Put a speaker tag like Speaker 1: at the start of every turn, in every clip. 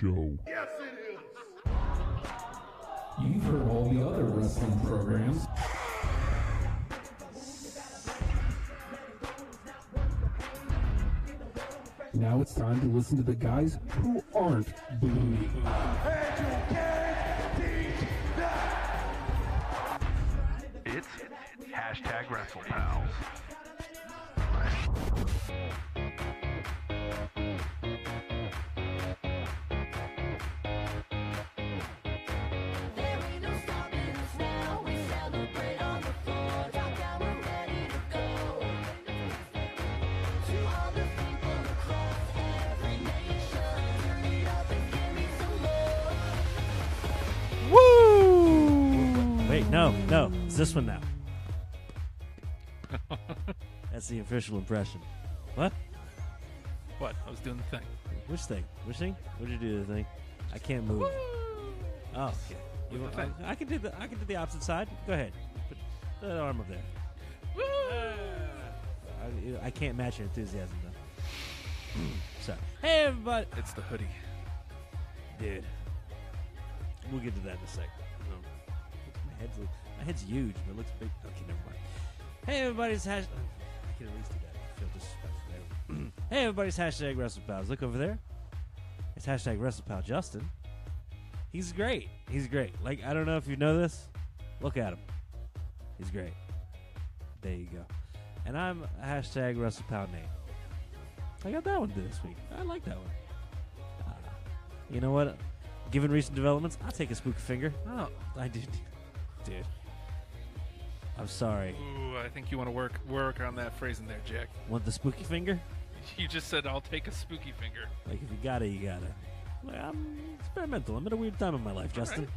Speaker 1: show.
Speaker 2: You've heard all the other wrestling programs. Now it's time to listen to the guys who aren't booty.
Speaker 3: It's hashtag WrestlePals.
Speaker 4: There ain't no stopping us now. We celebrate on the floor. Drop down, we're ready to go. To all the people across every nation, turn it up and give me some more.
Speaker 5: Wait, no, no. It's this one now. That's the official impression. What?
Speaker 6: What? I was doing the thing.
Speaker 5: Which thing? Which thing? What'd you do to the thing? I can't move. Oh, okay. You
Speaker 6: With the
Speaker 5: want-
Speaker 6: thing.
Speaker 5: I, I can do the I can do the opposite side. Go ahead. Put that arm up there. I, I can't match your enthusiasm though. so hey everybody,
Speaker 6: It's the hoodie.
Speaker 5: dude. We'll get to that in a sec. No. My head's my head's huge, but it looks big. Okay, never mind. Hey everybody's hash. oh, I can at least do that. I feel disrespectful. There we go. hey everybody's hashtag WrestlePals. Look over there. It's hashtag WrestlePal Justin. He's great. He's great. Like I don't know if you know this. Look at him. He's great. There you go. And I'm hashtag WrestlePal Nate. I got that one this week. I like that one. Uh, you know what? Given recent developments, I'll take a spooky finger.
Speaker 6: Oh.
Speaker 5: I did. Dude. I'm sorry.
Speaker 6: Ooh, I think you want to work work on that phrase in there, Jack.
Speaker 5: Want the spooky finger?
Speaker 6: You just said I'll take a spooky finger.
Speaker 5: Like, if you got it, you got it. Like, I'm experimental. I'm at a weird time in my life, Justin.
Speaker 6: right.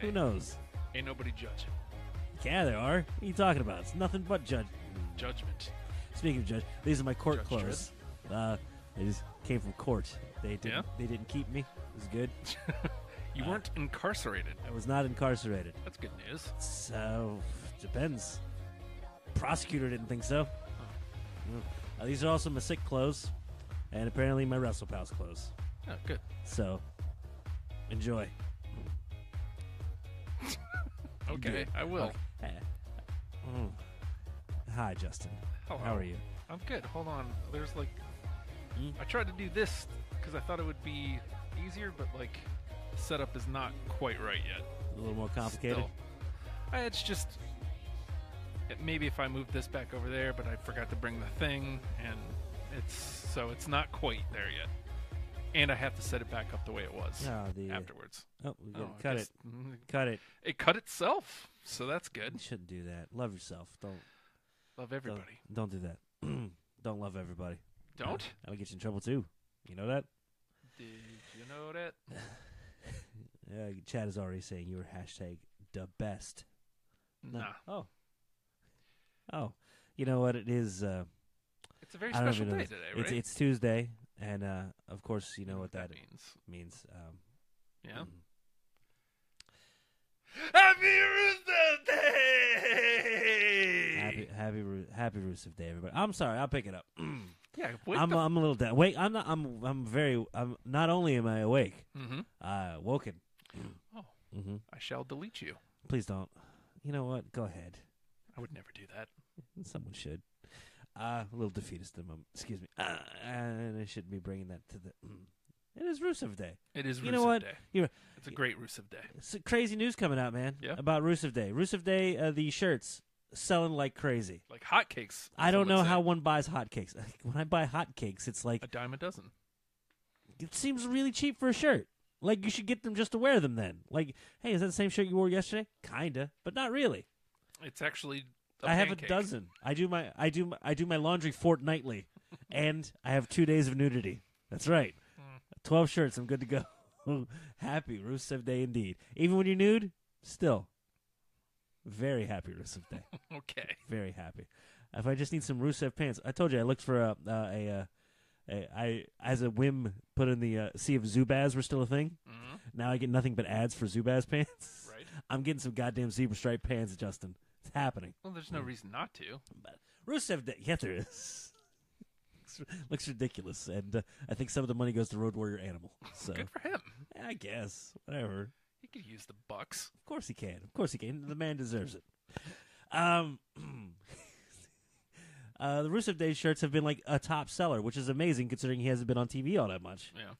Speaker 5: Who
Speaker 6: Hey.
Speaker 5: knows?
Speaker 6: Ain't nobody judging.
Speaker 5: Yeah, there are. What are you talking about? It's nothing but judge.
Speaker 6: Judgment.
Speaker 5: Speaking of judge, these are my court
Speaker 6: Judge
Speaker 5: clothes. Uh, they just came from court. They didn't.
Speaker 6: Yeah?
Speaker 5: They didn't keep me. It was good.
Speaker 6: You weren't incarcerated.
Speaker 5: I was not incarcerated.
Speaker 6: That's good news.
Speaker 5: So depends. Prosecutor didn't think so. Mm. Uh, these are also my sick clothes, and apparently my Wrestle Pals clothes.
Speaker 6: Oh, good.
Speaker 5: So enjoy.
Speaker 6: Okay, I will.
Speaker 5: Eh. Mm. Hi, Justin.
Speaker 6: Hello.
Speaker 5: How are you? Hmm?
Speaker 6: I'm good. Hold on. There's like, I tried to do this because I thought it would be easier, but like, the setup is not quite right yet.
Speaker 5: A little more complicated.
Speaker 6: Still, I, it's just it, maybe if I move this back over there, but I forgot to bring the thing, and it's so it's not quite there yet. And I have to set it back up the way it was
Speaker 5: Ah, the-
Speaker 6: afterwards.
Speaker 5: Oh, we gotta
Speaker 6: Oh, I
Speaker 5: cut
Speaker 6: guess-
Speaker 5: it.
Speaker 6: mm,
Speaker 5: Cut it.
Speaker 6: It cut itself, so that's good.
Speaker 5: You shouldn't do that. Love yourself. Don't.
Speaker 6: Love
Speaker 5: Don't,
Speaker 6: everybody.
Speaker 5: don't do that. don't love everybody.
Speaker 6: Don't?
Speaker 5: That'll get you in trouble too. You know that?
Speaker 6: Did you know that?
Speaker 5: Uh, Chad is already saying you were hashtag the best. No.
Speaker 6: Nah,
Speaker 5: Oh. Oh. You know what? It is. Uh,
Speaker 6: it's a very
Speaker 5: I don't
Speaker 6: special
Speaker 5: even know.
Speaker 6: day
Speaker 5: this-
Speaker 6: today, right?
Speaker 5: It's, it's Tuesday, and uh, of course, you know what that,
Speaker 6: means.
Speaker 5: means. Um,
Speaker 6: Yeah.
Speaker 5: mm.
Speaker 6: Happy Rooster Day!
Speaker 5: Happy, happy, Ru- happy Rusev Day, everybody. I'm sorry. I'll pick it up.
Speaker 6: Yeah, wake
Speaker 5: I'm,
Speaker 6: the
Speaker 5: I'm a little down. Wait, I'm not. I'm, I'm very. I'm not only am I awake,
Speaker 6: mm-hmm.
Speaker 5: uh, woken.
Speaker 6: Oh.
Speaker 5: hmm
Speaker 6: I shall delete you.
Speaker 5: Please don't. You know what? Go ahead.
Speaker 6: I would never do that.
Speaker 5: Someone should. Uh, a little defeatist at the moment. Excuse me. Uh, and I shouldn't be bringing that to the. mm. It is Rusev Day.
Speaker 6: It is
Speaker 5: You
Speaker 6: Rusev
Speaker 5: know what?
Speaker 6: Day.
Speaker 5: You're
Speaker 6: It's a great Rusev Day.
Speaker 5: S crazy news coming out, man.
Speaker 6: Yeah.
Speaker 5: About Rusev Day. Rusev Day, uh, the shirts selling like crazy.
Speaker 6: Like hotcakes.
Speaker 5: I don't know
Speaker 6: someone
Speaker 5: how
Speaker 6: said.
Speaker 5: one buys hotcakes. when I buy hotcakes, it's like
Speaker 6: A dime a dozen.
Speaker 5: it seems really cheap for a shirt. Like you should get them just to wear them then. Like, hey, is that the same shirt you wore yesterday? Kinda, but not really.
Speaker 6: It's actually. I
Speaker 5: I have a dozen. I do my I do my, I do my laundry fortnightly, and I have two days of nudity. That's right. Twelve shirts. I'm good to go. happy Rusev Day indeed. Even when you're nude, still very happy Rusev Day.
Speaker 6: Okay.
Speaker 5: very happy. If I just need some Rusev pants, I told you I looked for a uh, a, uh, a I as a whim put in the uh, see if Zubaz were still a thing. Now I get nothing but ads for Zubaz pants.
Speaker 6: Right.
Speaker 5: I'm getting some goddamn zebra striped pants, Justin. It's happening.
Speaker 6: Hmm. Well, there's no reason not to.
Speaker 5: Rusev Day. Yeah, there is. looks looks ridiculous, and uh, I think some of the money goes to Road Warrior Animal. So
Speaker 6: Good for him.
Speaker 5: I guess whatever.
Speaker 6: He could use the bucks.
Speaker 5: Of course he can. Of course he can. The man deserves it. Um, uh, the Rusev Day shirts have been like a top seller, which is amazing considering he hasn't been on TV all that much.
Speaker 6: Yeah.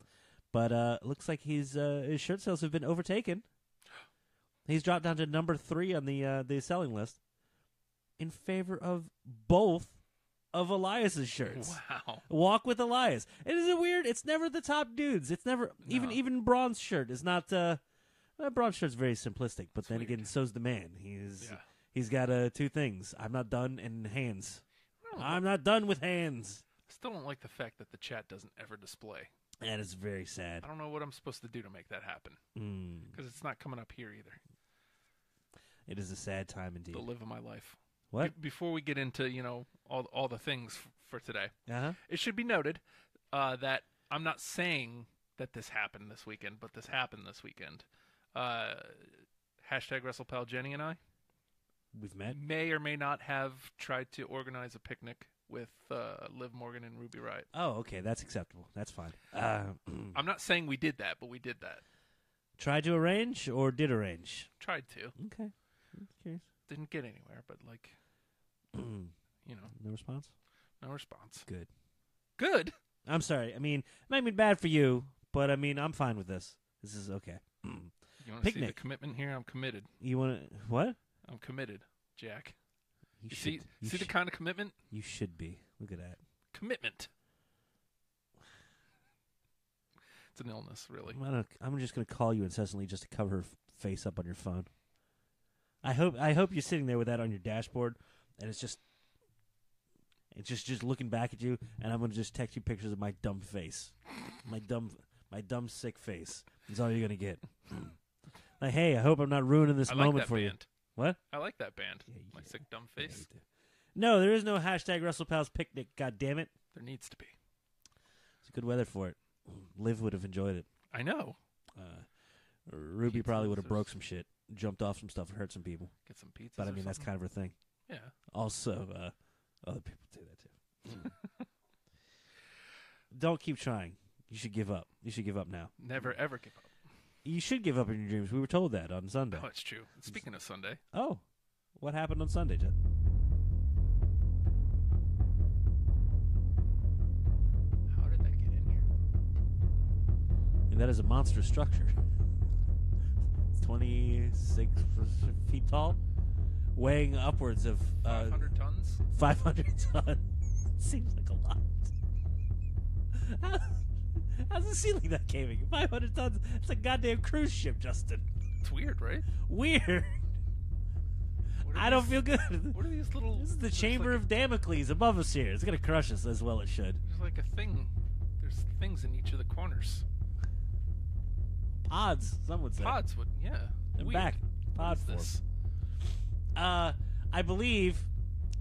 Speaker 5: But uh, it looks like his uh, his shirt sales have been overtaken. He's dropped down to number three on the uh, the selling list, in favor of both of Elias's shirts.
Speaker 6: Wow.
Speaker 5: Walk with Elias. It is a weird. It's never the top dudes. It's never even
Speaker 6: No.
Speaker 5: even Braun's shirt is not. Uh, well, Braun's shirt's very simplistic, but then
Speaker 6: weird.
Speaker 5: again, so's the man. He's
Speaker 6: Yeah.
Speaker 5: he's got uh, two things. I'm not done and hands.
Speaker 6: I don't-
Speaker 5: I'm not done with hands.
Speaker 6: still don't like the fact that the chat doesn't ever display.
Speaker 5: That is very sad.
Speaker 6: I don't know what I'm supposed to do to make that happen
Speaker 5: Mm,
Speaker 6: because it's not coming up here either.
Speaker 5: it is a sad time indeed.
Speaker 6: The live of my life.
Speaker 5: what?
Speaker 6: Be- before we get into you know all all the things f- for today,
Speaker 5: Uh huh.
Speaker 6: it should be noted uh, that I'm not saying that this happened this weekend, but this happened this weekend. Uh, hashtag WrestlePal Jenny and I
Speaker 5: We've met.
Speaker 6: may or may not have tried to organize a picnic with uh, Liv Morgan and Ruby Riot.
Speaker 5: Oh, okay. That's acceptable. That's fine. Uh,
Speaker 6: I'm not saying we did that, but we did that.
Speaker 5: tried to arrange or did arrange?
Speaker 6: Tried to.
Speaker 5: Okay. I'm curious.
Speaker 6: Didn't get anywhere, but like,
Speaker 5: no
Speaker 6: you know,
Speaker 5: response.
Speaker 6: no response.
Speaker 5: Good.
Speaker 6: Good.
Speaker 5: I'm sorry. I mean, it might be bad for you, but I mean, I'm fine with this. This is okay.
Speaker 6: You want to see the
Speaker 5: Picnic.
Speaker 6: commitment here? I'm committed.
Speaker 5: You want to what?
Speaker 6: I'm committed, Jack.
Speaker 5: You
Speaker 6: You see,
Speaker 5: you,
Speaker 6: see the
Speaker 5: should-
Speaker 6: kind of commitment?
Speaker 5: you should be. Look at that.
Speaker 6: Commitment. It's an illness, really.
Speaker 5: I'm, gonna, I'm just going to call you incessantly just to cover her f- face up on your phone. I hope I hope you're sitting there with that on your dashboard, and it's just it's just just looking back at you, and I'm going to just text you pictures of my dumb face, my dumb my dumb sick face. Is all you're going to get. like, hey, I hope I'm not ruining this
Speaker 6: I like
Speaker 5: moment
Speaker 6: that
Speaker 5: for you.
Speaker 6: band.
Speaker 5: What?
Speaker 6: I like that band.
Speaker 5: Yeah, you
Speaker 6: My
Speaker 5: do.
Speaker 6: sick dumb
Speaker 5: Yeah,
Speaker 6: face.
Speaker 5: you do. No, there is no hashtag WrestlePals picnic. God damn it!
Speaker 6: There needs to be.
Speaker 5: It's good weather for it. Liv would have enjoyed it.
Speaker 6: I know.
Speaker 5: Uh, Ruby
Speaker 6: Pizza
Speaker 5: probably would have
Speaker 6: losers.
Speaker 5: broke some shit, jumped off some stuff, and hurt some people.
Speaker 6: Get some pizza.
Speaker 5: But I mean, that's kind of her thing.
Speaker 6: Yeah.
Speaker 5: Also, uh, other people do that too. Don't keep trying. You should give up. You should give up now.
Speaker 6: Never ever give up.
Speaker 5: You should give up in your dreams. We were told that on Sunday.
Speaker 6: No, it's true. Speaking of Sunday,
Speaker 5: Oh, what happened on Sunday, Jen?
Speaker 6: how did that get in here?
Speaker 5: That is a monster structure. It's 26 feet tall, weighing upwards of uh,
Speaker 6: 500 tons.
Speaker 5: 500 tons. Seems like a lot. How, how's the ceiling that caving? 500 tons? It's a goddamn cruise ship, Justin.
Speaker 6: It's weird, right?
Speaker 5: Weird.
Speaker 6: What are
Speaker 5: I don't
Speaker 6: these-
Speaker 5: feel good.
Speaker 6: What are these little?
Speaker 5: This is the
Speaker 6: there's
Speaker 5: chamber
Speaker 6: like
Speaker 5: of Damocles above us here. It's going to crush us as well it should.
Speaker 6: There's like a thing. There's things in each of the corners.
Speaker 5: Pods, some would say.
Speaker 6: Pods would, yeah.
Speaker 5: I'm
Speaker 6: Weird.
Speaker 5: back.
Speaker 6: What
Speaker 5: Pod
Speaker 6: is
Speaker 5: form.
Speaker 6: this?
Speaker 5: uh, I believe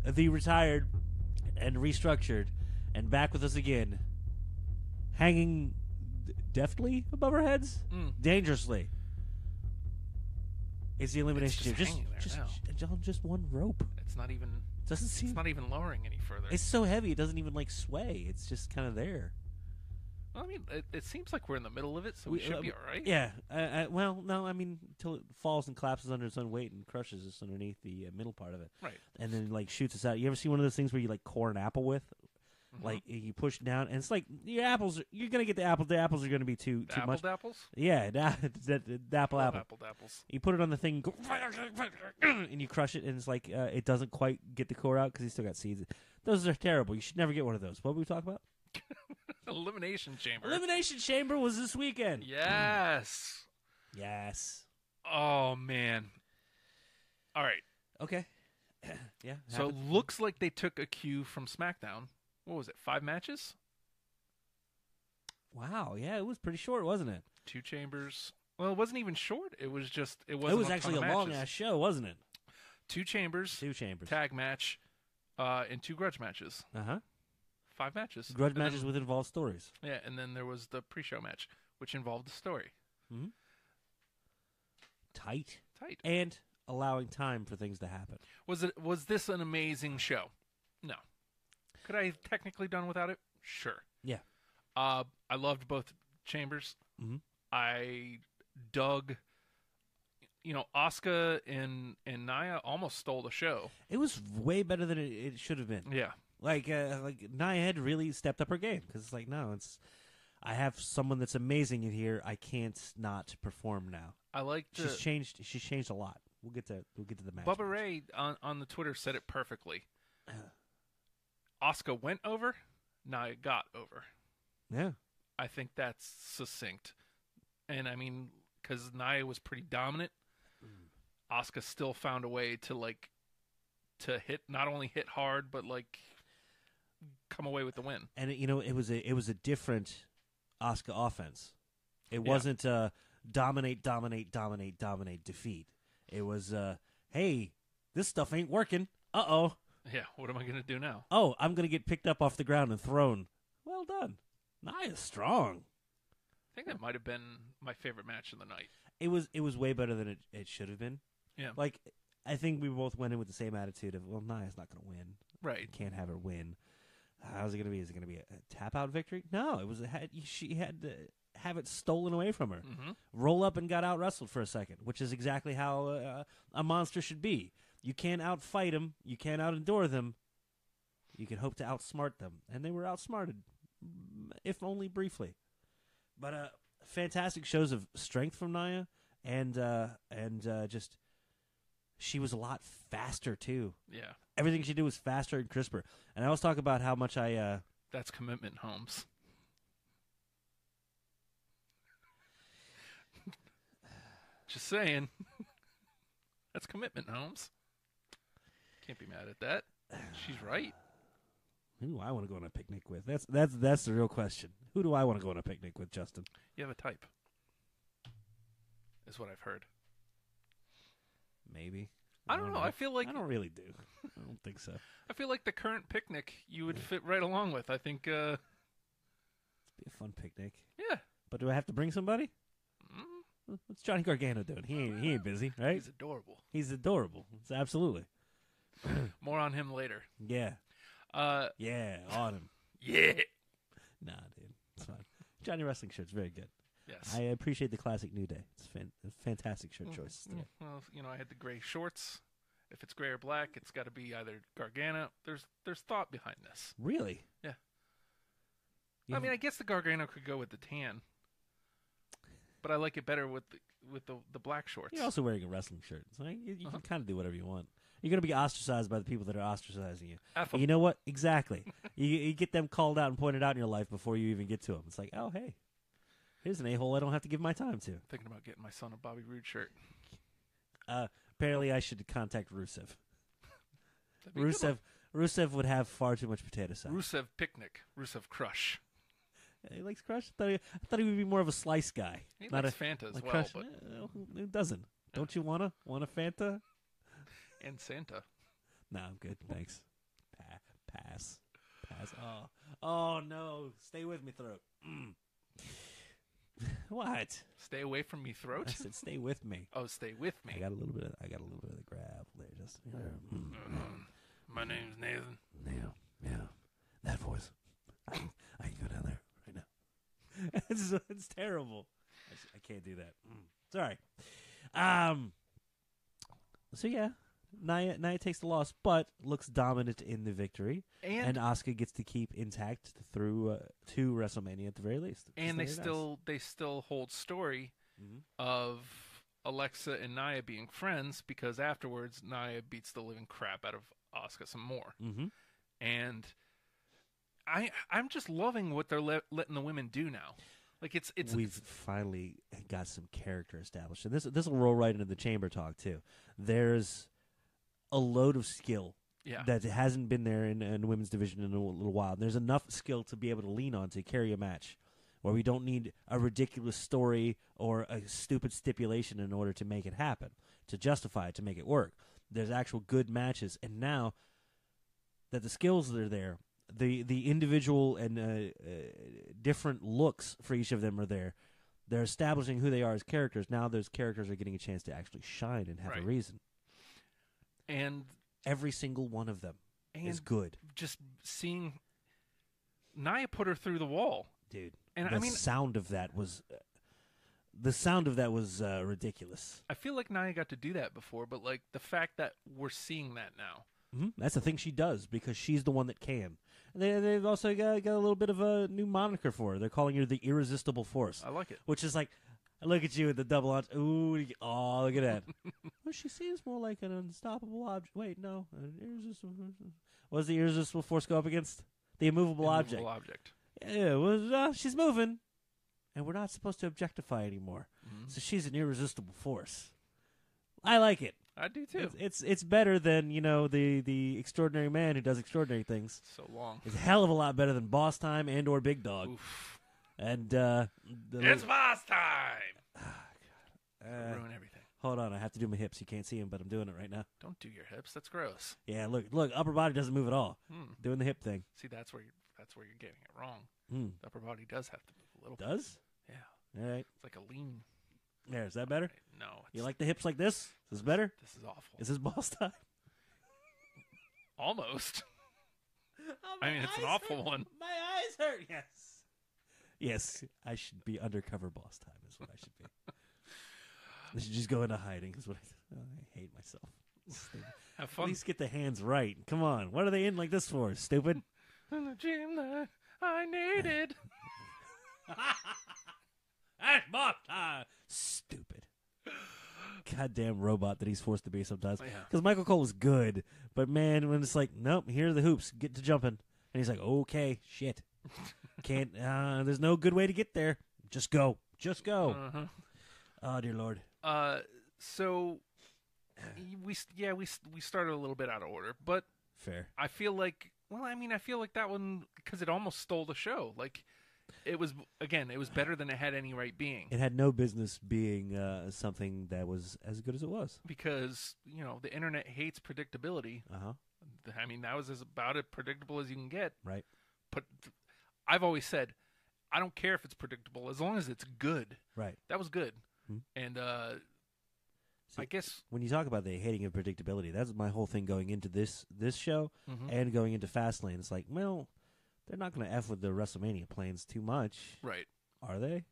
Speaker 5: the retired and restructured and back with us again, hanging d- deftly above our heads,
Speaker 6: Mm.
Speaker 5: dangerously. Is the elimination
Speaker 6: just
Speaker 5: chamber. just
Speaker 6: hanging there
Speaker 5: just,
Speaker 6: now.
Speaker 5: just on just one rope?
Speaker 6: It's not even.
Speaker 5: Doesn't seem
Speaker 6: It's not even lowering any further.
Speaker 5: it's so heavy it doesn't even like sway. It's just kind of there.
Speaker 6: Well, I mean, it, it seems like we're in the middle of it, so we, should
Speaker 5: uh,
Speaker 6: be all right.
Speaker 5: Yeah. Uh, uh, well, no, I mean, until it falls and collapses under its own weight and crushes us underneath the uh, middle part of it.
Speaker 6: Right.
Speaker 5: And then, like, shoots us out. You ever see one of those things where you, like, core an apple with?
Speaker 6: Mm-hmm.
Speaker 5: Like, you push down, and it's like, your apples, are, you're going to get the apple. The apples are going to be too, too
Speaker 6: apple
Speaker 5: much.
Speaker 6: dapples.
Speaker 5: yeah, the, the, the, the apple,
Speaker 6: Love
Speaker 5: apple.
Speaker 6: apple dapples.
Speaker 5: You put it on the thing, go, and you crush it, and it's like, uh, it doesn't quite get the core out because he's still got seeds. Those are terrible. You should never get one of those. What were we talking about?
Speaker 6: Elimination chamber.
Speaker 5: Elimination Chamber was this weekend.
Speaker 6: yes.
Speaker 5: Yes.
Speaker 6: Oh man. All right.
Speaker 5: Okay. yeah.
Speaker 6: So it looks like they took a cue from SmackDown. What was it? Five matches,
Speaker 5: wow. Yeah, it was pretty short, wasn't it?
Speaker 6: two chambers. Well, it wasn't even short. It was just. It was.
Speaker 5: it was actually a long ass show, wasn't it?
Speaker 6: Two chambers,
Speaker 5: Two chambers.
Speaker 6: tag match, uh, and two grudge matches.
Speaker 5: Uh huh.
Speaker 6: Five matches.
Speaker 5: Grudge
Speaker 6: And then-
Speaker 5: matches with involved stories.
Speaker 6: Yeah, and then there was the pre-show match, which involved a story.
Speaker 5: Tight
Speaker 6: Tight.
Speaker 5: and allowing time for things to happen.
Speaker 6: Was it was this an amazing show? No. Could I have technically done without it? Sure.
Speaker 5: Yeah.
Speaker 6: Uh, I loved both chambers.
Speaker 5: Mhm.
Speaker 6: I dug. You know, Oscar and and Naya almost stole the show.
Speaker 5: It was way better than it, it should have been.
Speaker 6: Yeah,
Speaker 5: Like, uh, like Nia had really stepped up her game because it's like, no, it's I have someone that's amazing in here. I can't not perform now.
Speaker 6: I liked.
Speaker 5: She's
Speaker 6: uh,
Speaker 5: changed. She's changed a lot. We'll get to we'll get to the match.
Speaker 6: Bubba Ray on, on the Twitter said it perfectly. Oscar went over, Naya got over.
Speaker 5: Yeah.
Speaker 6: I think that's succinct. And I mean, because Naya was pretty dominant, Oscar still found a way to like to hit not only hit hard but like come away with the win.
Speaker 5: and it, you know it was a it was a different Oscar offense. It
Speaker 6: Yeah.
Speaker 5: wasn't uh, dominate, dominate, dominate, dominate, defeat. It was uh, hey, this stuff ain't working. Uh oh,
Speaker 6: Yeah, what am I gonna do now?
Speaker 5: oh, I'm gonna get picked up off the ground and thrown. Well done, Nia's strong.
Speaker 6: I think that might have been my favorite match of the night.
Speaker 5: It was it was way better than it, it should have been.
Speaker 6: Yeah.
Speaker 5: Like I think we both went in with the same attitude of well, Nia's not gonna win.
Speaker 6: Right.
Speaker 5: Can't have her win. How's it gonna be? Is it gonna be a, a tap out victory? No, it was a, had, she had to have it stolen away from her.
Speaker 6: Mm-hmm.
Speaker 5: roll up and got out wrestled for a second, which is exactly how uh, a monster should be. You can't outfight them, you can't outendure them. You can hope to outsmart them, and they were outsmarted, mm, if only briefly. But uh, fantastic shows of strength from Naya, and uh, and uh, just she was a lot faster too.
Speaker 6: Yeah.
Speaker 5: Everything she did was faster and crisper. And I always talk about how much I. Uh,
Speaker 6: That's commitment, Holmes. Just saying. That's commitment, Holmes. Can't be mad at that. She's right.
Speaker 5: who do I want to go on a picnic with? That's that's that's the real question. Who do I want to go on a picnic with, Justin?
Speaker 6: You have a type. Is what I've heard.
Speaker 5: Maybe.
Speaker 6: I don't know. I feel like
Speaker 5: I
Speaker 6: I,
Speaker 5: don't really do. I don't think so. It'd
Speaker 6: feel like the current picnic you would fit right along with. I think uh
Speaker 5: be a fun picnic.
Speaker 6: yeah.
Speaker 5: But do I have to bring somebody?
Speaker 6: Mm,
Speaker 5: What's Johnny Gargano doing? He ain't he ain't busy, right?
Speaker 6: he's adorable.
Speaker 5: He's adorable. It's absolutely.
Speaker 6: More on him later.
Speaker 5: Yeah.
Speaker 6: Uh
Speaker 5: Yeah. On him.
Speaker 6: yeah.
Speaker 5: Nah, dude. It's fine. Johnny Wrestling shirt's very good.
Speaker 6: Yes.
Speaker 5: I appreciate the classic New Day. It's fan- a fantastic shirt choice.
Speaker 6: Mm, Well, you know, I had the gray shorts. If it's gray or black, it's got to be either Gargano. There's there's thought behind this.
Speaker 5: Really?
Speaker 6: Yeah.
Speaker 5: You
Speaker 6: I mean, I guess the Gargano could go with the tan, but I like it better with the, with the the black shorts.
Speaker 5: you're also wearing a wrestling shirt, so you, you
Speaker 6: Uh-huh.
Speaker 5: can kind of do whatever you want. You're gonna be ostracized by the people that are ostracizing you.
Speaker 6: F 'em.
Speaker 5: And you know what? Exactly. you, you get them called out and pointed out in your life before you even get to them. It's like, oh, hey, here's an a hole I don't have to give my time to.
Speaker 6: Thinking about getting my son a Bobby Roode shirt.
Speaker 5: Uh, apparently, I should contact Rusev.
Speaker 6: That'd be a good
Speaker 5: Rusev, Rusev would have far too much potato
Speaker 6: one.
Speaker 5: salad.
Speaker 6: Rusev picnic, Rusev crush.
Speaker 5: he likes Crush. I thought he, I thought he would be more of a slice guy.
Speaker 6: He
Speaker 5: not
Speaker 6: likes
Speaker 5: a,
Speaker 6: Fanta as
Speaker 5: like
Speaker 6: well,
Speaker 5: Crush.
Speaker 6: but
Speaker 5: Uh, who- who doesn't? Don't you wanna want a Fanta?
Speaker 6: and Santa.
Speaker 5: No, I'm good. Thanks. Pa- pass. Pass. Oh. Oh no. Stay with me, throat. Mm. what?
Speaker 6: Stay away from me,
Speaker 5: I
Speaker 6: throat.
Speaker 5: said stay with me.
Speaker 6: Oh, stay with
Speaker 5: I
Speaker 6: me.
Speaker 5: got a little bit of I got a little bit of the grab there, just mm.
Speaker 6: Mm-hmm. My name's Nathan.
Speaker 5: yeah, yeah. That voice. I, can- I can go down there right now. it's, it's terrible. I, s- I can't do that. Mm. Sorry. Um. So yeah, Nia Nia takes the loss, but looks dominant in the victory.
Speaker 6: And
Speaker 5: and Oscar gets to keep intact through uh, to WrestleMania at the very least. which is
Speaker 6: and they
Speaker 5: very nice.
Speaker 6: still they still hold story
Speaker 5: Mhm.
Speaker 6: of Alexa and Naya being friends because afterwards Naya beats the living crap out of Oscar some more,
Speaker 5: Mhm.
Speaker 6: and I I'm just loving what they're let, letting the women do now. Like it's it's
Speaker 5: we've finally got some character established, and this this will roll right into the chamber talk too. There's a load of skill
Speaker 6: yeah
Speaker 5: that hasn't been there in, in women's division in a little while. There's enough skill to be able to lean on to carry a match, where we don't need a ridiculous story or a stupid stipulation in order to make it happen, to justify it, to make it work. There's actual good matches, and now that the skills that are there, the the individual and uh, uh, different looks for each of them are there. They're establishing who they are as characters. Now those characters are getting a chance to actually shine and have
Speaker 6: Right.
Speaker 5: a reason.
Speaker 6: and
Speaker 5: Every single one of them
Speaker 6: and
Speaker 5: is good.
Speaker 6: just seeing Naya put her through the wall.
Speaker 5: dude.
Speaker 6: And
Speaker 5: the
Speaker 6: I mean-
Speaker 5: sound of that was, uh, the sound of that was uh, ridiculous.
Speaker 6: I feel like Naya got to do that before, but like the fact that we're seeing that now.
Speaker 5: hmm That's the thing she does because she's the one that can. They, they've also got, got a little bit of a new moniker for her. They're calling her the irresistible force,
Speaker 6: I like it.
Speaker 5: which is like, I look at you with the double on. Ooh, oh, look at that. well, she seems more like an unstoppable object. Wait, no, an irresistible. force. What does the irresistible force go up against? The immovable, object.
Speaker 6: Immovable object.
Speaker 5: Yeah, well, uh, she's moving, and we're not supposed to objectify anymore.
Speaker 6: Mm-hmm.
Speaker 5: So she's an irresistible force. I like it.
Speaker 6: I do too.
Speaker 5: It's, it's it's better than you know the the extraordinary man who does extraordinary things.
Speaker 6: so long.
Speaker 5: It's a hell of a lot better than Boss Time and or Big Dog.
Speaker 6: Oof.
Speaker 5: And uh, the
Speaker 6: It's boss time.
Speaker 5: Ah, uh,
Speaker 6: Ruin everything.
Speaker 5: hold on, I have to do my hips. You can't see them, but I'm doing it right now.
Speaker 6: Don't do your hips. That's gross.
Speaker 5: Yeah, look, look, upper body doesn't move at all.
Speaker 6: Hmm.
Speaker 5: Doing the hip thing.
Speaker 6: See, that's where you're, that's where you're getting it wrong.
Speaker 5: Hmm.
Speaker 6: The upper body does have to move a little. bit.
Speaker 5: Does
Speaker 6: Yeah,
Speaker 5: all right.
Speaker 6: it's like a lean.
Speaker 5: There, is that better?
Speaker 6: No, it's,
Speaker 5: You like the hips like this? Is this better?
Speaker 6: this is awful.
Speaker 5: Is this Boss Time?
Speaker 6: Almost.
Speaker 5: Oh,
Speaker 6: I
Speaker 5: my
Speaker 6: mean, it's an
Speaker 5: eyes
Speaker 6: awful
Speaker 5: hurt.
Speaker 6: one.
Speaker 5: My eyes hurt. Yes. Yes, I should be undercover boss time. Is what I should be. I should just go into hiding. Is what I, oh, I hate myself. Stupid.
Speaker 6: Have
Speaker 5: At
Speaker 6: fun.
Speaker 5: least get the hands right. Come on, what are they in like this for? Stupid.
Speaker 6: In the gym that I needed.
Speaker 5: That's boss time. Stupid. Goddamn robot that he's forced to be sometimes. Because
Speaker 6: Yeah.
Speaker 5: Michael Cole was good, but man, when it's like, nope, here are the hoops, get to jumping, and he's like, okay, shit, can't. Uh, there's no good way to get there. Just go, just go.
Speaker 6: Uh-huh.
Speaker 5: Oh dear lord.
Speaker 6: Uh, so y- we s- yeah we s- we started a little bit out of order, but
Speaker 5: Fair.
Speaker 6: I feel like well, I mean, I feel like that one because it almost stole the show. Like it was again, it was better than it had any right being.
Speaker 5: It had no business being uh, something that was as good as it was.
Speaker 6: because you know the internet hates predictability.
Speaker 5: Uh huh.
Speaker 6: I mean, that was as about as predictable as you can get.
Speaker 5: Right.
Speaker 6: But I've always said, I don't care if it's predictable as long as it's good.
Speaker 5: Right.
Speaker 6: That was good,
Speaker 5: Hmm.
Speaker 6: and uh, I
Speaker 5: See,
Speaker 6: guess
Speaker 5: when you talk about the hating of predictability, that's my whole thing going into this this show
Speaker 6: Mm-hmm.
Speaker 5: and going into Fastlane. It's like, well, they're not going to f with the WrestleMania plans too much,
Speaker 6: right.
Speaker 5: are they?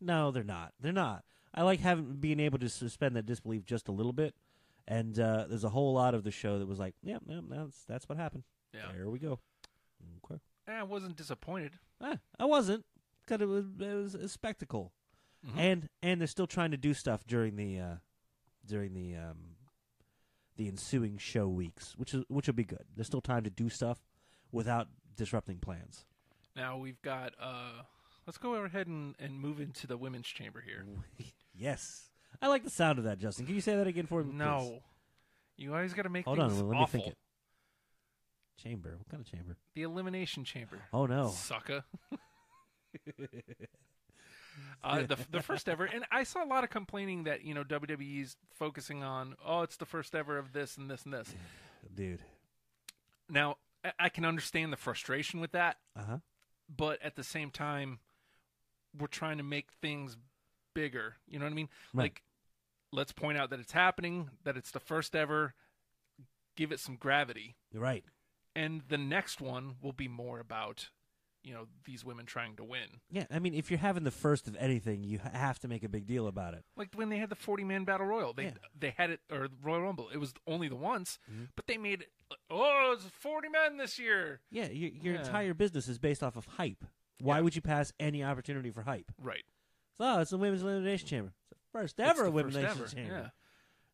Speaker 5: No, they're not. They're not. I like having being able to suspend that disbelief just a little bit. And uh, there's a whole lot of the show that was like, yeah, yeah, that's that's what happened.
Speaker 6: Yeah,
Speaker 5: There we go. Okay.
Speaker 6: And I wasn't disappointed.
Speaker 5: Ah, I wasn't because it was it was a spectacle,
Speaker 6: Mhm.
Speaker 5: and and they're still trying to do stuff during the uh, during the um, the ensuing show weeks, which is which will be good. There's still time to do stuff without disrupting plans.
Speaker 6: Now we've got. Uh, let's go ahead and, and move into the women's chamber here.
Speaker 5: Mm-hmm. yes, I like the sound of that, Justin. Can you say that again for me? please?
Speaker 6: No, you always got to make
Speaker 5: Hold on,
Speaker 6: things
Speaker 5: let me
Speaker 6: awful.
Speaker 5: think it. Chamber. What kind of chamber?
Speaker 6: The elimination chamber.
Speaker 5: Oh no.
Speaker 6: Sucker. uh, the the first ever, and I saw a lot of complaining that you know WWE's focusing on oh it's the first ever of this and this and this.
Speaker 5: dude.
Speaker 6: Now I- I can understand the frustration with that,
Speaker 5: Uh huh.
Speaker 6: but at the same time, we're trying to make things bigger. You know what I mean?
Speaker 5: Right.
Speaker 6: Like, let's point out that it's happening, that it's the first ever. Give it some gravity,
Speaker 5: You're right.
Speaker 6: and the next one will be more about you know these women trying to win.
Speaker 5: Yeah, I mean, if you're having the first of anything, you ha- have to make a big deal about it.
Speaker 6: Like when they had the forty man battle royal, they
Speaker 5: Yeah. Mm-hmm.
Speaker 6: they had it or the Royal Rumble. It was only the once, but they made it. like, Oh, it's forty men this year.
Speaker 5: Yeah, your, your
Speaker 6: Yeah.
Speaker 5: entire business is based off of hype. Why would you pass any opportunity for hype?
Speaker 6: Right,
Speaker 5: So it's the women's elimination chamber. It's the first
Speaker 6: It's
Speaker 5: ever
Speaker 6: the
Speaker 5: women's
Speaker 6: first
Speaker 5: elimination
Speaker 6: ever,
Speaker 5: chamber,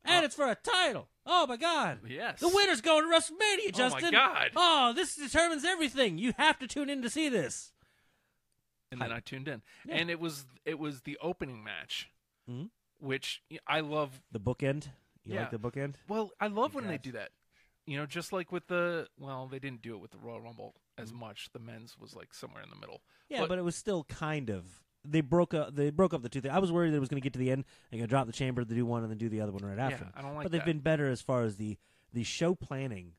Speaker 5: and
Speaker 6: Uh,
Speaker 5: it's for a title. Oh my god!
Speaker 6: Yeah. Yes.
Speaker 5: The winner's going to WrestleMania,
Speaker 6: Oh, my
Speaker 5: Justin.
Speaker 6: God.
Speaker 5: Oh, this determines everything. You have to tune in to see this.
Speaker 6: And then I tuned in,
Speaker 5: Yeah.
Speaker 6: and it was it was the opening match,
Speaker 5: Mhm.
Speaker 6: which y- I love.
Speaker 5: The bookend. You
Speaker 6: Yeah.
Speaker 5: like the bookend?
Speaker 6: Well, I love when they
Speaker 5: Yes.
Speaker 6: do that. You know, just like with the well, they didn't do it with the Royal Rumble as much. The men's was like somewhere in the middle.
Speaker 5: Mm-hmm. Yeah, but, it was still kind of. They broke up. They broke up the two things. I was worried that it was going to get to the end and going to drop the chamber, to do one, and then do the other one right after.
Speaker 6: I don't like
Speaker 5: But they've
Speaker 6: that.
Speaker 5: been better as far as the the show planning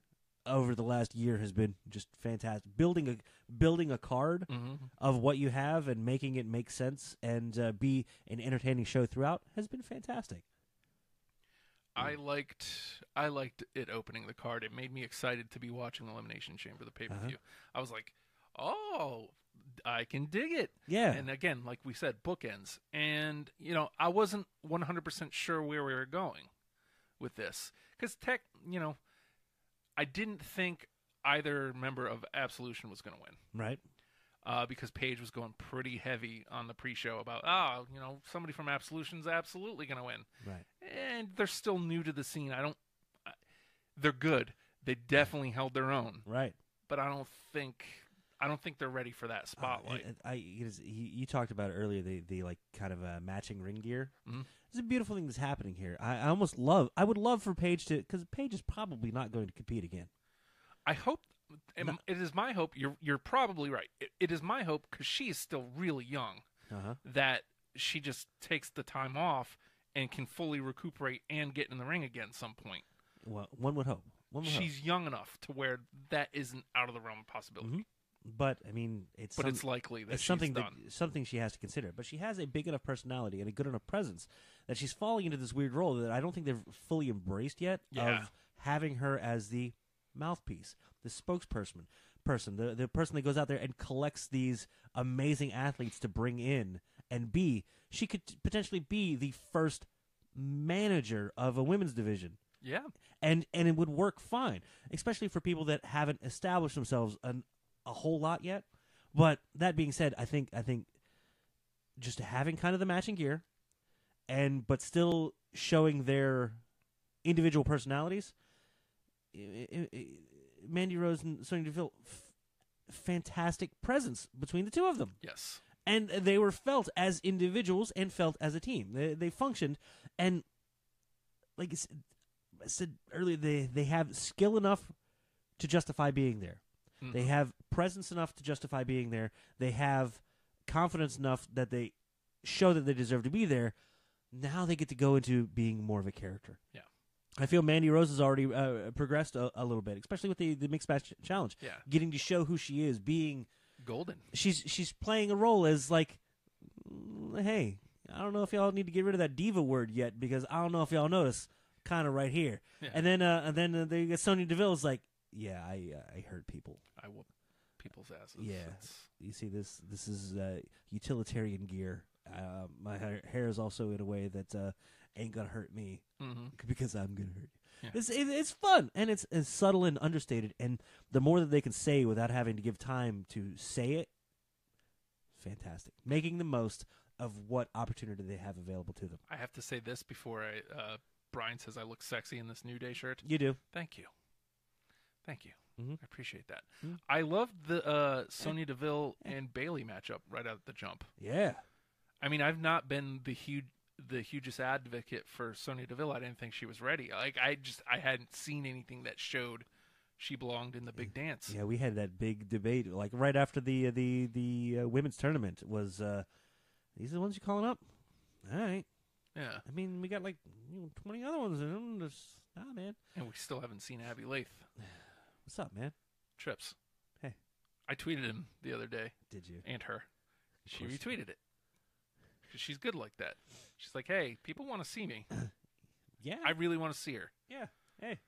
Speaker 5: over the last year has been just fantastic. Building a building a card
Speaker 6: Mhm.
Speaker 5: of what you have and making it make sense and uh, be an entertaining show throughout has been fantastic.
Speaker 6: I liked I liked it opening the card. It made me excited to be watching Elimination Chamber, the pay per view. I was like, oh, I can dig it.
Speaker 5: Yeah.
Speaker 6: And again, like we said, bookends. And, you know, I wasn't 100% sure where we were going with this. Because tech, you know, I didn't think either member of Absolution was going to win
Speaker 5: right?
Speaker 6: uh, because Paige was going pretty heavy on the pre-show about, oh, you know, somebody from Absolution's absolutely going to win,
Speaker 5: Right.
Speaker 6: and they're still new to the scene. I don't, I, they're good. They definitely held their own,
Speaker 5: Right.
Speaker 6: but I don't think, I don't think they're ready for that
Speaker 5: Uh, and-
Speaker 6: spotlight.
Speaker 5: and I it is- you, you talked about it earlier the the like kind of uh, matching ring gear.
Speaker 6: Mhm.
Speaker 5: It's a beautiful thing that's happening here. I, I almost love. I would love for Paige to because Paige is probably not going to compete again.
Speaker 6: I hope. am- It is my hope. You're you're probably right. It, it is my hope because she's still really young
Speaker 5: Uh huh.
Speaker 6: that she just takes the time off and can fully recuperate and get in the ring again some point.
Speaker 5: Well, one would hope. One would
Speaker 6: she's
Speaker 5: hope.
Speaker 6: young enough to where that isn't out of the realm of possibility.
Speaker 5: Mhm. But I mean, it's
Speaker 6: But
Speaker 5: some-
Speaker 6: it's likely that
Speaker 5: it's
Speaker 6: she's
Speaker 5: something
Speaker 6: done.
Speaker 5: that something she has to consider. But she has a big enough personality and a good enough presence that she's falling into this weird role that I don't think they've fully embraced yet
Speaker 6: Yeah.
Speaker 5: of having her as the mouthpiece, the spokesperson, person, the the person that goes out there and collects these amazing athletes to bring in and be. She could potentially be the first manager of a women's division
Speaker 6: yeah,
Speaker 5: and and it would work fine, especially for people that haven't established themselves an, a whole lot yet. But that being said, I think I think just having kind of the matching gear, and but still showing their individual personalities. i- i- i- Mandy Rose and Sonya Deville, f- fantastic presence between the two of them
Speaker 6: yes,
Speaker 5: and they were felt as individuals and felt as a team. They, they functioned, and like I s- I said earlier, they they have skill enough to justify being there.
Speaker 6: Mm-hmm.
Speaker 5: They have presence enough to justify being there. They have confidence enough that they show that they deserve to be there. Now they get to go into being more of a character.
Speaker 6: Yeah.
Speaker 5: I feel Mandy Rose has already uh, progressed a, a little bit, especially with the, the mixed match challenge.
Speaker 6: Yeah.
Speaker 5: Getting to show who she is, being
Speaker 6: golden.
Speaker 5: she's she's playing a role as like, mm, hey, I don't know if y'all need to get rid of that diva word yet because I don't know if y'all notice, kind of right here.
Speaker 6: Yeah.
Speaker 5: And then uh, and then uh, they get Sonya Deville's like, yeah, I uh, I hurt people.
Speaker 6: I whoop people's asses.
Speaker 5: Yeah.
Speaker 6: It's-
Speaker 5: You see this this is uh, utilitarian gear. Uh, my hair, hair is also in a way that uh, ain't gonna hurt me
Speaker 6: mhm.
Speaker 5: because I'm gonna hurt you.
Speaker 6: Yeah.
Speaker 5: It's it, it's fun and it's, it's subtle and understated. And the more that they can say without having to give time to say it, fantastic. Making the most of what opportunity they have available to them.
Speaker 6: I have to say this before I. Uh, Brian says I look sexy in this New Day shirt.
Speaker 5: You do.
Speaker 6: Thank you, thank you.
Speaker 5: Mhm.
Speaker 6: I appreciate that. I loved the uh, Sonya Deville and Bailey matchup right out the jump.
Speaker 5: Yeah.
Speaker 6: I mean, I've not been the huge the hugest advocate for Sonya Deville. I didn't think she was ready. Like I just I hadn't seen anything that showed she belonged in the big dance.
Speaker 5: Yeah, we had that big debate like right after the uh, the the uh, women's tournament was. Uh, these are the ones you're calling up. All right.
Speaker 6: Yeah.
Speaker 5: I mean, we got like you know, twenty other ones, and I'm just nah, man.
Speaker 6: And we still haven't seen Abby Lath
Speaker 5: What's up, man?
Speaker 6: trips.
Speaker 5: Hey.
Speaker 6: I tweeted him the other day
Speaker 5: Did you?
Speaker 6: and her. She
Speaker 5: course you
Speaker 6: retweeted it. 'Cause she's good like that. She's like, hey, people want to see me.
Speaker 5: Yeah.
Speaker 6: I really want to see her.
Speaker 5: yeah. Hey.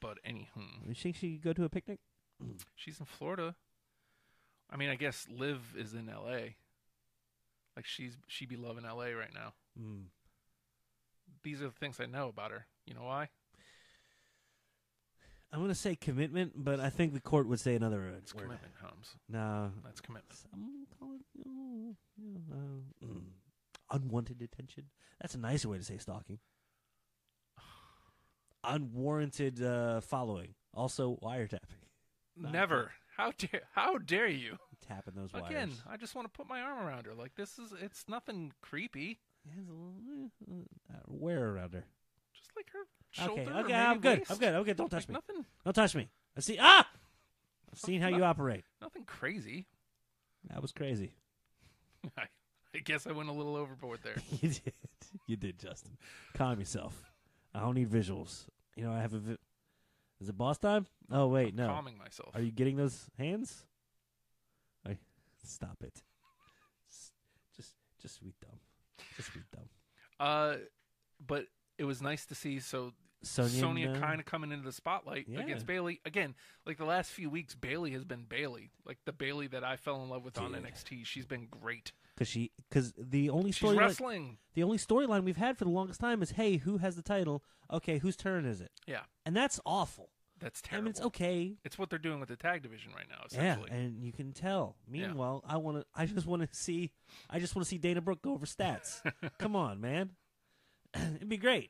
Speaker 6: But anywho,
Speaker 5: You think she could go to a picnic?
Speaker 6: she's in Florida. I mean, I guess Liv is in L.A. Like she's she be loving L.A. right now.
Speaker 5: Mm.
Speaker 6: These are the things I know about her. You know why?
Speaker 5: I'm gonna say commitment, but I think the court would say another word.
Speaker 6: It's commitment, Holmes.
Speaker 5: No,
Speaker 6: That's commitment.
Speaker 5: some call it mm, uh, mm, unwanted attention. That's a nicer way to say stalking. Unwarranted uh, following, also wiretapping, Not
Speaker 6: Never. How dare how dare you?
Speaker 5: tapping those wires.
Speaker 6: Again, I just want to put my arm around her. Like this is it's nothing creepy.
Speaker 5: It has a little, uh, uh, wear around her.
Speaker 6: Just like her
Speaker 5: Okay,
Speaker 6: shoulder. or
Speaker 5: okay,
Speaker 6: maybe
Speaker 5: I'm good.
Speaker 6: waist.
Speaker 5: I'm good. Okay, don't
Speaker 6: Like
Speaker 5: touch me.
Speaker 6: nothing
Speaker 5: Don't touch me. I see. Ah, I've seen how you
Speaker 6: No.
Speaker 5: operate.
Speaker 6: nothing crazy.
Speaker 5: That was crazy.
Speaker 6: I, I guess I went a little overboard there.
Speaker 5: you did. You did, Justin. Calm yourself. I don't need visuals. You know, I have a. Vi- Is it boss time? Oh wait, no.
Speaker 6: Calming myself.
Speaker 5: Are you getting those hands? I stop it. S- Just, just be dumb. Just be dumb.
Speaker 6: Uh, but it was nice to see. So
Speaker 5: Sonya,
Speaker 6: Sonya
Speaker 5: no.
Speaker 6: kind of coming into the spotlight
Speaker 5: Yeah.
Speaker 6: against Bailey again. Like the last few weeks, Bailey has been Bailey, like the Bailey that I fell in love with on
Speaker 5: Dude.
Speaker 6: NXT. She's been great.
Speaker 5: because she because the only
Speaker 6: She's
Speaker 5: storyline
Speaker 6: wrestling.
Speaker 5: the only storyline we've had for the longest time is hey who has the title okay whose turn is it
Speaker 6: Yeah,
Speaker 5: and that's awful
Speaker 6: that's
Speaker 5: I
Speaker 6: terrible.
Speaker 5: mean it's okay
Speaker 6: It's what they're doing with the tag division right now.
Speaker 5: yeah
Speaker 6: Essentially,
Speaker 5: and you can tell meanwhile I want to I just want to see I just want to see Dana Brooke go over stats come on man it'd be great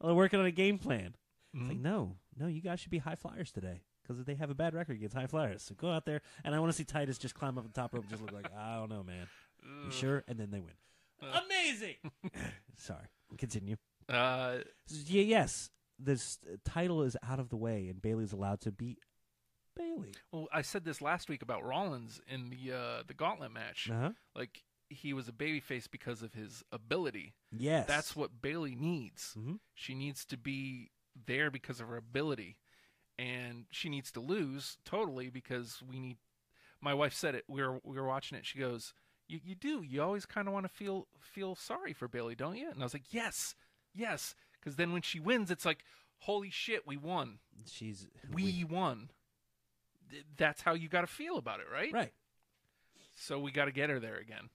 Speaker 5: Oh, they're working on a game plan it's
Speaker 6: Mm-hmm.
Speaker 5: like no no you guys should be high flyers today. Because they have a bad record against high flyers, so go out there. And I want to see Titus just climb up the top rope, and just look like I don't know, man. You sure? And then they win. Amazing. Sorry. Continue.
Speaker 6: uh,
Speaker 5: S- Yeah, yes. This uh, title is out of the way, and Bailey's allowed to beat Bailey.
Speaker 6: well, I said this last week about Rollins in the uh, the Gauntlet match.
Speaker 5: Uh huh.
Speaker 6: Like he was a babyface because of his ability.
Speaker 5: Yes.
Speaker 6: That's what Bailey needs.
Speaker 5: Mhm.
Speaker 6: She needs to be there because of her ability, and she needs to lose totally because we need. My wife said it. We were we were watching it. She goes, "You you do. You always kind of want to feel feel sorry for Bailey, don't you?" And I was like, "Yes, yes," because then when she wins, it's like, "Holy shit, we won.
Speaker 5: she's
Speaker 6: We, won." Th- That's how you got to feel about it, right?
Speaker 5: right.
Speaker 6: So we got to get her there again.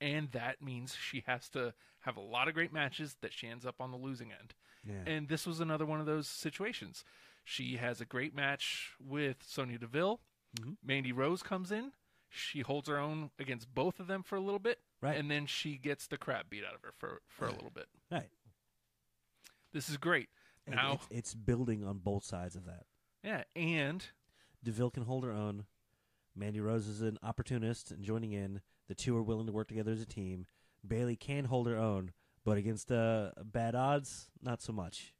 Speaker 6: And that means she has to have a lot of great matches that she ends up on the losing end.
Speaker 5: Yeah.
Speaker 6: And this was another one of those situations. She has a great match with Sonya Deville.
Speaker 5: Mhm.
Speaker 6: Mandy Rose comes in. She holds her own against both of them for a little bit.
Speaker 5: Right.
Speaker 6: And then she gets the crap beat out of her for, for a little bit.
Speaker 5: right.
Speaker 6: This is great.
Speaker 5: And
Speaker 6: Now,
Speaker 5: it's, it's building on both sides of that.
Speaker 6: yeah. And
Speaker 5: Deville can hold her own. Mandy Rose is an opportunist and joining in. The two are willing to work together as a team. Bailey can hold her own, but against uh, bad odds, not so much.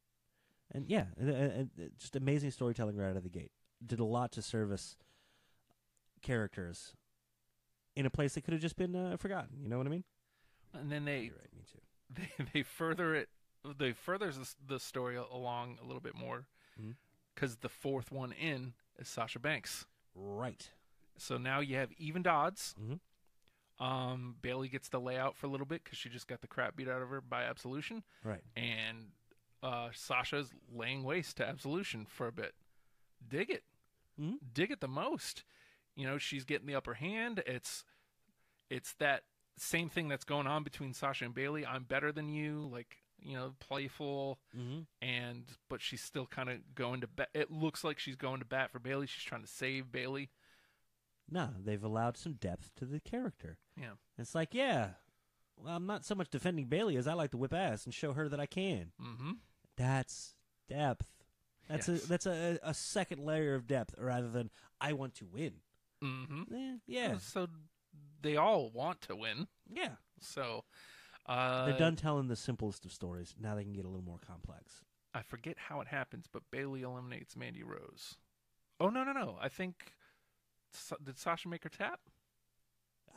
Speaker 5: And yeah, and, uh, and, and just amazing storytelling right out of the gate. Did a lot to service characters in a place that could have just been uh, forgotten. You know what I mean?
Speaker 6: and then they,
Speaker 5: right. Me too.
Speaker 6: they they further it they furthers this- the story along a little bit more
Speaker 5: Mhm.
Speaker 6: because the fourth one in is Sasha Banks.
Speaker 5: Right.
Speaker 6: So now you have evened odds.
Speaker 5: Mhm.
Speaker 6: Um, Bailey gets the layout for a little bit because she just got the crap beat out of her by Absolution,
Speaker 5: Right.
Speaker 6: and uh, Sasha's laying waste to Absolution for a bit. Dig it,
Speaker 5: Mhm.
Speaker 6: dig it the most. You know she's getting the upper hand. It's it's that same thing that's going on between Sasha and Bailey. I'm better than you, like you know, playful
Speaker 5: Mm-hmm.
Speaker 6: and but she's still kind of going to bat. It looks like she's going to bat for Bailey. She's trying to save Bailey.
Speaker 5: No, they've allowed some depth to the character.
Speaker 6: Yeah.
Speaker 5: It's like, yeah, well, I'm not so much defending Bailey as I like to whip ass and show her that I can.
Speaker 6: Mm-hmm.
Speaker 5: That's depth. That's
Speaker 6: Yes.
Speaker 5: a that's a, a second layer of depth rather than I want to win.
Speaker 6: Mm-hmm.
Speaker 5: Eh, yeah,
Speaker 6: So they all want to win.
Speaker 5: yeah.
Speaker 6: So uh,
Speaker 5: They're done telling the simplest of stories. Now they can get a little more complex.
Speaker 6: I forget how it happens, but Bailey eliminates Mandy Rose. Oh no no no! I think Sa- did Sasha make her tap?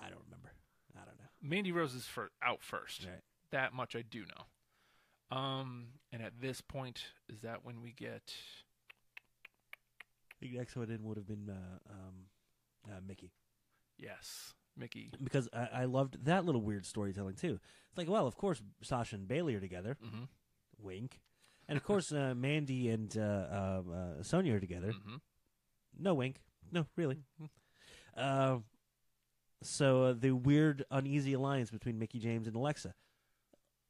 Speaker 5: I don't remember. I don't know.
Speaker 6: Mandy Rose is fir- out first.
Speaker 5: Right.
Speaker 6: That much I do know. Um, and at this point, is that when we get?
Speaker 5: The next one in would have been uh, um, uh, Mickey
Speaker 6: Yes, Mickey.
Speaker 5: because I, I loved that little weird storytelling too. It's like, well, of course Sasha and Bailey are together.
Speaker 6: Mm-hmm.
Speaker 5: Wink. And of course, uh, Mandy and uh, um, uh, Sonia are together.
Speaker 6: Mm-hmm.
Speaker 5: No wink. No, really. Uh, so uh, the weird, uneasy alliance between Mickey James and Alexa.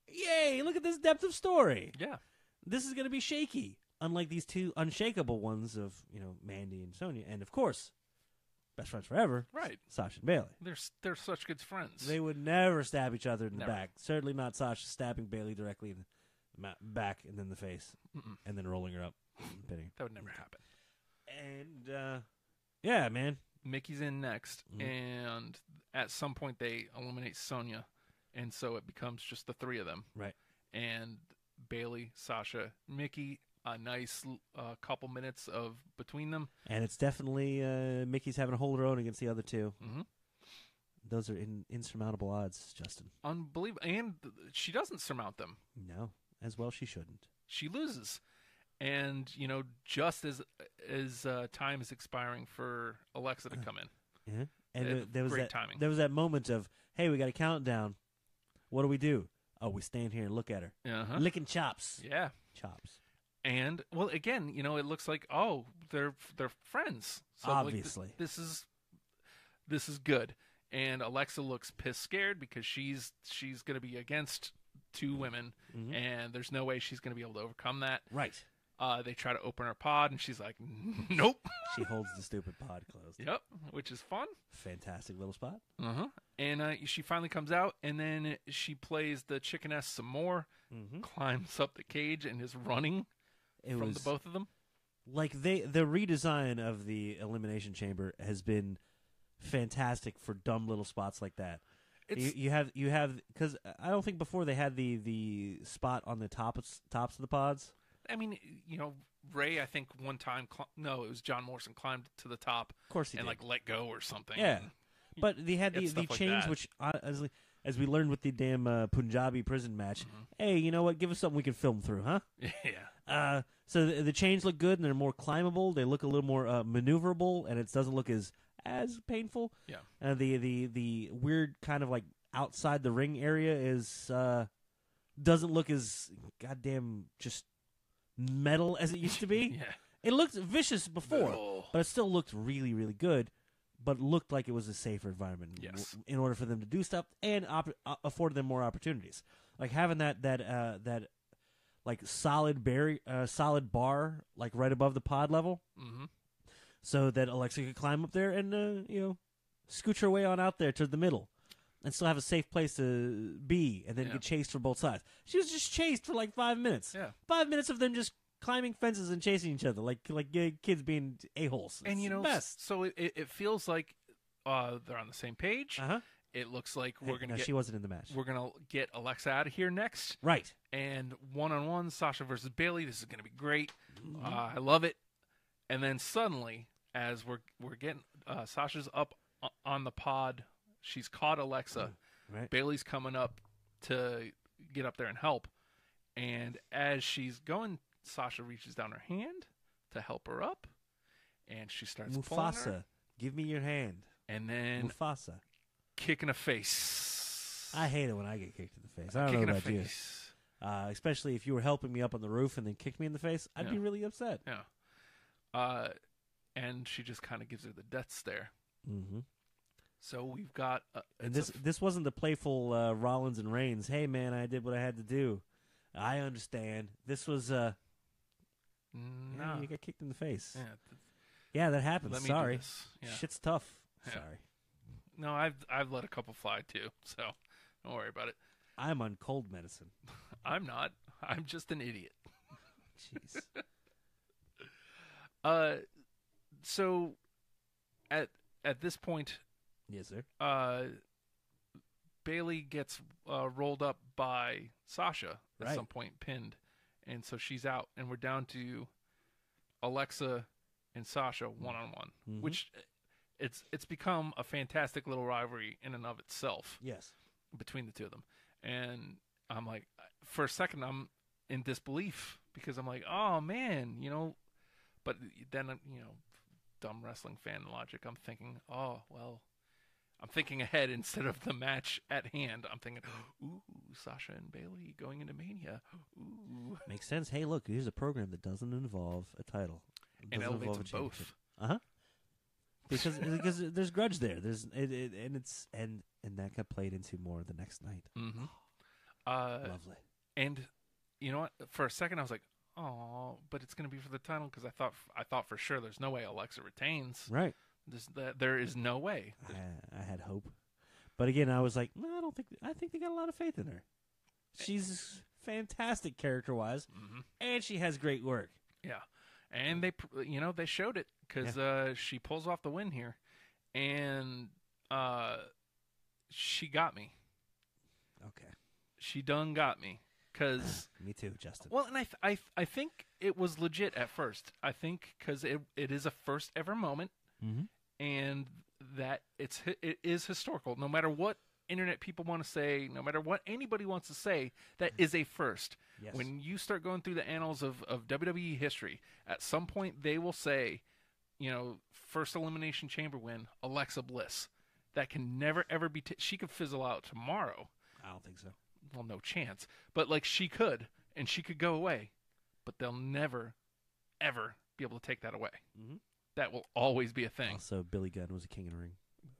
Speaker 5: Yay! Look at this depth of story.
Speaker 6: Yeah.
Speaker 5: This is going to be shaky, unlike these two unshakable ones of you know Mandy and Sonia, and of course, best friends forever,
Speaker 6: Right.
Speaker 5: Sasha and Bailey.
Speaker 6: They're s- they're such good friends.
Speaker 5: They would never stab each other in
Speaker 6: Never.
Speaker 5: the back. Certainly not Sasha stabbing Bailey directly in the ma- back and then the face,
Speaker 6: Mm-mm.
Speaker 5: and then rolling her up, and pinning.
Speaker 6: that would never happen.
Speaker 5: And uh, yeah, man,
Speaker 6: Mickey's in next,
Speaker 5: Mhm.
Speaker 6: and at some point they eliminate Sonya, and so it becomes just the three of them.
Speaker 5: Right.
Speaker 6: And Bailey, Sasha, Mickey, a nice l- uh, couple minutes of between them.
Speaker 5: and it's definitely uh, Mickey's having a hold her own against the other two.
Speaker 6: Mhm.
Speaker 5: Those are in, insurmountable odds, Justin.
Speaker 6: Unbelievable. And th- th- she doesn't surmount them.
Speaker 5: No, as well she shouldn't.
Speaker 6: She loses. And you know, just as as uh, time is expiring for Alexa to come in,
Speaker 5: Yeah, and
Speaker 6: Yeah,
Speaker 5: there- there was
Speaker 6: great
Speaker 5: that
Speaker 6: timing.
Speaker 5: there was that moment of hey, we got a countdown. What do we do? Oh, we stand here and look at her,
Speaker 6: uh-huh.
Speaker 5: licking chops,
Speaker 6: yeah,
Speaker 5: chops.
Speaker 6: And well, again, you know, it looks like oh, they're they're friends. So like, th-
Speaker 5: Obviously.
Speaker 6: this is this is good. And Alexa looks piss scared because she's she's going to be against two women,
Speaker 5: Mhm.
Speaker 6: and there's no way she's going to be able to overcome that.
Speaker 5: Right.
Speaker 6: Uh, they try to open her pod, and she's like, "Nope."
Speaker 5: She holds the stupid pod closed.
Speaker 6: yep, which is fun.
Speaker 5: Fantastic little spot.
Speaker 6: Uh-huh. And uh, she finally comes out, and then she plays the chickeness some more,
Speaker 5: Mm-hmm.
Speaker 6: climbs up the cage, and is running
Speaker 5: It
Speaker 6: from
Speaker 5: was
Speaker 6: the both of them.
Speaker 5: like they the redesign of the elimination chamber has been fantastic for dumb little spots like that.
Speaker 6: It's
Speaker 5: you, you have you have because I don't think before they had the the spot on the tops tops of the pods.
Speaker 6: I mean, you know, Ray. I think one time, cl- no, it was John Morrison climbed to the top
Speaker 5: Of course, he
Speaker 6: and
Speaker 5: did.
Speaker 6: like let go or something.
Speaker 5: yeah,
Speaker 6: And-
Speaker 5: but they had the
Speaker 6: it's
Speaker 5: the
Speaker 6: stuff like
Speaker 5: change
Speaker 6: that.
Speaker 5: which uh, as as we learned with the damn uh, Punjabi prison match.
Speaker 6: Mm-hmm.
Speaker 5: Hey, you know what? Give us something we can film through, huh?
Speaker 6: yeah.
Speaker 5: Uh, so the, the chains look good and they're more climbable. They look a little more uh, maneuverable, and it doesn't look as as painful.
Speaker 6: Yeah.
Speaker 5: Uh, the the the weird kind of like outside the ring area is uh, doesn't look as goddamn just metal as it used to be.
Speaker 6: Yeah. Oh.
Speaker 5: It looked vicious before,
Speaker 6: Metal.
Speaker 5: but it still looked really really good. But looked like it was a safer environment w-
Speaker 6: Yes.
Speaker 5: in order for them to do stuff and op- uh, afforded them more opportunities. Like having that that uh, that like solid barrier, uh, solid bar, like right above the pod level,
Speaker 6: hmm
Speaker 5: so that Alexa could climb up there and uh, you know scooch her way on out there to the middle, and still have a safe place to be, and then
Speaker 6: Yeah.
Speaker 5: get chased from both sides. She was just chased for like five minutes.
Speaker 6: Yeah.
Speaker 5: five minutes of them just climbing fences and chasing each other, like like uh, kids being a holes.
Speaker 6: And you know,
Speaker 5: best.
Speaker 6: so it, it, it feels like uh, they're on the same page.
Speaker 5: Uh huh.
Speaker 6: It looks like we're gonna
Speaker 5: no,
Speaker 6: get
Speaker 5: she wasn't in the match.
Speaker 6: we're gonna get Alexa out of here next.
Speaker 5: Right.
Speaker 6: and one on one, Sasha versus Bailey. This is going to be great.
Speaker 5: Mm-hmm.
Speaker 6: Uh, I love it. And then suddenly, as we're we're getting uh, Sasha's up o- on the pod, she's caught Alexa.
Speaker 5: Right.
Speaker 6: Bailey's coming up to get up there and help. And as she's going, Sasha reaches down her hand to help her up, and she starts pulling her,
Speaker 5: Mufasa, give me your hand.
Speaker 6: and then
Speaker 5: Mufasa.
Speaker 6: kicking a face.
Speaker 5: I hate it when I get kicked in the face. I don't
Speaker 6: kicking
Speaker 5: know
Speaker 6: a
Speaker 5: about you.
Speaker 6: face.
Speaker 5: Uh, especially if you were helping me up on the roof and then kicked me in the face, I'd be
Speaker 6: Yeah.
Speaker 5: really upset.
Speaker 6: Yeah. Uh, and she just kind of gives her the death stare.
Speaker 5: Mm-hmm.
Speaker 6: So we've got uh,
Speaker 5: And
Speaker 6: it's
Speaker 5: this
Speaker 6: a f-
Speaker 5: this wasn't the playful uh, Rollins and Reigns. Hey man, I did what I had to do. I understand. This was uh, yeah,
Speaker 6: nah.
Speaker 5: you got kicked in the face.
Speaker 6: Yeah,
Speaker 5: Yeah,
Speaker 6: th-
Speaker 5: that happens.
Speaker 6: Let me do
Speaker 5: Sorry,
Speaker 6: this. Yeah.
Speaker 5: shit's tough.
Speaker 6: Yeah.
Speaker 5: Sorry,
Speaker 6: No, I've I've let a couple fly too, so don't worry about it.
Speaker 5: I'm on cold medicine.
Speaker 6: I'm not. I'm just an idiot.
Speaker 5: Jeez.
Speaker 6: Uh, so at at this point,
Speaker 5: yes, sir.
Speaker 6: uh, Bailey gets uh, rolled up by Sasha at
Speaker 5: Right.
Speaker 6: some point, pinned, and so she's out, and we're down to Alexa and Sasha one on one,
Speaker 5: Mhm.
Speaker 6: which uh, it's it's become a fantastic little rivalry in and of itself
Speaker 5: Yes.
Speaker 6: between the two of them. And I'm like, for a second, I'm in disbelief because I'm like, oh man, you know. But then, I'm, you know, dumb wrestling fan logic, I'm thinking, oh, well, I'm thinking ahead instead of the match at hand. I'm thinking, ooh, Sasha and Bailey going into Mania. Ooh.
Speaker 5: Makes sense. Hey, look, here's a program that doesn't involve a title. It
Speaker 6: And
Speaker 5: doesn't
Speaker 6: elevates
Speaker 5: involve a
Speaker 6: them
Speaker 5: championship.
Speaker 6: both.
Speaker 5: Uh huh. Because because there's grudge there. There's it, it, and it's and and that got played into more the next night.
Speaker 6: hmm Uh,
Speaker 5: Lovely.
Speaker 6: And you know what? For a second, I was like, "Oh, but it's going to be for the title," because I thought I thought for sure there's no way Alexa retains.
Speaker 5: Right.
Speaker 6: There's, there- there is no way.
Speaker 5: I, I had hope, but again, I was like, no, I don't think. I think they got a lot of faith in her. She's fantastic character wise,
Speaker 6: Mhm.
Speaker 5: and she has great work.
Speaker 6: Yeah, and they pr- you know they showed it because uh, she pulls off the win here, and uh, she got me.
Speaker 5: Okay,
Speaker 6: She done got me because
Speaker 5: me too, Justin.
Speaker 6: well, and I th- I th- I think it was legit at first. I think because it it is a first ever moment.
Speaker 5: Mhm.
Speaker 6: and that it's hi- it is historical. No matter what internet people want to say, no matter what anybody wants to say, that is a first.
Speaker 5: Yes.
Speaker 6: When you start going through the annals of, of WWE history, at some point they will say, you know, first elimination chamber win, Alexa Bliss. That can never ever be. T- she could fizzle out tomorrow.
Speaker 5: I don't think so.
Speaker 6: Well, no chance. But like she could, and she could go away. but they'll never, ever be able to take that away.
Speaker 5: Mhm.
Speaker 6: That will always be a thing.
Speaker 5: Also, Billy Gunn was a king of the ring.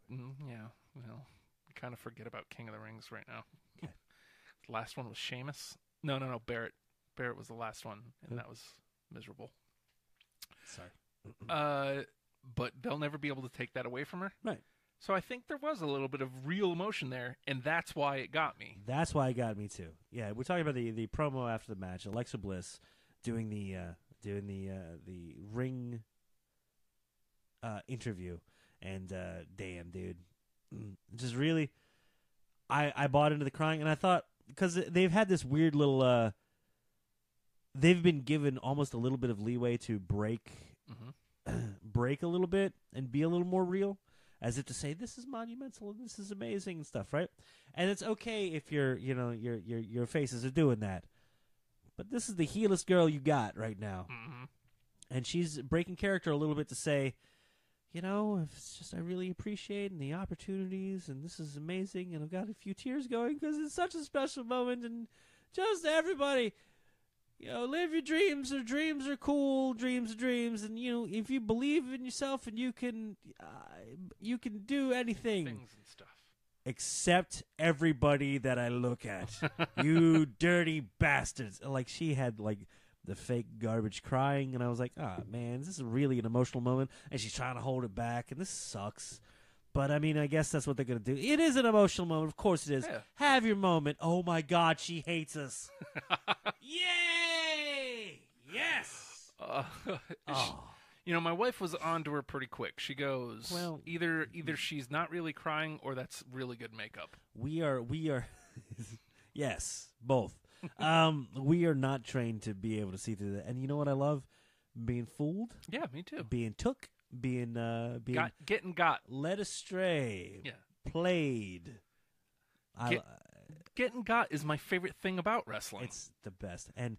Speaker 6: Mm, yeah, well, we kind of forget about King of the Rings right now.
Speaker 5: Okay.
Speaker 6: the last one was Seamus. No, no, no, Barrett. Barrett was the last one, and
Speaker 5: Yeah.
Speaker 6: that was miserable.
Speaker 5: Sorry.
Speaker 6: Uh, but they'll never be able to take that away from her.
Speaker 5: Right.
Speaker 6: So I think there was a little bit of real emotion there, and that's why it got me.
Speaker 5: That's why it got me too. Yeah, we're talking about the, the promo after the match. Alexa Bliss doing the uh, doing the uh, the ring uh, interview, and uh, damn, dude, Mm, just really, I I bought into the crying, and I thought because they've had this weird little, uh, they've been given almost a little bit of leeway to break
Speaker 6: Mhm.
Speaker 5: break a little bit and be a little more real, as if to say this is monumental and this is amazing and stuff, right? And it's okay if your you know your your your faces are doing that, but this is the heelest girl you got right now,
Speaker 6: hmm
Speaker 5: and she's breaking character a little bit to say. You know, if it's just I really appreciate and the opportunities, and this is amazing, and I've got a few tears going because it's such a special moment, and just everybody, you know, live your dreams. Or dreams are cool. Dreams are dreams, and you know, if you believe in yourself and you can, uh, you can do anything
Speaker 6: Things and stuff.
Speaker 5: except everybody that I look at. you dirty bastards. Like she had like the fake garbage crying and I was like, "Ah, man, this is really an emotional moment." And she's trying to hold it back and this sucks. But I mean, I guess that's what they're going to do. It is an emotional moment. Of course it is.
Speaker 6: Yeah.
Speaker 5: Have your moment. Oh my god, she hates us. Yay! Yes.
Speaker 6: Uh,
Speaker 5: Oh.
Speaker 6: You know, my wife was onto her pretty quick. She goes,
Speaker 5: Well- mm-hmm.
Speaker 6: either either she's not really crying, or that's really good makeup.
Speaker 5: we are we are yes both um we are not trained to be able to see through that and you know what i love being fooled
Speaker 6: Yeah, me too.
Speaker 5: being took being uh being
Speaker 6: Got getting got
Speaker 5: led astray
Speaker 6: Yeah.
Speaker 5: played I,
Speaker 6: Get- getting got is my favorite thing about wrestling.
Speaker 5: it's the best and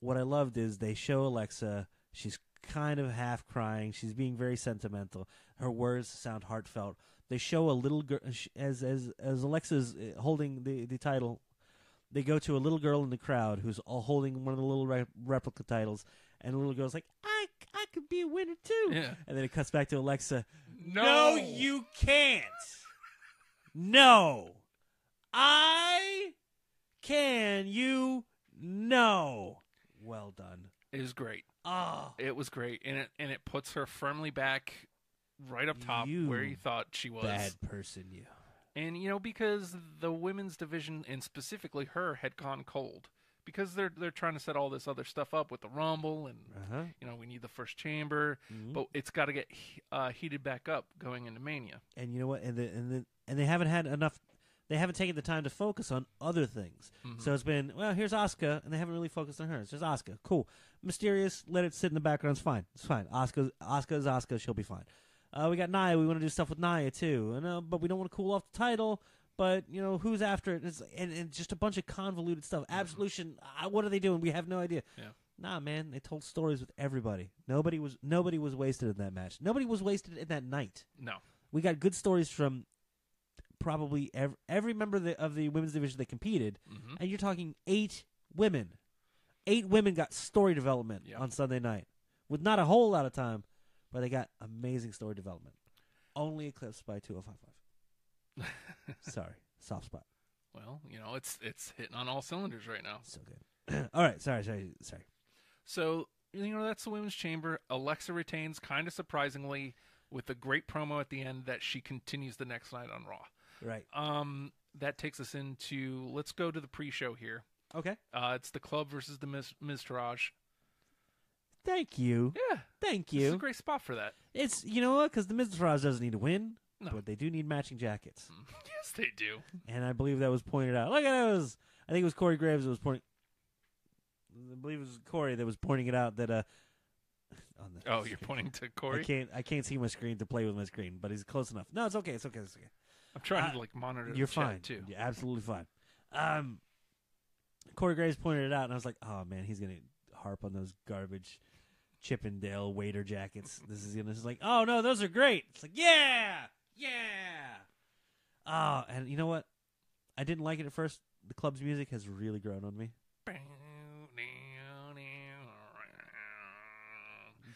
Speaker 5: what i loved is they show alexa she's kind of half crying she's being very sentimental her words sound heartfelt they show a little girl as as as alexa's uh, holding the the title they go to a little girl in the crowd who's all holding one of the little re- replica titles, and the little girl's like, "I I could be a winner too."
Speaker 6: Yeah.
Speaker 5: And then it cuts back to Alexa.
Speaker 6: No.
Speaker 5: you can't. no, I can. You no. Well done.
Speaker 6: It is great.
Speaker 5: Ah,
Speaker 6: It was great, and it and it puts her firmly back, right up top
Speaker 5: You
Speaker 6: where you thought she was.
Speaker 5: bad person, you.
Speaker 6: And you know because the women's division and specifically her had gone cold because they're they're trying to set all this other stuff up with the rumble and
Speaker 5: Uh-huh.
Speaker 6: you know we need the first chamber,
Speaker 5: Mhm.
Speaker 6: but it's got to get he- uh, heated back up going into Mania.
Speaker 5: and you know what and the, and the, and they haven't had enough they haven't taken the time to focus on other things so it's been well here's Oscar, and they haven't really focused on her it's just Oscar. cool mysterious let it sit in the background it's fine it's fine Oscar, Oscar is Oscar. she'll be fine uh, we got Nia we want to do stuff with Nia too and, uh, but we don't want to cool off the title but you know who's after it and, it's, and, and just a bunch of convoluted stuff absolution uh, what are they doing we have no idea
Speaker 6: Yeah.
Speaker 5: Nah, man, they told stories with everybody. Nobody was nobody was wasted in that match. Nobody was wasted in that night.
Speaker 6: No,
Speaker 5: We got good stories from probably every, every member of the, of the women's division that competed,
Speaker 6: Mm-hmm.
Speaker 5: and you're talking eight women. Eight women got story development
Speaker 6: Yeah.
Speaker 5: on Sunday night with not a whole lot of time, but they got amazing story development. Only eclipsed by 2055. Sorry, soft spot.
Speaker 6: well you know it's it's hitting on all cylinders right now.
Speaker 5: So good. All right, sorry, sorry, sorry.
Speaker 6: So you know that's the women's chamber. Alexa retains kind of surprisingly with a great promo at the end that she continues the next night on Raw.
Speaker 5: Right.
Speaker 6: Um, that takes us into let's go to the pre-show here.
Speaker 5: Okay.
Speaker 6: Uh, it's the club versus the Miz, Miztourage.
Speaker 5: Thank you.
Speaker 6: Yeah,
Speaker 5: Thank
Speaker 6: it's a
Speaker 5: you.
Speaker 6: great spot for that.
Speaker 5: It's you know what? Because the Miz Frost doesn't need to win,
Speaker 6: No.
Speaker 5: but they do need matching jackets.
Speaker 6: yes, they do.
Speaker 5: and I believe that was pointed out. Look at those. I think it was Corey Graves that was pointing. I believe it was Corey that was pointing it out that uh. On the,
Speaker 6: Oh, you're pointing to
Speaker 5: I
Speaker 6: Corey.
Speaker 5: can't. I can't see my screen to play with my screen, but he's close enough. No, it's okay. It's okay. It's okay.
Speaker 6: I'm trying
Speaker 5: I-
Speaker 6: to like monitor.
Speaker 5: You're
Speaker 6: the chat,
Speaker 5: fine.
Speaker 6: too.
Speaker 5: You're absolutely fine. Um, Corey Graves pointed it out, and I was like, "Oh man, he's gonna harp on those garbage Chippendale waiter jackets." This is gonna. This is like, "Oh no, those are great." It's like, "Yeah, yeah." Oh, and you know what? I didn't like it at first. The club's music has really grown on me.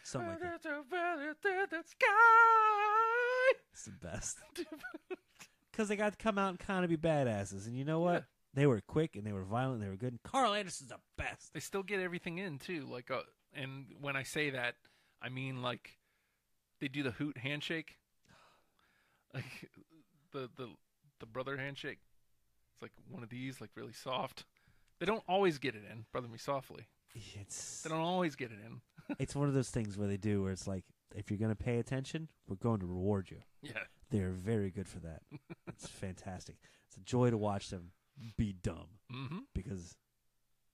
Speaker 5: Something like that.
Speaker 6: It's a valley through the sky.
Speaker 5: It's the best. Because they got to come out and kind of be badasses. And you know what?
Speaker 6: Yeah.
Speaker 5: They were quick and they were violent and they were good. And Carl Anderson's the best.
Speaker 6: They still get everything in too. Like, uh, and when I say that, I mean like they do the hoot handshake, like the the the brother handshake. It's like one of these, like really soft. They don't always get it in, brother me softly.
Speaker 5: It's,
Speaker 6: They don't always get it in.
Speaker 5: it's one of those things where they do where it's like, if you're going to pay attention, we're going to reward you.
Speaker 6: Yeah,
Speaker 5: They're very good for that. it's fantastic. It's a joy to watch them be dumb
Speaker 6: hmm
Speaker 5: because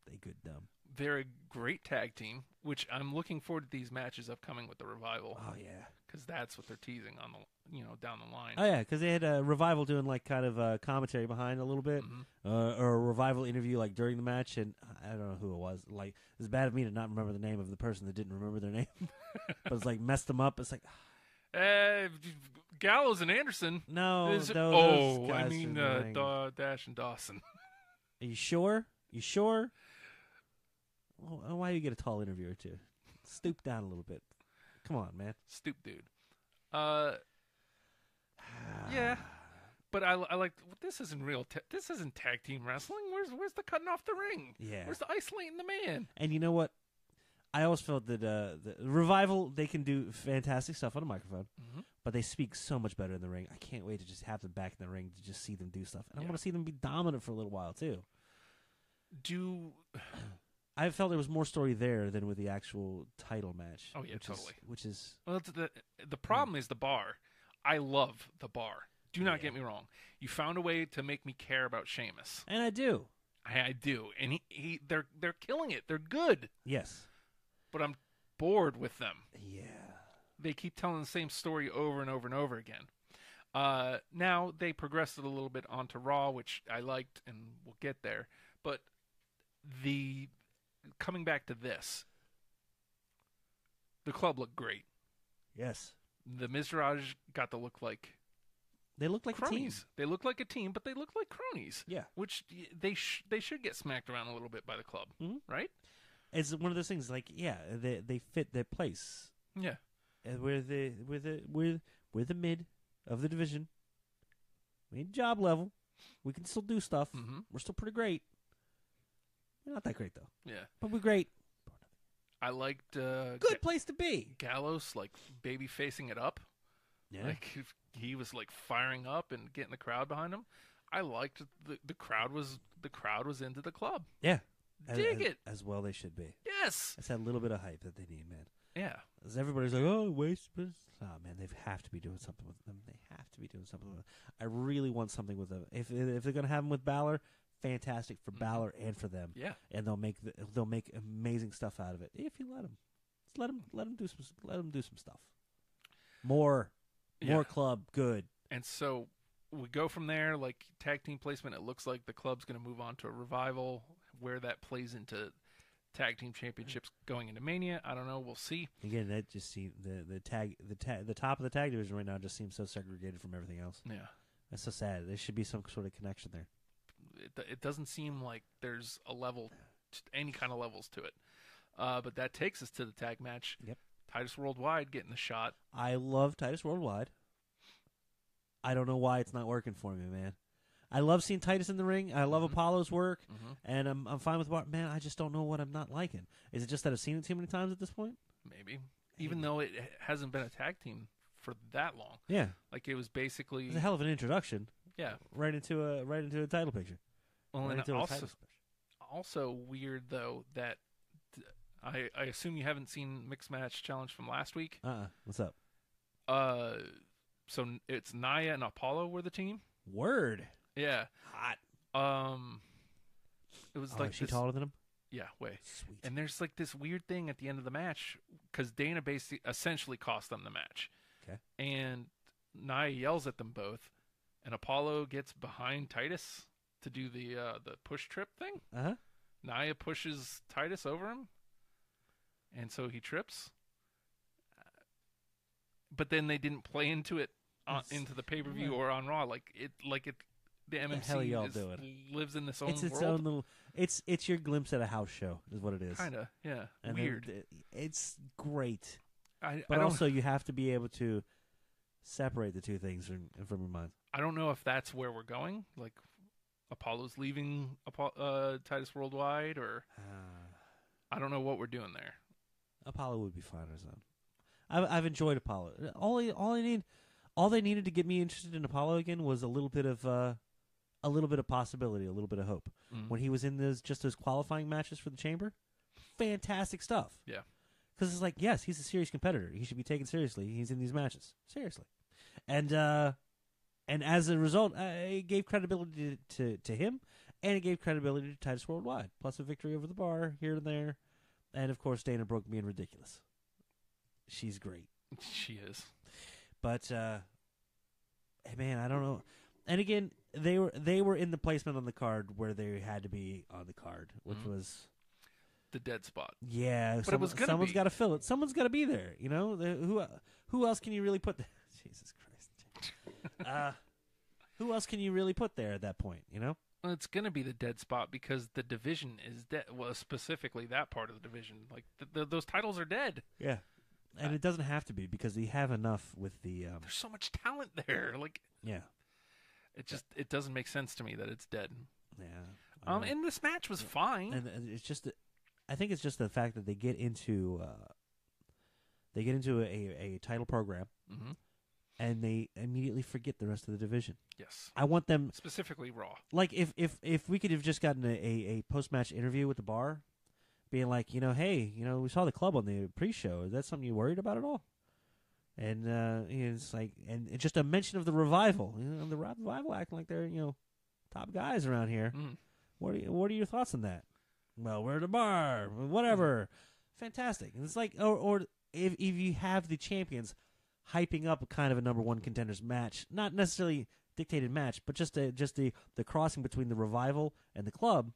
Speaker 5: they good dumb.
Speaker 6: they're a great tag team, which I'm looking forward to these matches upcoming with the revival
Speaker 5: Oh, yeah.
Speaker 6: because that's what they're teasing on the you know down the line.
Speaker 5: Oh yeah, because they had a revival doing like kind of a commentary behind a little bit,
Speaker 6: Mhm.
Speaker 5: uh, or a revival interview like during the match, and I don't know who it was. Like it's bad of me to not remember the name of the person that didn't remember their name, but it's like messed them up. It's like
Speaker 6: Uh, Gallows and Anderson.
Speaker 5: no,
Speaker 6: Is-
Speaker 5: no
Speaker 6: oh,
Speaker 5: those guys
Speaker 6: I
Speaker 5: are
Speaker 6: mean
Speaker 5: the
Speaker 6: uh,
Speaker 5: thing.
Speaker 6: Da-
Speaker 5: are
Speaker 6: Dash and Dawson.
Speaker 5: you sure? You sure? Wh- Why do you get a tall interviewer too? Stoop down a little bit. Come on, man.
Speaker 6: Stoop dude. Uh, yeah. But I, I like this isn't real. Ta- this isn't tag team wrestling. Where's where's the cutting off the ring?
Speaker 5: Yeah.
Speaker 6: Where's the isolating the man?
Speaker 5: And you know what? I always felt that uh, the revival they can do fantastic stuff on a microphone,
Speaker 6: Mhm.
Speaker 5: but they speak so much better in the ring. I can't wait to just have them back in the ring to just see them do stuff, and I
Speaker 6: Yeah.
Speaker 5: want to see them be dominant for a little while too.
Speaker 6: Do
Speaker 5: I felt there was more story there than with the actual title match.
Speaker 6: Oh, yeah,
Speaker 5: which
Speaker 6: totally.
Speaker 5: Is, which is
Speaker 6: well. it's The the problem is the bar. I love the bar. Do not
Speaker 5: Yeah.
Speaker 6: get me wrong. You found a way to make me care about Sheamus.
Speaker 5: and I do
Speaker 6: I, I do, and he, he they're they're killing it. They're good,
Speaker 5: yes
Speaker 6: but I'm bored with them.
Speaker 5: yeah
Speaker 6: they keep telling the same story over and over and over again. Uh, now they progressed it a little bit onto Raw, which I liked, and we'll get there. But the coming back to this, the club looked great.
Speaker 5: yes
Speaker 6: The Mizraj got to look like
Speaker 5: they look like
Speaker 6: cronies.
Speaker 5: teams.
Speaker 6: They look like a team, but they look like cronies.
Speaker 5: Yeah.
Speaker 6: which y- they sh- they should get smacked around a little bit by the club,
Speaker 5: Mhm.
Speaker 6: right?
Speaker 5: It's one of those things like yeah they they fit their place
Speaker 6: Yeah,
Speaker 5: and we're the we're the we're we're the mid of the division. We ain't job level. We can still do stuff.
Speaker 6: Mhm.
Speaker 5: We're still pretty great. We're not that great though,
Speaker 6: yeah.
Speaker 5: but we're great.
Speaker 6: I liked uh, Ga-
Speaker 5: Good place to be.
Speaker 6: Gallows like baby facing it up. Like if he was like firing up and getting the crowd behind him. I liked the the crowd was the crowd was into the club.
Speaker 5: yeah.
Speaker 6: Dig
Speaker 5: as,
Speaker 6: it.
Speaker 5: as well. They should be.
Speaker 6: Yes.
Speaker 5: That's that little bit of hype that they need, man.
Speaker 6: Yeah.
Speaker 5: 'Cause everybody's like, oh, waste. but it's- Oh man, they have to be doing something with them. They have to be doing something with them. I really want something with them. If if they're gonna have them with Balor, fantastic for Balor and for them.
Speaker 6: Mm-hmm. Yeah.
Speaker 5: and they'll make the, they'll make amazing stuff out of it if you let them. Just let them let them do some let them do some stuff. More,
Speaker 6: Yeah.
Speaker 5: more club good.
Speaker 6: And so we go from there like tag team placement it looks like the club's going to move on to a revival where that plays into tag team championships going into Mania. I don't know, we'll see.
Speaker 5: Again, that just seems the the tag the tag the top of the tag division right now just seems so segregated from everything else.
Speaker 6: Yeah.
Speaker 5: That's so sad. There should be some sort of connection there.
Speaker 6: it, it doesn't seem like there's a level, t- any kind of levels to it. Uh, but that takes us to the tag match.
Speaker 5: Yep.
Speaker 6: Titus Worldwide getting the shot.
Speaker 5: I love Titus Worldwide. I don't know why it's not working for me, man. I love seeing Titus in the ring. I
Speaker 6: Mm-hmm.
Speaker 5: love Apollo's work, and I'm I'm fine with what man. I just don't know what I'm not liking. Is it just that I've seen it too many times at this point?
Speaker 6: Maybe, even though it h- hasn't been a tag team for that long.
Speaker 5: Yeah,
Speaker 6: Like it was basically,
Speaker 5: It's a hell of an introduction,
Speaker 6: yeah.
Speaker 5: right into a right into a title picture.
Speaker 6: Well,
Speaker 5: right
Speaker 6: and
Speaker 5: into a
Speaker 6: also,
Speaker 5: title special.
Speaker 6: also weird though that th- I I assume you haven't seen mixed match challenge from last week.
Speaker 5: Uh-uh. What's up?
Speaker 6: Uh, so n- it's Naya and Apollo were the team.
Speaker 5: Word.
Speaker 6: Yeah.
Speaker 5: Hot.
Speaker 6: Um, it was
Speaker 5: Oh,
Speaker 6: like
Speaker 5: is she
Speaker 6: this-
Speaker 5: taller than him?
Speaker 6: Yeah, way.
Speaker 5: Sweet.
Speaker 6: And there's like this weird thing at the end of the match because Dana basically essentially cost them the match.
Speaker 5: 'Kay.
Speaker 6: And Nia yells at them both, and Apollo gets behind Titus to do the uh, the push trip thing.
Speaker 5: Uh huh.
Speaker 6: Nia pushes Titus over him, and so he trips. But then they didn't play into it on,
Speaker 5: It's-
Speaker 6: into the pay per view or on Raw. Like it, like it, the
Speaker 5: What the
Speaker 6: MMC
Speaker 5: hell y'all
Speaker 6: is-
Speaker 5: doing?
Speaker 6: lives in this own
Speaker 5: It's its
Speaker 6: world.
Speaker 5: own little. It's it's your glimpse at a house show is what it is.
Speaker 6: Kinda, yeah,
Speaker 5: And then
Speaker 6: weird.
Speaker 5: th- it's great.
Speaker 6: I, I
Speaker 5: But
Speaker 6: don't.
Speaker 5: also, you have to be able to separate the two things from from your mind.
Speaker 6: I don't know if that's where we're going. Like Apollo's leaving Apo- uh, Titus Worldwide, or I don't know what we're doing there.
Speaker 5: Apollo would be fine on his own. I've, I've enjoyed Apollo. All I, all I need, all they needed to get me interested in Apollo again was a little bit of uh, a little bit of possibility, a little bit of hope. When he was in those just those qualifying matches for the Chamber, fantastic stuff.
Speaker 6: Yeah.
Speaker 5: Because it's like, yes, he's a serious competitor. He should be taken seriously. He's in these matches seriously, and uh, and as a result, uh, it gave credibility to, to to him, and it gave credibility to Titus Worldwide. Plus a victory over the bar here and there, and of course Dana Brooke being ridiculous. She's great,
Speaker 6: She is.
Speaker 5: but uh, hey, man, I don't know. And again, they were they were in the placement on the card where they had to be on the card, which
Speaker 6: Mhm.
Speaker 5: was
Speaker 6: The dead spot.
Speaker 5: yeah,
Speaker 6: But it was gonna
Speaker 5: someone's
Speaker 6: be.
Speaker 5: got to fill it. Someone's got to be there. You know, the, who who else can you really put? There? Jesus Christ. uh, who else can you really put there at that point? You know,
Speaker 6: Well, it's going to be the dead spot because the division is dead. Well, specifically that part of the division. Like th- th- those titles are dead.
Speaker 5: yeah. And it doesn't have to be because they have enough with the um,
Speaker 6: There's so much talent there. Like
Speaker 5: yeah
Speaker 6: it just it doesn't make sense to me that it's dead.
Speaker 5: yeah. I
Speaker 6: Um,
Speaker 5: know.
Speaker 6: and this match was fine.
Speaker 5: and, and it's just, I think it's just the fact that they get into uh, they get into a, a title program
Speaker 6: hmm
Speaker 5: and they immediately forget the rest of the division.
Speaker 6: Yes,
Speaker 5: I want them
Speaker 6: specifically Raw.
Speaker 5: like if if if we could have just gotten a, a, a post match interview with the bar, being like, you know, hey, you know, we saw the club on the pre show. Is that something you worried about at all? And uh, you know, it's like, and it's just a mention of the revival, you know, the revival acting like they're you know top guys around here.
Speaker 6: Mm.
Speaker 5: What are you, what are your thoughts on that? Well, we're at a bar, whatever. Fantastic. And it's like, or or if if you have the champions hyping up kind of a number one contenders match, not necessarily dictated match, but just a, just the the crossing between the revival and the club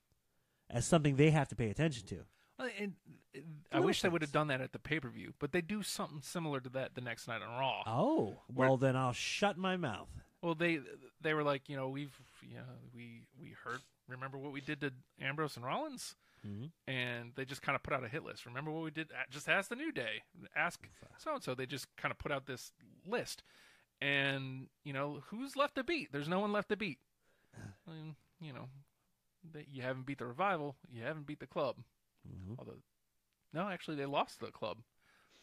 Speaker 5: as something they have to pay attention to.
Speaker 6: Well, And uh, I
Speaker 5: Little
Speaker 6: wish they would
Speaker 5: things.
Speaker 6: have done that at the pay per view, but they do something similar to that the next night on Raw.
Speaker 5: Oh, well then I'll shut my mouth.
Speaker 6: Well, they they were like, you know, we've you know, we we heard. Remember what we did to Ambrose and Rollins,
Speaker 5: Mhm.
Speaker 6: and they just kind of put out a hit list. Remember what we did? a- Just ask the New Day, ask so and so. They just kind of put out this list, and you know who's left to beat. There's no one left to beat. I mean, you know, they, you haven't beat the revival. You haven't beat the club. Although, no, actually, they lost the club.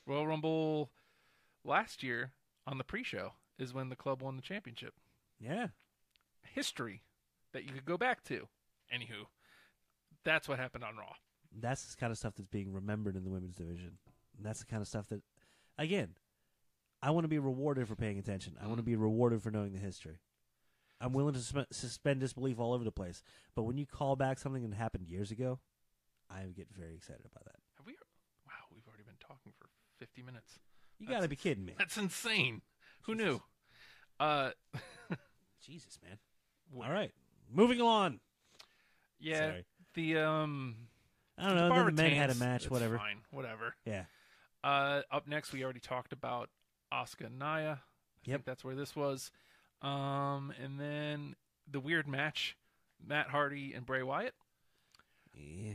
Speaker 6: Royal Rumble last year on the pre-show is when the club won the championship
Speaker 5: Yeah.
Speaker 6: history that you could go back to. Anywho, that's what happened on Raw.
Speaker 5: that's the kind of stuff that's being remembered in the women's division. And that's the kind of stuff that, again, I want to be rewarded for paying attention. I want to be rewarded for knowing the history. I'm willing to suspe- suspend disbelief all over the place, but when you call back something that happened years ago, I get very excited about that.
Speaker 6: Have we? Wow, we've already been talking for 50 minutes.
Speaker 5: You
Speaker 6: That's-
Speaker 5: got to be kidding me,
Speaker 6: That's insane. Who
Speaker 5: Jesus.
Speaker 6: knew? Uh,
Speaker 5: Jesus, man!
Speaker 6: What?
Speaker 5: All right, moving on.
Speaker 6: yeah.
Speaker 5: Sorry.
Speaker 6: The um,
Speaker 5: I don't know.
Speaker 6: the,
Speaker 5: and
Speaker 6: bar
Speaker 5: then the men
Speaker 6: retains.
Speaker 5: had a match,
Speaker 6: That's
Speaker 5: whatever.
Speaker 6: Fine, whatever.
Speaker 5: Yeah,
Speaker 6: Uh, up next, we already talked about Asuka and Naya. I
Speaker 5: Yep.
Speaker 6: think that's where this was. Um, and then the weird match, Matt Hardy and Bray Wyatt.
Speaker 5: yeah.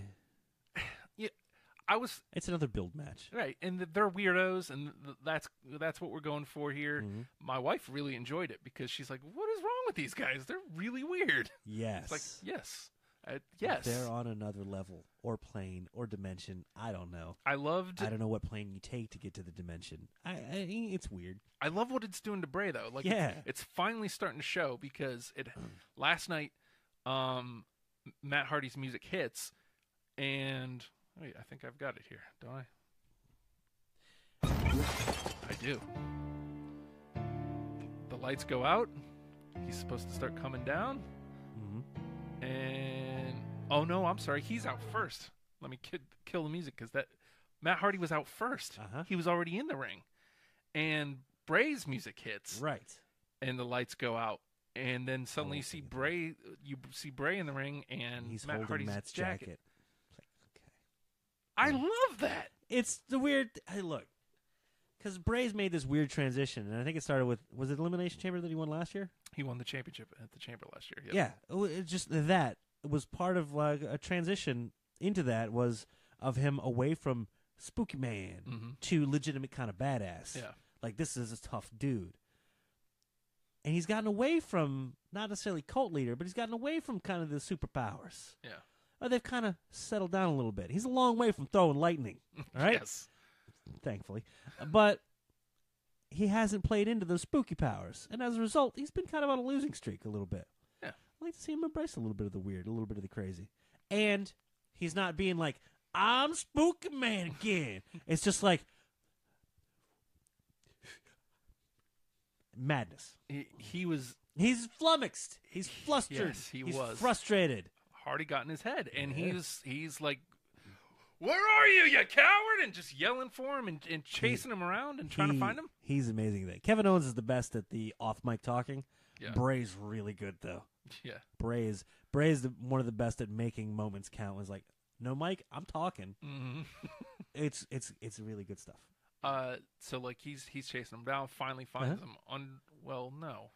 Speaker 6: I was
Speaker 5: It's another build match.
Speaker 6: Right, and th- they're weirdos, and th- that's that's what we're going for here.
Speaker 5: Mhm.
Speaker 6: My wife really enjoyed it because she's like, "What is wrong with these guys? They're really weird."
Speaker 5: Yes.
Speaker 6: It's like, yes, I, yes.
Speaker 5: They're on another level or plane or dimension. I don't know.
Speaker 6: I loved.
Speaker 5: I don't know what plane you take to get to the dimension. I, I it's weird.
Speaker 6: I love what it's doing to Bray though. Like,
Speaker 5: Yeah.
Speaker 6: it's finally starting to show because it. last night, um, Matt Hardy's music hits, and wait, I think I've got it here, don't I? I do. The lights go out. He's supposed to start coming down.
Speaker 5: Mm-hmm.
Speaker 6: and oh no, I'm sorry, he's out first. Let me ki- kill the music because that Matt Hardy was out 1st
Speaker 5: Uh-huh.
Speaker 6: He was already in the ring, and Bray's music hits,
Speaker 5: Right.
Speaker 6: and the lights go out, and then suddenly you
Speaker 5: won't
Speaker 6: see
Speaker 5: forget
Speaker 6: Bray, you see Bray in the ring, and
Speaker 5: He's
Speaker 6: Matt
Speaker 5: holding
Speaker 6: Hardy's
Speaker 5: Matt's
Speaker 6: jacket.
Speaker 5: jacket. It's like, okay.
Speaker 6: I love that.
Speaker 5: It's the weird. Hey, look, because Bray's made this weird transition, and I think it started with was it Elimination Chamber that he won last year?
Speaker 6: He won the championship at the Chamber last year.
Speaker 5: Yeah. it wa- it just that was part of like a transition into that was of him away from Spooky Man
Speaker 6: Mhm.
Speaker 5: to legitimate kind of badass.
Speaker 6: Yeah.
Speaker 5: Like this is a tough dude. And he's gotten away from not necessarily cult leader, but he's gotten away from kind of the superpowers.
Speaker 6: Yeah.
Speaker 5: Oh, they've kind of settled down a little bit. He's a long way from throwing lightning, all right?
Speaker 6: Yes.
Speaker 5: Thankfully. But he hasn't played into those spooky powers. And as a result, he's been kind of on a losing streak a little bit.
Speaker 6: Yeah.
Speaker 5: I like to see him embrace a little bit of the weird, a little bit of the crazy. And he's not being like, I'm spooky man again. it's just like madness.
Speaker 6: He, he was
Speaker 5: He's flummoxed. He's flustered.
Speaker 6: Yes, he
Speaker 5: he's
Speaker 6: was.
Speaker 5: frustrated.
Speaker 6: Hardy got in his head, and he's he's like, "Where are you, you coward?" and just yelling for him and, and chasing him around and trying to
Speaker 5: He-
Speaker 6: find him.
Speaker 5: He's amazing at that. Kevin Owens is the best at the off mic talking.
Speaker 6: Yeah.
Speaker 5: Bray's really good though.
Speaker 6: Yeah.
Speaker 5: Bray's Bray's the, one of the best at making moments count. Was like, no, Mike, I'm talking.
Speaker 6: hmm
Speaker 5: It's it's it's really good stuff.
Speaker 6: Uh, so like he's he's chasing him down. Finally finds him. Un- well, no,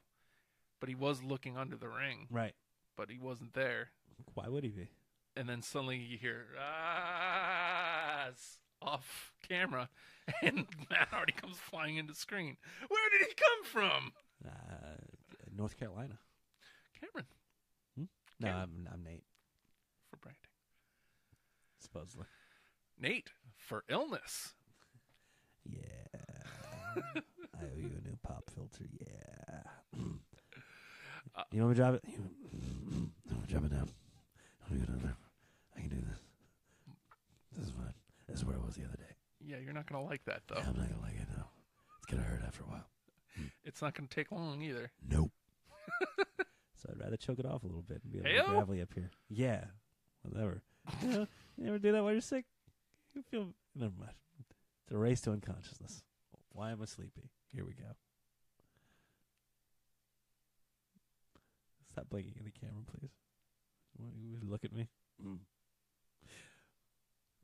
Speaker 6: but he was looking under the ring,
Speaker 5: Right?
Speaker 6: but he wasn't there.
Speaker 5: Why would he be?
Speaker 6: And then suddenly you hear ah off camera, and Matt Hardy comes flying into screen. Where did he come from,
Speaker 5: Uh, North Carolina.
Speaker 6: Cameron?
Speaker 5: No,
Speaker 6: Cal-
Speaker 5: I'm, I'm Nate.
Speaker 6: For branding.
Speaker 5: Supposedly.
Speaker 6: Nate for illness.
Speaker 5: Yeah. I owe you a new pop filter. Yeah. you want me to drop it? You want me to drop it down? Let me go down there. I can do this. This is fine. This is where I was the other day.
Speaker 6: Yeah, you're not gonna like that though.
Speaker 5: I'm not gonna like it now. It's gonna hurt after a while.
Speaker 6: It's not gonna take long either.
Speaker 5: Nope. so I'd rather choke it off a little bit and be a little
Speaker 6: Heyo.
Speaker 5: gravelly up here. Yeah. Whatever. you, know, you never do that while you're sick. You feel never mind. It's a race to unconsciousness. Why am I sleepy? Here we go. Stop blinking at the camera, please. Why you would Look at me.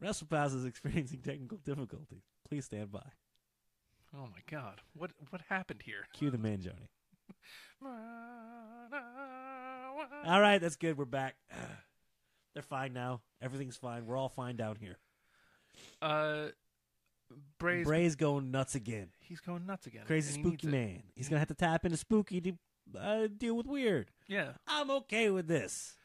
Speaker 5: WrestlePass is experiencing technical difficulties. Please stand by.
Speaker 6: Oh my god. What what happened here?
Speaker 5: Cue the man, Joni. Uh, All right, that's good. We're back. They're fine now. Everything's fine. We're all fine down here.
Speaker 6: Uh Bray's,
Speaker 5: Bray's going nuts again.
Speaker 6: he's going nuts again.
Speaker 5: Crazy
Speaker 6: and he needs
Speaker 5: spooky
Speaker 6: it.
Speaker 5: man. He's gonna have to tap into spooky to uh, deal with weird.
Speaker 6: Yeah.
Speaker 5: I'm okay with this.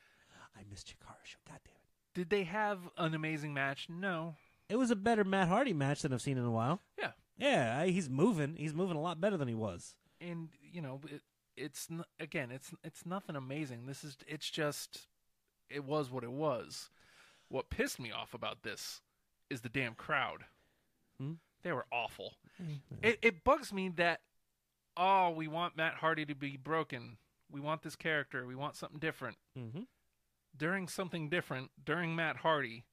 Speaker 5: I miss Chikara Show. God damn it!
Speaker 6: Did they have an amazing match? No.
Speaker 5: It was a better Matt Hardy match than I've seen in a while.
Speaker 6: Yeah.
Speaker 5: Yeah, I, he's moving. He's moving a lot better than he was.
Speaker 6: And you know, it, it's n- again, it's it's nothing amazing. This is it's just it was what it was. What pissed me off about this is the damn crowd.
Speaker 5: Hmm?
Speaker 6: They were awful. It, it bugs me that oh, we want Matt Hardy to be broken. We want this character. We want something different.
Speaker 5: Mm-hmm.
Speaker 6: During something different, during Matt Hardy,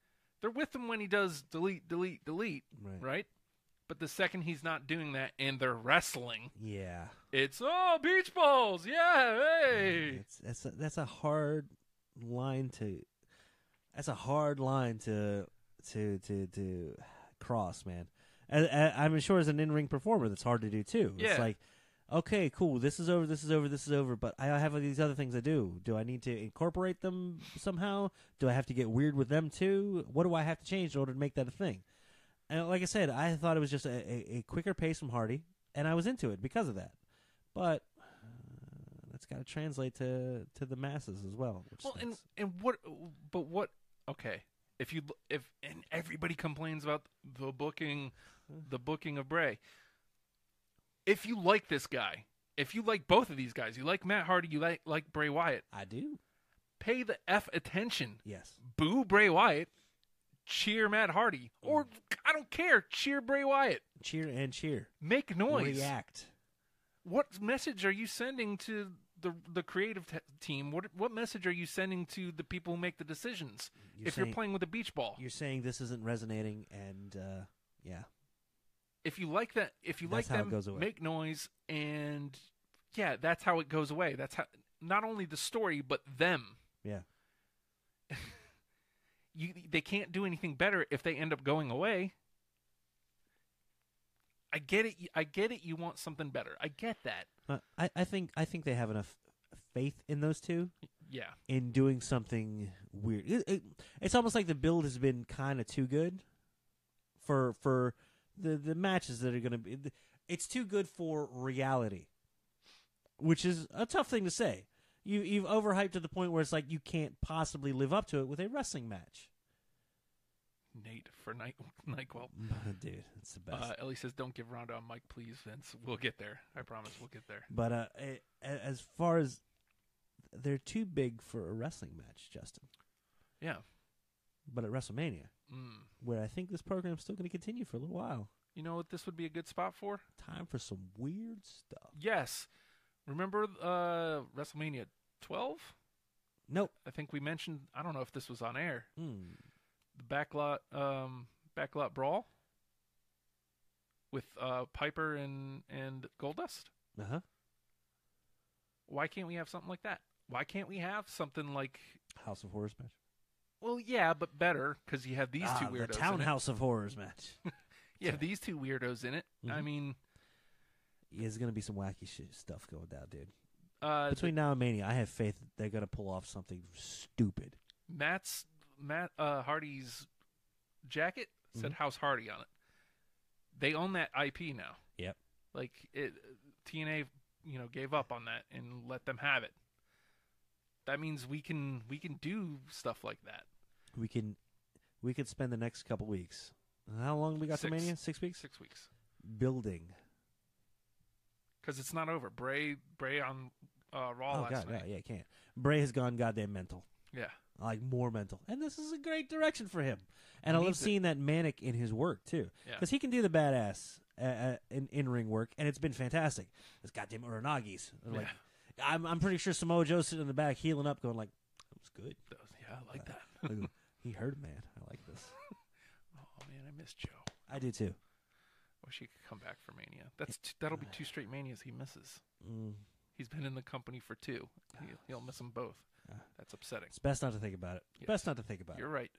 Speaker 6: they're with him when he does delete, delete, delete,
Speaker 5: Right.
Speaker 6: right? But the second he's not doing that and they're wrestling,
Speaker 5: Yeah.
Speaker 6: it's oh, beach balls, yeah, hey.
Speaker 5: It's, that's a, that's a hard line to. That's a hard line to to to to cross, man. And, and I'm sure as an in-ring performer, that's hard to do too. It's
Speaker 6: Yeah.
Speaker 5: like, okay, cool, this is over, this is over, this is over, but I have these other things I do. Do I need to incorporate them somehow? Do I have to get weird with them too? What do I have to change in order to make that a thing? And like I said, I thought it was just a, a, a quicker pace from Hardy, and I was into it because of that. But uh, that's got to translate to to the masses as well. Which
Speaker 6: Well, and
Speaker 5: stinks.
Speaker 6: and what? But what? Okay, if you l- if and everybody complains about the booking, the booking of Bray. If you like this guy, if you like both of these guys, you like Matt Hardy, you like like Bray Wyatt.
Speaker 5: I do.
Speaker 6: Pay the f attention.
Speaker 5: Yes.
Speaker 6: Boo Bray Wyatt, cheer Matt Hardy, or I don't care, cheer Bray Wyatt.
Speaker 5: Cheer and cheer.
Speaker 6: Make noise.
Speaker 5: React.
Speaker 6: What message are you sending to the the creative te- team? What what message are you sending to the people who make the decisions?
Speaker 5: You're
Speaker 6: if
Speaker 5: saying-
Speaker 6: you're playing with a beach ball,
Speaker 5: You're saying this isn't resonating, and uh, yeah,
Speaker 6: if you like that, if you
Speaker 5: That's
Speaker 6: like
Speaker 5: how it
Speaker 6: them,
Speaker 5: goes away.
Speaker 6: make noise, and yeah, that's how it goes away. That's how not only the story but them.
Speaker 5: yeah.
Speaker 6: You they can't do anything better if they end up going away. I get it. I get it. You want something better. I get that.
Speaker 5: Uh, I I think I think they have enough faith in those two
Speaker 6: Yeah.
Speaker 5: in doing something weird. It- it- it's almost like the build has been kind of too good for for the the matches that are going to be. It's too good for reality, which is a tough thing to say. You you've overhyped to the point where it's like you can't possibly live up to it with a wrestling match.
Speaker 6: Nate for Ny- NyQuil.
Speaker 5: Dude, it's the best.
Speaker 6: Uh, Ellie says, "Don't give Ronda a mic, please, Vince. We'll get there. I promise. We'll get there."
Speaker 5: But uh, a- a- as far as they're too big for a wrestling match, Justin.
Speaker 6: Yeah.
Speaker 5: But at WrestleMania,
Speaker 6: Mm.
Speaker 5: where I think this program's still going to continue for a little while,
Speaker 6: You know what this would be a good spot for?
Speaker 5: time for some weird stuff.
Speaker 6: Yes. Remember uh, WrestleMania 12?
Speaker 5: Nope.
Speaker 6: I think we mentioned. I don't know if this was on air.
Speaker 5: Hmm.
Speaker 6: The backlot, um, backlot brawl with uh, Piper and and Goldust.
Speaker 5: Uh huh.
Speaker 6: Why can't we have something like that? Why can't we have something like?
Speaker 5: House of Horrors match.
Speaker 6: Well, yeah, but better because you have these two
Speaker 5: ah,
Speaker 6: weirdos. in
Speaker 5: the
Speaker 6: it.
Speaker 5: Townhouse of Horrors match.
Speaker 6: You have these two weirdos in it. I
Speaker 5: Mhm.
Speaker 6: mean,
Speaker 5: Yeah, There's going to be some wacky shit stuff going down, dude.
Speaker 6: uh,
Speaker 5: Between now and Mania, I have faith that they're going to pull off something stupid.
Speaker 6: Matt's Matt uh, Hardy's jacket
Speaker 5: Mm-hmm.
Speaker 6: said House Hardy on it. They own that IP now.
Speaker 5: Yep.
Speaker 6: Like it, TNA, you know, gave up on that and let them have it. That means we can we can do stuff like that.
Speaker 5: We can, we could spend the next couple weeks. How long we got
Speaker 6: Six.
Speaker 5: to Mania? Six weeks.
Speaker 6: Six weeks
Speaker 5: Building.
Speaker 6: because it's not over. Bray Bray on uh, Raw
Speaker 5: oh
Speaker 6: last
Speaker 5: god,
Speaker 6: night.
Speaker 5: yeah, yeah, can't. Bray has gone goddamn mental.
Speaker 6: Yeah.
Speaker 5: like more mental. And this is a great direction for him. And I
Speaker 6: He
Speaker 5: love
Speaker 6: needs it.
Speaker 5: seeing that manic in his work too,
Speaker 6: Yeah.
Speaker 5: because he can do the badass uh, uh, in in ring work, and it's been fantastic. This goddamn Uranagi's like, I'm I'm pretty sure Samoa Joe sitting in the back healing up, going like, that was good.
Speaker 6: That was- yeah, I like
Speaker 5: Uh,
Speaker 6: that.
Speaker 5: Like, he heard man, I like this.
Speaker 6: Oh man, I miss Joe.
Speaker 5: I do too.
Speaker 6: Wish he could come back for Mania. That's t- that'll be two straight manias he misses.
Speaker 5: Mm.
Speaker 6: He's been in the company for two. He, he'll miss them both. That's upsetting.
Speaker 5: It's best not to think about it.
Speaker 6: Yes.
Speaker 5: Best not to think about
Speaker 6: You're right.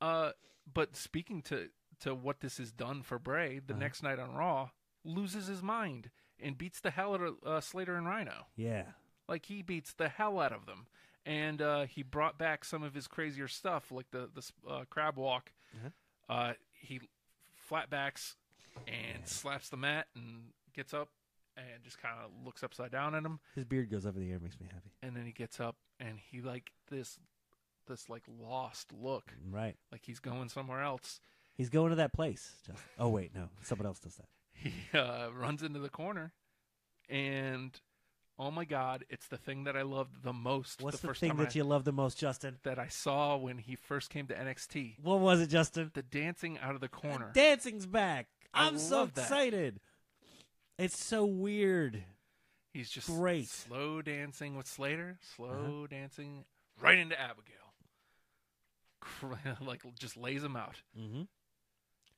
Speaker 6: Uh, but speaking to to what this has done for Bray, the next night on Raw, loses his mind and beats the hell out of uh, Slater and Rhino.
Speaker 5: it. Yeah,
Speaker 6: Like he beats the hell out of them, and uh, he brought back some of his crazier stuff, like the the s- uh, crab walk.
Speaker 5: Uh-huh.
Speaker 6: Uh, he flatbacks and slaps the mat and gets up and just kind of looks upside down at him
Speaker 5: his beard goes up in the air, makes me happy.
Speaker 6: and then he gets up and he like this this like lost look
Speaker 5: Right.
Speaker 6: like he's going somewhere else
Speaker 5: He's going to that place. Justin. Oh wait, no, someone else does that.
Speaker 6: he uh, runs into the corner and oh my god it's the thing that i loved the most
Speaker 5: What's
Speaker 6: the
Speaker 5: the,
Speaker 6: first
Speaker 5: thing
Speaker 6: time
Speaker 5: that
Speaker 6: I,
Speaker 5: you love the most, Justin?
Speaker 6: that i saw when he first came to nxt
Speaker 5: What was it, Justin?
Speaker 6: the dancing out of the corner
Speaker 5: Dancing's back.
Speaker 6: I
Speaker 5: I'm so
Speaker 6: love that.
Speaker 5: excited. It's so weird.
Speaker 6: he's just
Speaker 5: great. Uh-huh.
Speaker 6: slow dancing with slater slow dancing right into abigail Cr- like just lays him out
Speaker 5: Mm-hmm.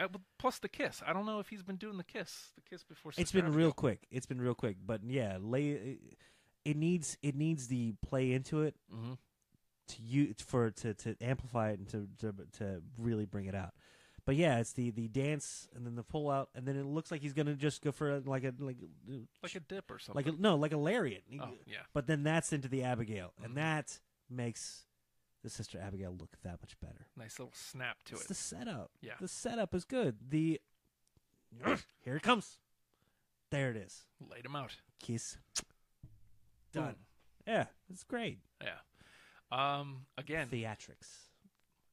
Speaker 6: Uh, but plus the kiss i don't know if he's been doing the kiss the kiss before
Speaker 5: It's
Speaker 6: Sister
Speaker 5: been
Speaker 6: Abigail.
Speaker 5: real quick. It's been real quick. But yeah, lay. It needs it needs the play into it
Speaker 6: Mhm.
Speaker 5: to you for to, to amplify it and to, to to really bring it out. But yeah, it's the the dance and then the pull out and then it looks like he's gonna just go for a, like a like
Speaker 6: like a dip or something.
Speaker 5: like a, no like a lariat.
Speaker 6: oh yeah,
Speaker 5: But then that's into the Abigail
Speaker 6: Mhm.
Speaker 5: and that makes the sister Abigail look that much better.
Speaker 6: nice little snap to
Speaker 5: it's
Speaker 6: it.
Speaker 5: the setup.
Speaker 6: Yeah.
Speaker 5: The setup is good. The here it comes. There it is.
Speaker 6: Laid him out.
Speaker 5: Kiss. Done.
Speaker 6: Boom.
Speaker 5: Yeah, it's great.
Speaker 6: Yeah. Um. Again,
Speaker 5: Theatrics.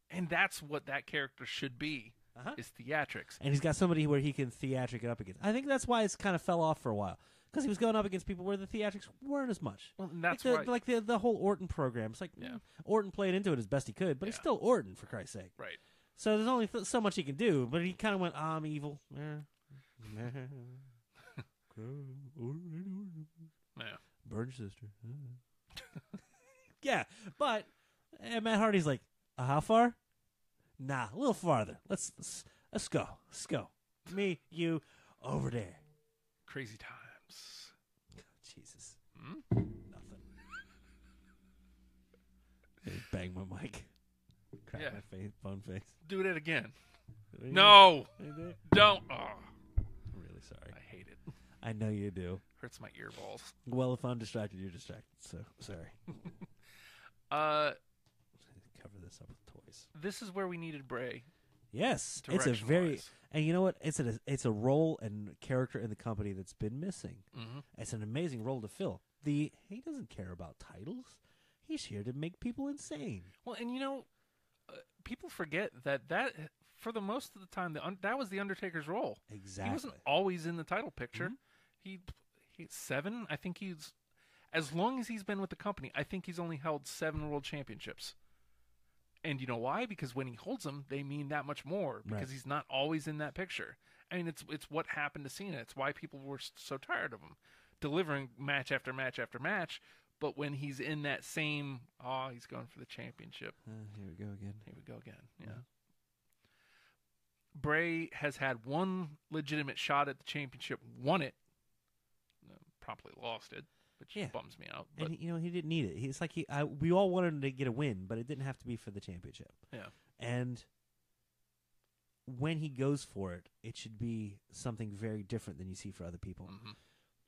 Speaker 6: and that's what that character should be
Speaker 5: Uh-huh.
Speaker 6: is theatrics.
Speaker 5: And he's got somebody where he can theatric it up against. I think that's why it's kind of fell off for a while because he was going up against people where the theatrics weren't as much.
Speaker 6: Well, and that's
Speaker 5: like the,
Speaker 6: why-
Speaker 5: like the the whole Orton program. It's like
Speaker 6: Yeah.
Speaker 5: mm, Orton played into it as best he could, but he's
Speaker 6: Yeah.
Speaker 5: still Orton for Christ's sake.
Speaker 6: Right.
Speaker 5: So there's only th- so much he can do. But he kind of went, "Ah, "I'm evil."
Speaker 6: Yeah.
Speaker 5: Burn sister. yeah, but and Matt Hardy's like, uh, how far? Nah, a little farther. Let's let's, let's go. Let's go. Me, you, over there.
Speaker 6: Crazy times.
Speaker 5: Jesus.
Speaker 6: Hmm?
Speaker 5: Nothing. Bang my mic. Crack
Speaker 6: Yeah.
Speaker 5: my face, phone face.
Speaker 6: Do it again.
Speaker 5: Mm-hmm.
Speaker 6: No,
Speaker 5: I'm
Speaker 6: don't. Oh,
Speaker 5: really sorry.
Speaker 6: I hate it.
Speaker 5: I know you do.
Speaker 6: Hurts my ear balls.
Speaker 5: Well, if I'm distracted, you're distracted. So sorry.
Speaker 6: Uh,
Speaker 5: Cover this up with toys.
Speaker 6: this is where we needed Bray
Speaker 5: Yes, it's a very
Speaker 6: Direction-wise.
Speaker 5: and you know what? It's a it's a role and character in the company that's been missing. It's an amazing role to fill. The he doesn't care about titles. He's here to make people insane.
Speaker 6: Well, and you know, uh, people forget that that for the most of the time the un- that was the Undertaker's role. He wasn't
Speaker 5: Exactly. Mm-hmm.
Speaker 6: always in the title picture. He, he seven. I think he's as long as he's been with the company. I think he's only held seven world championships. And you know why? Because when he holds them, they mean that much more because
Speaker 5: Right.
Speaker 6: he's not always in that picture. I mean, it's it's what happened to Cena. It's why people were s- so tired of him delivering match after match after match. But when he's in that same, oh, he's going for the championship.
Speaker 5: Uh, here we go again.
Speaker 6: Here we go again. Yeah. Bray has had one legitimate shot at the championship, won it, uh, promptly lost it, which
Speaker 5: Yeah.
Speaker 6: bums me out. But
Speaker 5: And he, you know he didn't need it. He, it's like he I, we all wanted him to get a win, but it didn't have to be for the championship.
Speaker 6: yeah,
Speaker 5: And when he goes for it, it should be something very different than you see for other people.
Speaker 6: Mhm.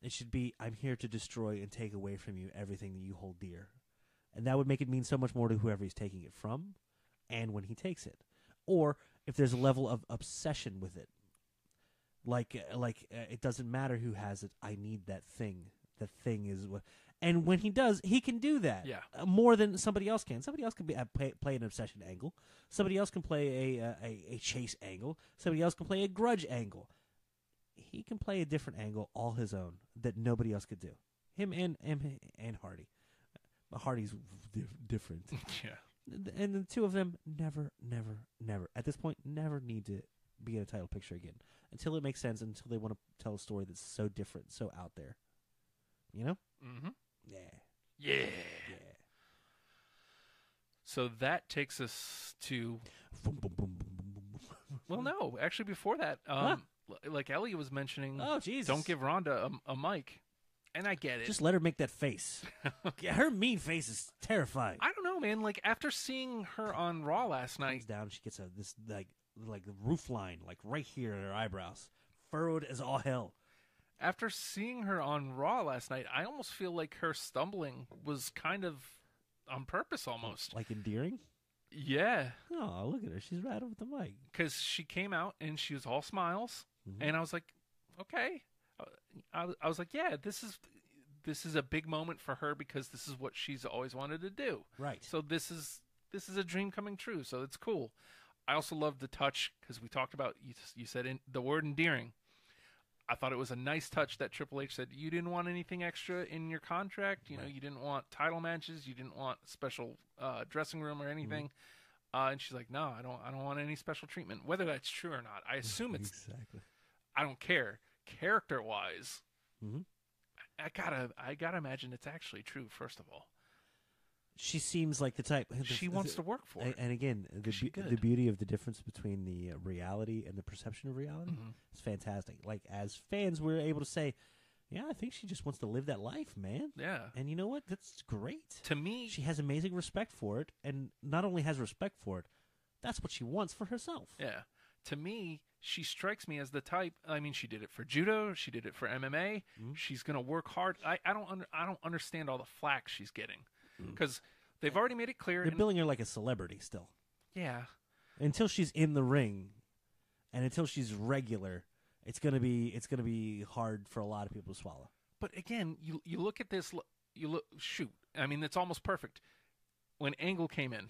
Speaker 5: It should be, I'm here to destroy and take away from you everything that you hold dear. And that would make it mean so much more to whoever he's taking it from and when he takes it. Or if there's a level of obsession with it. Like, uh, like uh, it doesn't matter who has it. I need that thing. The thing is what. And when he does, he can do that.
Speaker 6: Yeah.
Speaker 5: Uh, more than somebody else can. Somebody else can be, uh, play, play an obsession angle. Somebody else can play a, uh, a a chase angle. Somebody else can play a grudge angle he can play a different angle all his own that nobody else could do. Him and and, and Hardy, but Hardy's di- different,
Speaker 6: yeah.
Speaker 5: and the two of them never, never, never at this point never need to be in a title picture again until it makes sense. Until they want to tell a story that's so different, so out there, you know?
Speaker 6: Mm-hmm.
Speaker 5: Yeah,
Speaker 6: yeah,
Speaker 5: yeah.
Speaker 6: So that takes us to
Speaker 5: Boom, boom, boom, boom, boom, boom, boom.
Speaker 6: well, no, actually, before that, um, li- like Ellie was mentioning,
Speaker 5: Oh Jesus!
Speaker 6: don't give Rhonda a, a mic, and I get it.
Speaker 5: Just let her make that face. Yeah, her mean face is terrifying.
Speaker 6: I don't know, man. Like after seeing her on Raw last night,
Speaker 5: comes down. She gets a this like like the roof line like right here in her eyebrows, furrowed as all hell.
Speaker 6: after seeing her on Raw last night, I almost feel like her stumbling was kind of on purpose almost.
Speaker 5: Like endearing.
Speaker 6: Yeah,
Speaker 5: Oh, look at her. She's right over the mic.
Speaker 6: because she came out and she was all smiles, and I was like, okay. Uh, I, I was like, yeah, this is this is a big moment for her because this is what she's always wanted to do.
Speaker 5: Right.
Speaker 6: So this is this is a dream coming true. So it's cool. I also love the touch because we talked about you. You said in, the word endearing. I thought it was a nice touch that Triple H said you didn't want anything extra in your contract. You know, you didn't want title matches, you didn't want special uh, dressing room or anything. Uh, and she's like, "No, I don't. I don't want any special treatment, whether that's true or not. I assume it's.
Speaker 5: exactly.
Speaker 6: I don't care. Character wise,
Speaker 5: Mhm.
Speaker 6: I, I gotta. I gotta imagine it's actually true. First of all,
Speaker 5: She seems like the type. the-
Speaker 6: she
Speaker 5: the-
Speaker 6: wants to work for
Speaker 5: And,
Speaker 6: it.
Speaker 5: and again, the,
Speaker 6: She
Speaker 5: be- the
Speaker 6: good.
Speaker 5: beauty of the difference between the uh, reality and the perception of reality
Speaker 6: Mm-hmm.
Speaker 5: is fantastic. Like as fans, we're able to say, "Yeah, I think she just wants to live that life, man."
Speaker 6: Yeah.
Speaker 5: And you know what? That's great.
Speaker 6: To me,
Speaker 5: She has amazing respect for it, and not only has respect for it, that's what she wants for herself.
Speaker 6: Yeah. To me, she strikes me as the type. I mean, she did it for judo. She did it for MMA. She's gonna work hard. I, I don't under, I don't understand all the flack she's getting because they've already made it clear.
Speaker 5: They're
Speaker 6: and-
Speaker 5: billing her like a celebrity still.
Speaker 6: yeah,
Speaker 5: Until she's in the ring and until she's regular, it's gonna be it's gonna be hard for a lot of people to swallow.
Speaker 6: but again, you you look at this. l- You look shoot. I mean, it's almost perfect. When Angle came in,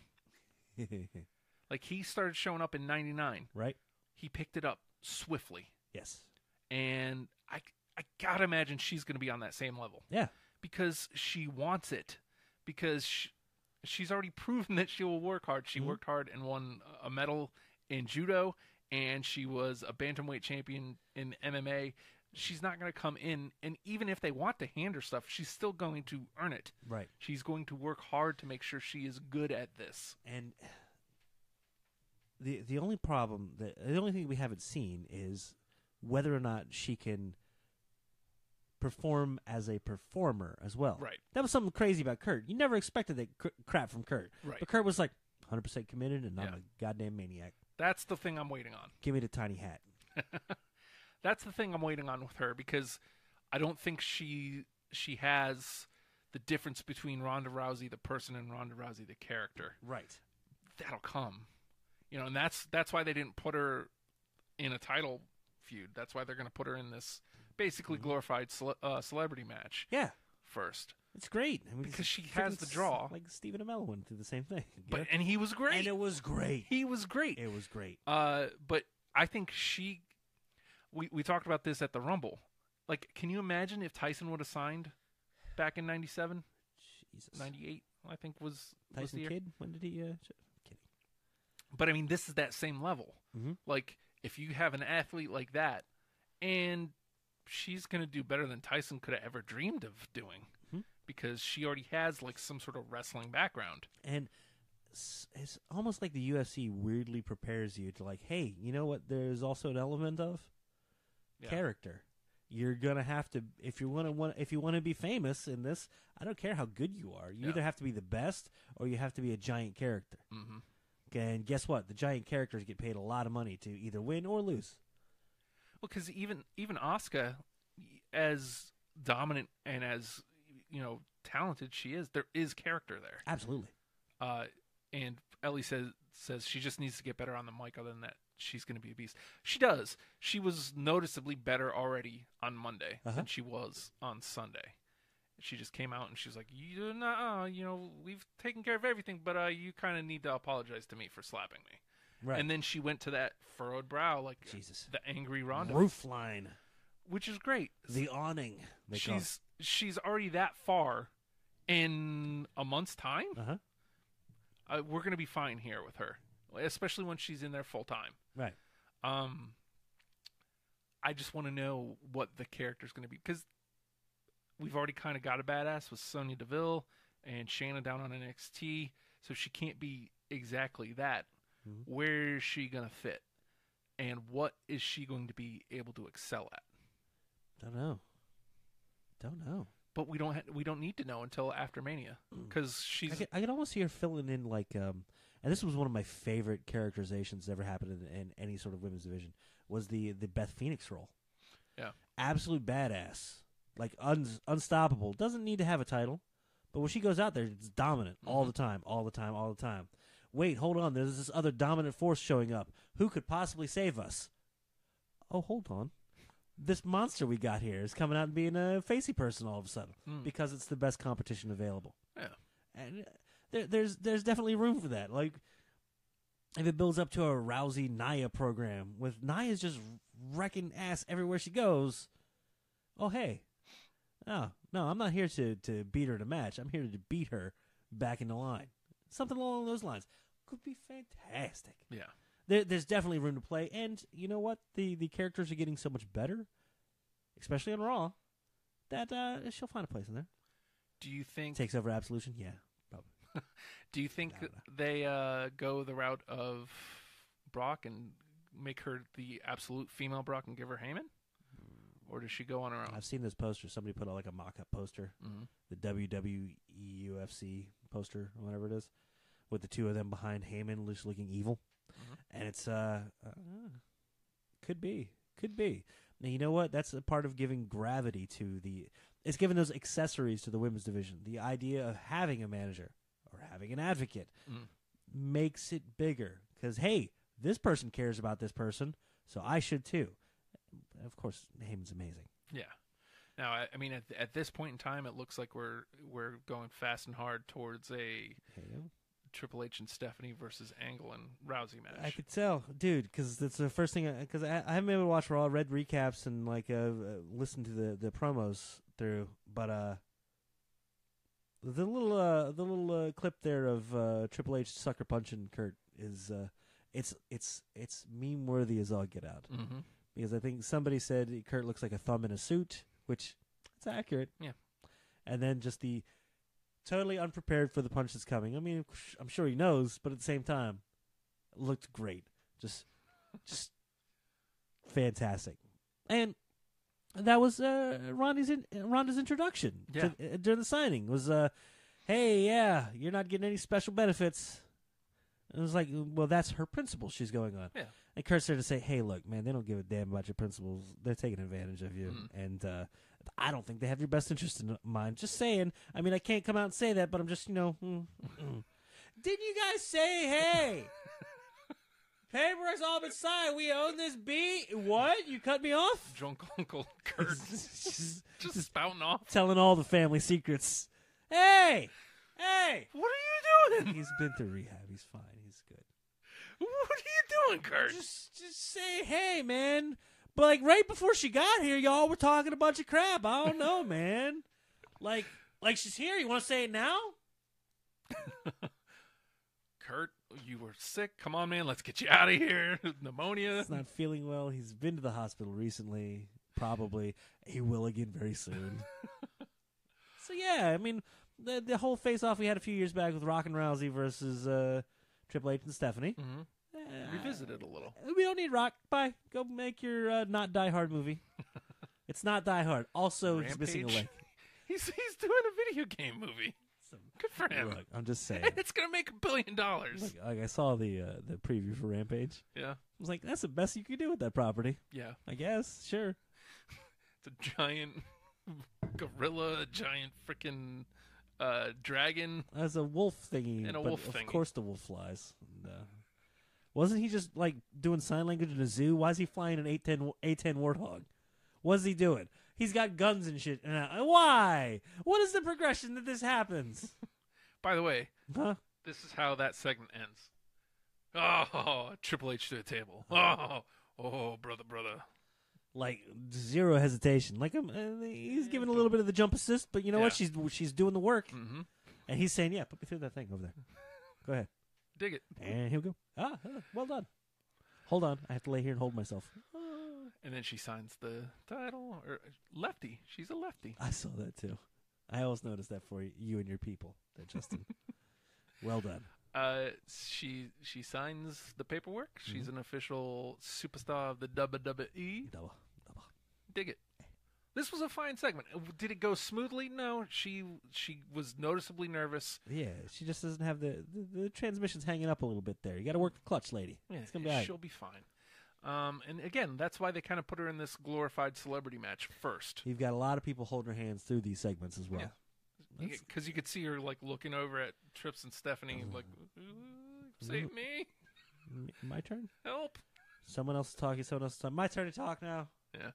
Speaker 6: like he started showing up in '99,
Speaker 5: right?
Speaker 6: he picked it up swiftly,
Speaker 5: Yes.
Speaker 6: and I I gotta imagine she's gonna be on that same level.
Speaker 5: Yeah.
Speaker 6: because she wants it because sh she's already proven that she will work hard she worked hard and won a medal in judo and she was a bantamweight champion in mma she's not going to come in and even if they want to hand her stuff she's still going to earn it
Speaker 5: Right.
Speaker 6: she's going to work hard to make sure she is good at this
Speaker 5: And the the only problem that the only thing we haven't seen is whether or not she can perform as a performer as well.
Speaker 6: Right.
Speaker 5: That was something crazy about Kurt. You never expected that cr- crap from Kurt.
Speaker 6: Right.
Speaker 5: But Kurt was like 100% committed and I'm
Speaker 6: Yeah.
Speaker 5: a goddamn maniac.
Speaker 6: that's the thing i'm waiting on
Speaker 5: Give me the tiny hat.
Speaker 6: that's the thing I'm waiting on with her because I don't think she she has the difference between Ronda Rousey the person and Ronda Rousey the character.
Speaker 5: Right.
Speaker 6: That'll come. You know, and that's that's why they didn't put her in a title feud. That's why they're going to put her in this basically
Speaker 5: Mm-hmm.
Speaker 6: glorified cele- uh, celebrity match
Speaker 5: Yeah,
Speaker 6: first.
Speaker 5: it's great. I mean,
Speaker 6: Because she
Speaker 5: freaking
Speaker 6: has the draw.
Speaker 5: s- Like Stephen Amell went through the same thing. you
Speaker 6: But
Speaker 5: know?
Speaker 6: and he was great.
Speaker 5: and it was great.
Speaker 6: he was great.
Speaker 5: It was great.
Speaker 6: Uh, but I think she. We we talked about this at the Rumble. Like, can you imagine if Tyson would have signed back in 97,
Speaker 5: Jesus.
Speaker 6: 98, I think was, was the
Speaker 5: Tyson
Speaker 6: year.
Speaker 5: Kidd. When did he? Uh, sh- kidding.
Speaker 6: But I mean, this is that same level.
Speaker 5: Mhm.
Speaker 6: Like, if you have an athlete like that, and she's gonna do better than Tyson could have ever dreamed of doing, because she already has like some sort of wrestling background.
Speaker 5: and s- it's almost like the UFC weirdly prepares you to like, hey, you know what? There's also an element of
Speaker 6: Yeah.
Speaker 5: character. You're gonna have to if you want to want if you want to be famous in this. I don't care how good you are. You
Speaker 6: Yeah.
Speaker 5: either have to be the best or you have to be a giant character.
Speaker 6: Mhm.
Speaker 5: And guess what? The giant characters get paid a lot of money to either win or lose.
Speaker 6: Well, because even even Oscar, as dominant and as you know talented she is, there is character there.
Speaker 5: Absolutely.
Speaker 6: Uh, and Ellie says says she just needs to get better on the mic. Other than that, she's going to be a beast. She does. She was noticeably better already on Monday
Speaker 5: Uh-huh.
Speaker 6: than she was on Sunday. She just came out and she's like, "You know, you know, we've taken care of everything, but uh, you kind of need to apologize to me for slapping me."
Speaker 5: Right.
Speaker 6: And then she went to that furrowed brow, like
Speaker 5: Jesus.
Speaker 6: the angry Ronda,
Speaker 5: roofline,
Speaker 6: which is great
Speaker 5: the awning. They call
Speaker 6: she's she's already that far in a month's time
Speaker 5: Uh huh.
Speaker 6: uh, we're gonna be fine here with her especially when she's in there full time
Speaker 5: Right.
Speaker 6: um i just want to know what the character's gonna be because we've already kind of got a badass with sonya deville and shanna down on nxt so she can't be exactly that
Speaker 5: Mhm.
Speaker 6: Where is she gonna fit and what is she going to be able to excel at
Speaker 5: Don't know. Don't know.
Speaker 6: but we don't ha- we don't need to know until after mania because she's
Speaker 5: I could, I could almost see her filling in like, um, and this was one of my favorite characterizations that ever happened in, in any sort of women's division was the the Beth Phoenix role.
Speaker 6: Yeah.
Speaker 5: absolute badass, like un- unstoppable. Doesn't need to have a title, but when she goes out there, it's dominant
Speaker 6: Mm-hmm.
Speaker 5: all the time, all the time, all the time. Wait, hold on. There's this other dominant force showing up. Who could possibly save us? Oh, hold on. This monster we got here is coming out and being a facey person all of a sudden
Speaker 6: Hmm.
Speaker 5: because it's the best competition available
Speaker 6: yeah.
Speaker 5: and uh, there, there's there's definitely room for that. Like if it builds up to a Rousey Nia program with Nia's just wrecking ass everywhere she goes. Oh hey, no no, I'm not here to to beat her in a match. I'm here to beat her back in the line. Something along those lines could be fantastic.
Speaker 6: Yeah.
Speaker 5: There, there's definitely room to play, and you know what? The the characters are getting so much better, especially on Raw, that uh, she'll find a place in there.
Speaker 6: Do you think
Speaker 5: Takes over Absolution, yeah, probably.
Speaker 6: do you think
Speaker 5: Nah, nah.
Speaker 6: they uh, go the route of Brock and make her the absolute female Brock and give her Heyman?
Speaker 5: Hmm.
Speaker 6: Or does she go on her own?
Speaker 5: I've seen those posters. Somebody put out like a mock-up poster,
Speaker 6: Mhm.
Speaker 5: the E WWEUFC poster or whatever it is, with the two of them behind Heyman, just looking evil. And it's uh, uh, could be, could be. Now you know what? That's a part of giving gravity to the. It's giving those accessories to the women's division. The idea of having a manager or having an advocate
Speaker 6: Mm.
Speaker 5: makes it bigger because hey, this person cares about this person, so I should too. Of course, Heyman's amazing.
Speaker 6: Yeah. Now, I, I mean, at, at this point in time, it looks like we're we're going fast and hard towards a
Speaker 5: There you go.
Speaker 6: Triple H and Stephanie versus Angle and Rousey match.
Speaker 5: I could tell, dude, because that's the first thing. Because I, I haven't been able to watch Raw, read recaps, and like uh, uh, listen to the, the promos through. But uh, the little uh, the little uh, clip there of uh, Triple H sucker punching Kurt is uh, it's it's it's meme worthy as all get out
Speaker 6: hmm
Speaker 5: because I think somebody said Kurt looks like a thumb in a suit, which it's accurate.
Speaker 6: Yeah.
Speaker 5: And then just the totally unprepared for the punch that's coming. I mean, I'm sure he knows, but at the same time, it looked great. Just, just fantastic. And that was uh, Ronnie's in, Ronda's introduction to- uh, during the signing was, uh, "Hey, yeah, you're not getting any special benefits." And it was like, well, that's her principle she's going on.
Speaker 6: Yeah.
Speaker 5: And Kurt's there to say, hey, look, man, they don't give a damn about your principles. They're taking advantage of you.
Speaker 6: Mm-hmm.
Speaker 5: And uh, I don't think they have your best interest in mind. Just saying. I mean, I can't come out and say that, but I'm just, you know. mm, mm. Didn't you guys say, hey, Paperwork's all been signed. We own this beat. What? You cut me off?
Speaker 6: Drunk Uncle Kurt
Speaker 5: Just
Speaker 6: just spouting off.
Speaker 5: telling all the family secrets. Hey! Hey!
Speaker 6: What are you doing?
Speaker 5: He's been through rehab. He's fine. He's good.
Speaker 6: What are you doing, Kurt?
Speaker 5: Just, just say, hey, man. But like right before she got here, y'all were talking a bunch of crap. I don't know, man. Like, like she's here. You want to say it now?
Speaker 6: Kurt, you were sick. Come on, man. Let's get you out of here. Pneumonia.
Speaker 5: He's not feeling well. He's been to the hospital recently. Probably he will again very soon. so yeah, I mean, the the whole face off we had a few years back with Rock and Rousey versus uh, Triple H and Stephanie.
Speaker 6: hmm Revisit it a little.
Speaker 5: Uh, we don't need Rock. Bye. Go make your uh, not Die Hard movie. it's not Die Hard. Also, it's missing a
Speaker 6: Rampage.
Speaker 5: leg.
Speaker 6: He's he's doing a video game movie. Good for him.
Speaker 5: Look, I'm just saying.
Speaker 6: And it's gonna make a billion dollars.
Speaker 5: Like, like I saw the uh, the preview for Rampage.
Speaker 6: Yeah,
Speaker 5: I was like, that's the best you could do with that property.
Speaker 6: yeah.
Speaker 5: I guess, sure.
Speaker 6: It's a giant gorilla, a giant freaking uh, dragon.
Speaker 5: As a wolf thingy,
Speaker 6: And a
Speaker 5: but
Speaker 6: wolf
Speaker 5: of
Speaker 6: thingy.
Speaker 5: course the wolf flies. And, uh, wasn't he just like doing sign language in a zoo? Why is he flying an A10 A10 warthog? What's he doing? He's got guns and shit. And I, why? What is the progression that this happens?
Speaker 6: By the way,
Speaker 5: huh?
Speaker 6: this is how that segment ends. Oh, Triple H to the table. Oh, oh, brother, brother.
Speaker 5: Like zero hesitation. Like um, uh, he's giving a little bit of the jump assist, but you know what? She's she's doing the work.
Speaker 6: hmm
Speaker 5: And he's saying, "Yeah, put me through that thing over there. Go ahead."
Speaker 6: Dig it.
Speaker 5: And he'll go, "Ah, huh, well done." Hold on, I have to lay here and hold myself.
Speaker 6: And then she signs the title. Or uh, lefty. She's a lefty.
Speaker 5: I saw that too. I always noticed that for you and your people, that Justin. well done.
Speaker 6: Uh, she she signs the paperwork. She's
Speaker 5: Mm-hmm.
Speaker 6: an official superstar of the WWE.
Speaker 5: Double, double.
Speaker 6: Dig it. This was a fine segment. Uh, Did it go smoothly? No. She she was noticeably nervous.
Speaker 5: Yeah, she just doesn't have the, the the transmission's hanging up a little bit there. You got to work the clutch, lady.
Speaker 6: Yeah,
Speaker 5: it's gonna be all right.
Speaker 6: she'll be fine. Um, and again, that's why they kind of put her in this glorified celebrity match first,
Speaker 5: You've got a lot of people holding their hands through these segments as well.
Speaker 6: Yeah. because you could see her like looking over at Trips and Stephanie, like, "Ooh, "Save me,
Speaker 5: M- My turn.
Speaker 6: help!"
Speaker 5: Someone else is talking. Someone else is talking. My turn to talk now.
Speaker 6: Yeah.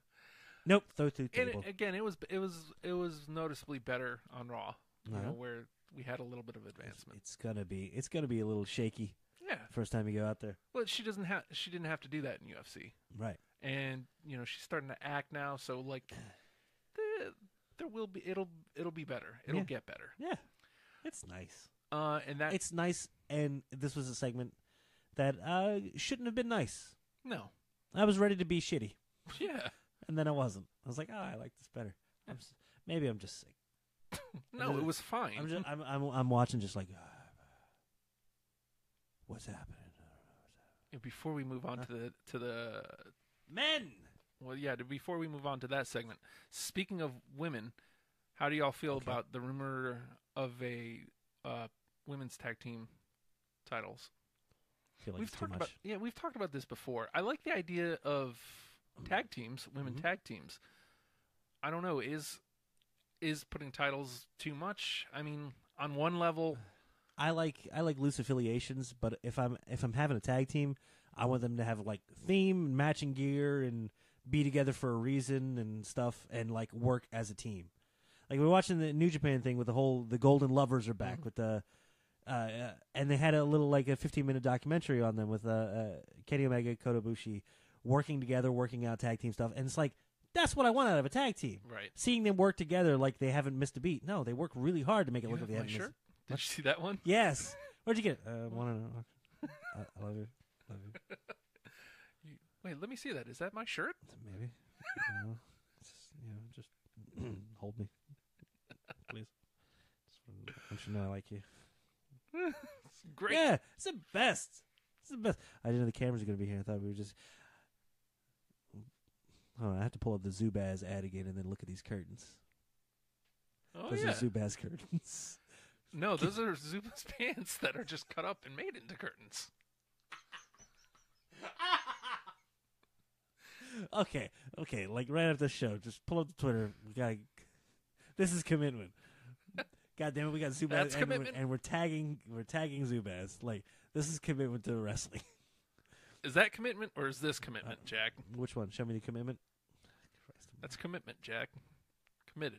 Speaker 5: Nope. Throw through
Speaker 6: And
Speaker 5: table.
Speaker 6: it- again, it was it was it was noticeably better on Raw, you
Speaker 5: Uh-huh.
Speaker 6: know, where we had a little bit of advancement.
Speaker 5: it's gonna be. It's gonna be a little shaky
Speaker 6: Yeah,
Speaker 5: first time you go out there.
Speaker 6: well, she doesn't have she didn't have to do that in UFC,
Speaker 5: Right.
Speaker 6: and you know she's starting to act now, so like, there, there will be it'll it'll be better, it'll
Speaker 5: Yeah.
Speaker 6: get better.
Speaker 5: Yeah. It's nice.
Speaker 6: Uh, and that
Speaker 5: It's nice and this was a segment that uh shouldn't have been nice.
Speaker 6: no,
Speaker 5: I was ready to be shitty
Speaker 6: yeah.
Speaker 5: and then I wasn't. I was like, "Oh, I like this better." I'm s- maybe I'm just sick.
Speaker 6: No,
Speaker 5: Uh,
Speaker 6: it was fine.
Speaker 5: I'm just I'm I'm, I'm watching just like "Ah, What's happening?
Speaker 6: And Before we move
Speaker 5: Uh.
Speaker 6: on to the to the
Speaker 5: Men.
Speaker 6: well, yeah. to- Before we move on to that segment, speaking of women, how do y'all feel
Speaker 5: Okay.
Speaker 6: about the rumor of a uh, women's tag team titles?
Speaker 5: I feel like
Speaker 6: we've
Speaker 5: it's too
Speaker 6: talked
Speaker 5: much.
Speaker 6: about yeah, we've talked about this before. I like the idea of
Speaker 5: Mm-hmm.
Speaker 6: tag teams, women
Speaker 5: Mhm.
Speaker 6: tag teams. I don't know is is putting titles too much? I mean, on one level,
Speaker 5: I like I like loose affiliations, but if I'm if I'm having a tag team, I want them to have like theme and matching gear and be together for a reason and stuff and like work as a team. Like we're watching the New Japan thing with the whole the Golden Lovers are back with the uh, uh, and they had a little like a 15 minute documentary on them with uh, uh Kenny Omega, Kota Ibushi working together, working out tag team stuff and it's like that's what I want out of a tag team.
Speaker 6: right?
Speaker 5: Seeing them work together like they haven't missed a beat. No, they work really hard to make it
Speaker 6: You
Speaker 5: look
Speaker 6: have
Speaker 5: like they
Speaker 6: my
Speaker 5: haven't missed
Speaker 6: shirt? Did you see that one?
Speaker 5: Yes. Where'd you get it? Uh, one and a, Uh, I, I love you. Love you.
Speaker 6: Wait, let me see that. Is that my shirt?
Speaker 5: Maybe. I don't know. Just, you know, just hold me, please. Just wanna- I want you to know I like you.
Speaker 6: Great.
Speaker 5: Yeah, it's the best. It's the best. I didn't know the cameras were gonna be here. I thought we were just. Hold on, I have to pull up the Zubaz ad again and then look at these curtains.
Speaker 6: Oh
Speaker 5: Those
Speaker 6: yeah.
Speaker 5: are Zubaz curtains.
Speaker 6: No, those are Zuba's pants that are just cut up and made into curtains.
Speaker 5: okay, okay. Like right after the show, just pull up the Twitter. We got. to This is commitment. God damn it, we got Zubaz,
Speaker 6: That's
Speaker 5: and, we're,
Speaker 6: commitment.
Speaker 5: and we're tagging, we're tagging Zubaz. Like this is commitment to wrestling.
Speaker 6: Is that commitment or is this
Speaker 5: Uh,
Speaker 6: commitment, Jack?
Speaker 5: Which one? Show me the commitment. Christ.
Speaker 6: That's commitment, Jack. Committed.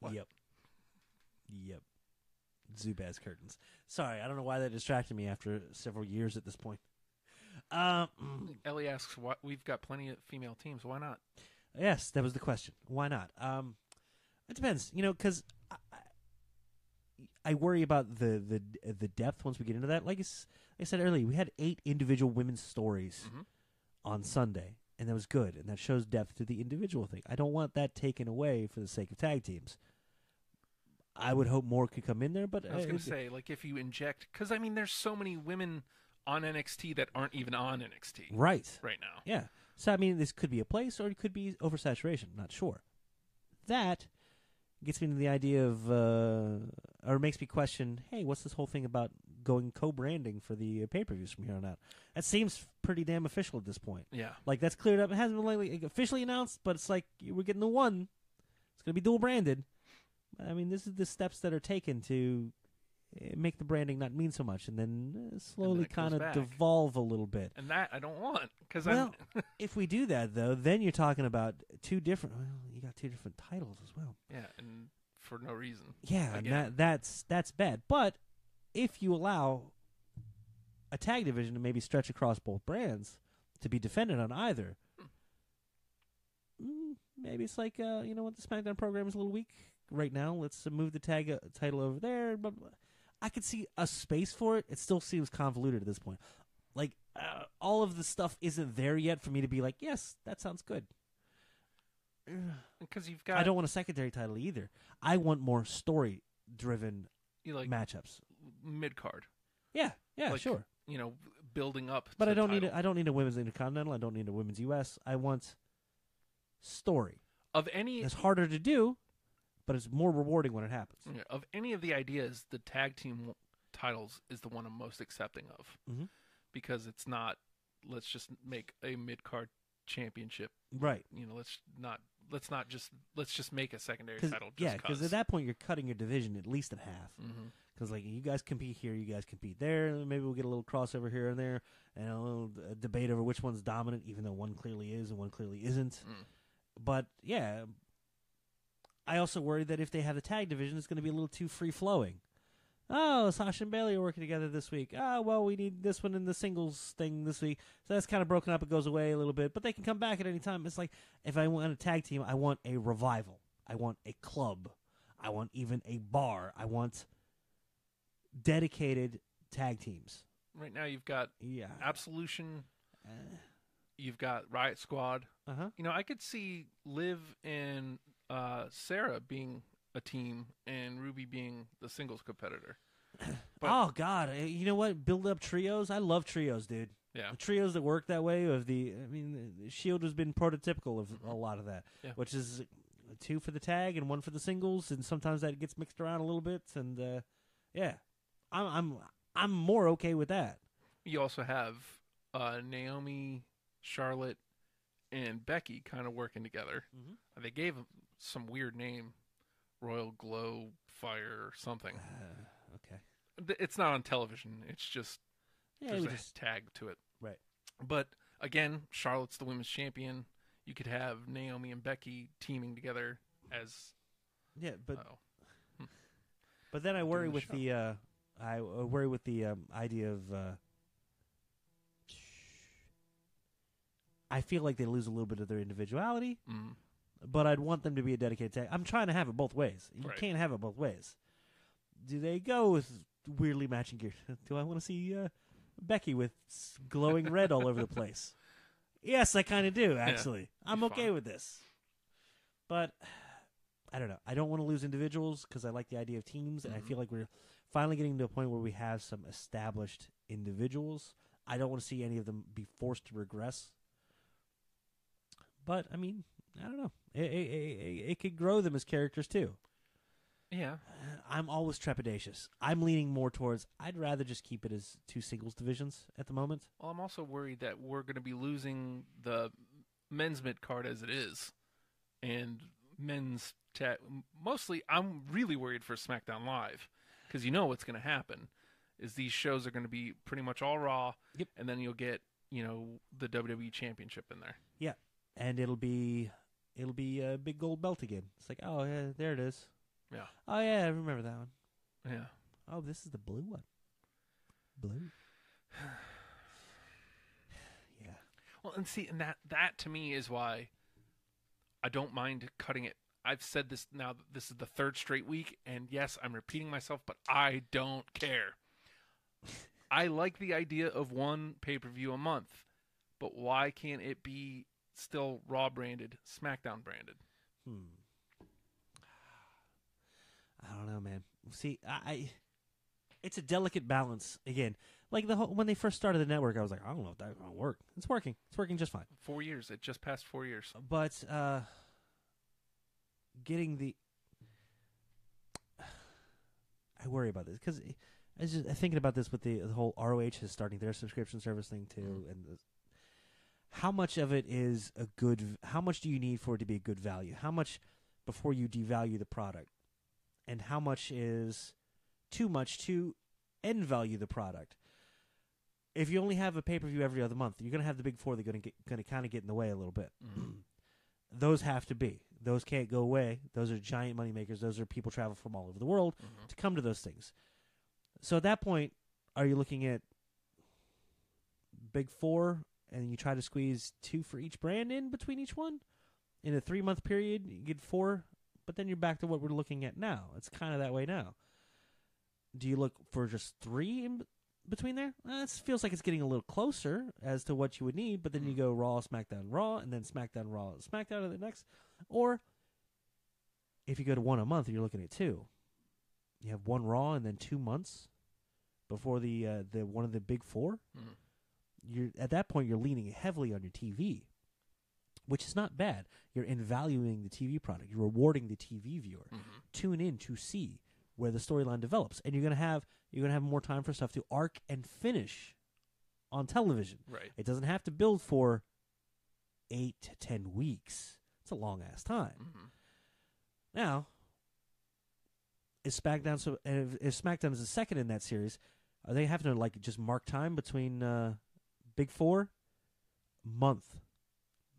Speaker 6: What?
Speaker 5: Yep. Yep. Zubaz curtains. Sorry, I don't know why that distracted me after several years at this point. Um,
Speaker 6: Ellie asks, "What? We've got plenty of female teams. Why not?"
Speaker 5: Yes, that was the question. Why not? Um, it depends, you know, because I, I worry about the, the the depth once we get into that. Like I, s- like I said earlier, we had eight individual women's stories
Speaker 6: Mhm.
Speaker 5: on Sunday, and that was good, and that shows depth to the individual thing. I don't want that taken away for the sake of tag teams. I would hope more could come in there, but
Speaker 6: I was
Speaker 5: uh,
Speaker 6: going
Speaker 5: it-
Speaker 6: to say, like, if you inject, because I mean, there's so many women on NXT that aren't even on NXT right,
Speaker 5: right,
Speaker 6: now.
Speaker 5: Yeah. So I mean, this could be a place, or it could be oversaturation. Not sure. That gets me to the idea of, uh, or makes me question, hey, what's this whole thing about going co-branding for the uh, pay-per-views from here on out? That seems pretty damn official at this point.
Speaker 6: Yeah,
Speaker 5: Like that's cleared up. It hasn't been like, like, officially announced, but it's like we're getting the one. It's going to be dual branded. I mean, this is the steps that are taken to uh, make the branding not mean so much, and then uh, slowly
Speaker 6: it goes
Speaker 5: kind of
Speaker 6: back.
Speaker 5: devolve a little bit.
Speaker 6: and that I don't want because
Speaker 5: Well,
Speaker 6: I'm.
Speaker 5: if we do that though, then you're talking about two different. Well, you got two different titles as well.
Speaker 6: yeah, and for no reason.
Speaker 5: Yeah, and
Speaker 6: Again.
Speaker 5: that, that's that's bad. But if you allow a tag division to maybe stretch across both brands to be defended on either, mm, maybe it's like uh, you know what the SmackDown program is a little weak right now. Let's uh, move the tag uh, title over there. But I could see a space for it. It still seems convoluted at this point. Like uh, all of the stuff isn't there yet for me to be like, yes, that sounds good.
Speaker 6: Because you've got
Speaker 5: I don't want a secondary title either. I want more story driven
Speaker 6: you like
Speaker 5: matchups.
Speaker 6: mid card.
Speaker 5: Yeah, yeah,
Speaker 6: like,
Speaker 5: sure.
Speaker 6: You know, building up.
Speaker 5: But
Speaker 6: to
Speaker 5: I don't need
Speaker 6: title.
Speaker 5: a, I don't need a women's intercontinental. I don't need a women's U.S. I want story.
Speaker 6: of any
Speaker 5: It's harder to do, but it's more rewarding when it happens.
Speaker 6: Yeah, of any of the ideas, the tag team w- titles is the one I'm most accepting of
Speaker 5: Mhm.
Speaker 6: because it's not. Let's just make a mid card championship.
Speaker 5: Right?
Speaker 6: You know, let's not let's not just let's just make a secondary
Speaker 5: 'Cause-
Speaker 6: title. Just
Speaker 5: yeah, because at that point you're cutting your division at least in half.
Speaker 6: Mhm.
Speaker 5: Because like you guys compete here, you guys compete there. and Maybe we'll get a little crossover here and there, and a little uh, debate over which one's dominant, even though one clearly is and one clearly isn't.
Speaker 6: Mm.
Speaker 5: But yeah, I also worry that if they have the tag division, it's going to be a little too free flowing. Oh, Sasha and Bailey are working together this week. Oh, well, we need this one in the singles thing this week. So that's kind of broken up. It goes away a little bit, but they can come back at any time. It's like if I want a tag team, I want a revival. I want a club. I want even a bar. I want dedicated tag teams.
Speaker 6: right now you've got
Speaker 5: Yeah.
Speaker 6: Absolution, you've got Riot Squad.
Speaker 5: Uh huh.
Speaker 6: You know, I could see Liv and uh, Sarah being a team and Ruby being the singles competitor. But-
Speaker 5: Oh God! Uh, You know what? Build up trios. I love trios, dude.
Speaker 6: Yeah.
Speaker 5: The trios that work that way of the i mean the shield has been prototypical of a lot of that
Speaker 6: Yeah.
Speaker 5: which is two for the tag and one for the singles and sometimes that gets mixed around a little bit and uh, yeah i'm i'm i'm more okay with that
Speaker 6: you also have uh, Naomi, Charlotte, and Becky kind of working together. Uh,
Speaker 5: Mhm.
Speaker 6: They gave 'em some weird name, Royal Glow Fire or something.
Speaker 5: okay
Speaker 6: Th- It's not on television. It's just
Speaker 5: yeah
Speaker 6: there's
Speaker 5: we
Speaker 6: a
Speaker 5: just
Speaker 6: tag to it.
Speaker 5: right
Speaker 6: But again, Charlotte's the women's champion. You could have Naomi and Becky teaming together as
Speaker 5: yeah but
Speaker 6: oh,
Speaker 5: But then I
Speaker 6: doing
Speaker 5: worry
Speaker 6: the
Speaker 5: with
Speaker 6: show.
Speaker 5: the uh, I uh, worry with the um, idea of uh, I feel like they lose a little bit of their individuality,
Speaker 6: mm,
Speaker 5: but I'd want them to be a dedicated tag. I'm trying to have it both ways. You
Speaker 6: Right.
Speaker 5: can't have it both ways. Do they go with weirdly matching gear? Do I want to see uh, Becky with s- glowing red all over the place? Yes, I kind of do actually. I'm
Speaker 6: be
Speaker 5: okay
Speaker 6: fun.
Speaker 5: with this. But I don't know. I don't want to lose individuals because I like the idea of teams, and I feel like we're finally getting to a point where we have some established individuals. I don't want to see any of them be forced to regress. But I mean, I don't know. It, it, it, it- it could grow them as characters too.
Speaker 6: yeah.
Speaker 5: I'm always trepidatious. I'm leaning more towards. I'd rather just keep it as two singles divisions at the moment.
Speaker 6: Well, I'm also worried that we're going to be losing the men's mid card as it is, and men's tag. Mostly, I'm really worried for SmackDown Live because you know what's going to happen is these shows are going to be pretty much all Raw,
Speaker 5: Yep.
Speaker 6: and then you'll get you know the WWE Championship in there.
Speaker 5: Yeah, and it'll be it'll be a big gold belt again. It's like, oh yeah, there it is.
Speaker 6: Yeah.
Speaker 5: Oh yeah, I remember that one.
Speaker 6: Yeah,
Speaker 5: Oh, this is the blue one. Blue. yeah.
Speaker 6: Well, and see, and that that to me is why I don't mind cutting it. I've said this now. that This is the third straight week, and yes, I'm repeating myself, but I don't care. I like the idea of one pay per view a month, but why can't it be still Raw branded, SmackDown branded?
Speaker 5: Hmm. I don't know, man. See, I, I it's a delicate balance again. Like the whole, when they first started the network, I was like, I don't know if that's gonna work. It's working. It's working just fine.
Speaker 6: Four years. It just passed four years.
Speaker 5: But uh getting the I worry about this because I was just thinking about this with the, the whole ROH is starting their subscription service thing too, and the, how much of it is a good? v- How much do you need for it to be a good value? How much before you devalue the product, and how much is too much to end value the product? If you only have a pay per view every other month, you're going to have the big four that are going to going to kind of get in the way a little bit. Those have to be. Those can't go away. Those are giant money makers. Those are people travel from all over the world to come to those things. So at that point, are you looking at big four and you try to squeeze two for each brand in between each one? In a three month period, you get four, but then you're back to what we're looking at now. It's kind of that way now. Do you look for just three in b- between there? Eh, It feels like it's getting a little closer as to what you would need, but then you go Raw, SmackDown, Raw, and then SmackDown, Raw, SmackDown, and the next. Or if you go to one a month, you're looking at two. You have one Raw and then two months before the uh, the one of the big 4
Speaker 6: Mhm.
Speaker 5: You're at that point you're leaning heavily on your TV, which is not bad. You're invaluing the TV product. You're rewarding the TV viewer. Tune in to see where the storyline develops, and you're gonna have you're gonna have more time for stuff to arc and finish on television.
Speaker 6: Right.
Speaker 5: It doesn't have to build for eight to ten weeks. It's a long ass time.
Speaker 6: Mhm.
Speaker 5: Now, is SmackDown so? If, if SmackDown is the second in that series, are they having to like just mark time between uh, Big Four? Month,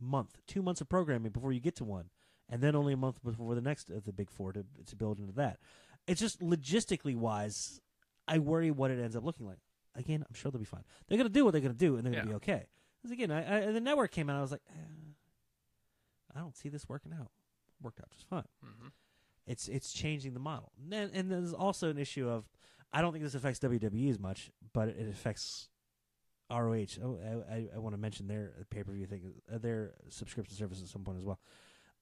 Speaker 5: month, two months of programming before you get to one, and then only a month before the next of the Big Four to to build into that. It's just logistically wise, I worry what it ends up looking like. Again, I'm sure they'll be fine. They're gonna do what they're gonna do, and they're gonna
Speaker 6: Yeah.
Speaker 5: be okay. Because again, I, I, the network came out, I was like, eh, I don't see this working out. Worked out just fine
Speaker 6: Mhm.
Speaker 5: it's it's changing the model. And, and there's also an issue of I don't think this affects WWE as much, but it affects ROH. Oh, I, I, I want to mention their pay per view thing, uh, their subscription service at some point as well.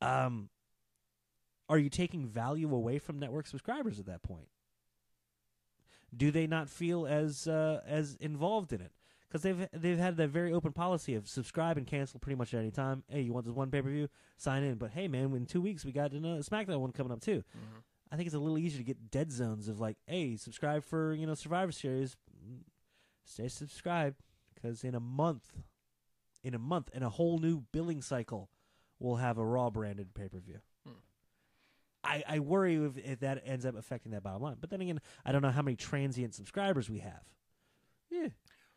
Speaker 5: Um, are you taking value away from network subscribers at that point? Do they not feel as uh, as involved in it? Because they've they've had that very open policy of subscribe and cancel pretty much at any time. Hey, you want this one pay per view? Sign in. But hey, man, in two weeks we got another SmackDown one coming up too. I think it's a little easier to get dead zones of like, hey, subscribe for you know Survivor Series, Mm, stay subscribed because in a month, in a month, and a whole new billing cycle, we'll have a Raw branded pay per view. I, I worry if, if that ends up affecting that bottom line. But then again, I don't know how many transient subscribers we have. Yeah,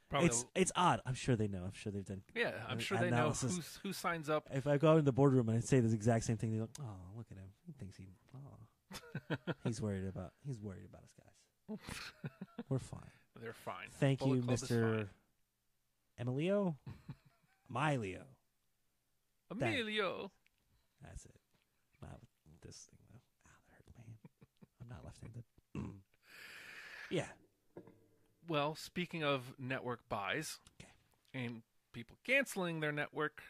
Speaker 6: Probably.
Speaker 5: it's it's odd. I'm sure they know. I'm sure they've done.
Speaker 6: yeah, I'm
Speaker 5: an
Speaker 6: sure they know
Speaker 5: analysis.
Speaker 6: who's, who signs up.
Speaker 5: If I go in the boardroom and I say the exact same thing, they're like, "Oh, look at him. He thinks he. Oh, he's worried about. He's worried about us guys. We're fine.
Speaker 6: They're fine.
Speaker 5: Thank
Speaker 6: Bullet
Speaker 5: you,
Speaker 6: Club is
Speaker 5: Mister Emilio, Emilio.
Speaker 6: fine. Emilio.
Speaker 5: That's it. Not with this thing though. Ah, that hurt my hand. I'm not left-handed. yeah.
Speaker 6: Well, speaking of network buys
Speaker 5: Okay.
Speaker 6: and people canceling their network,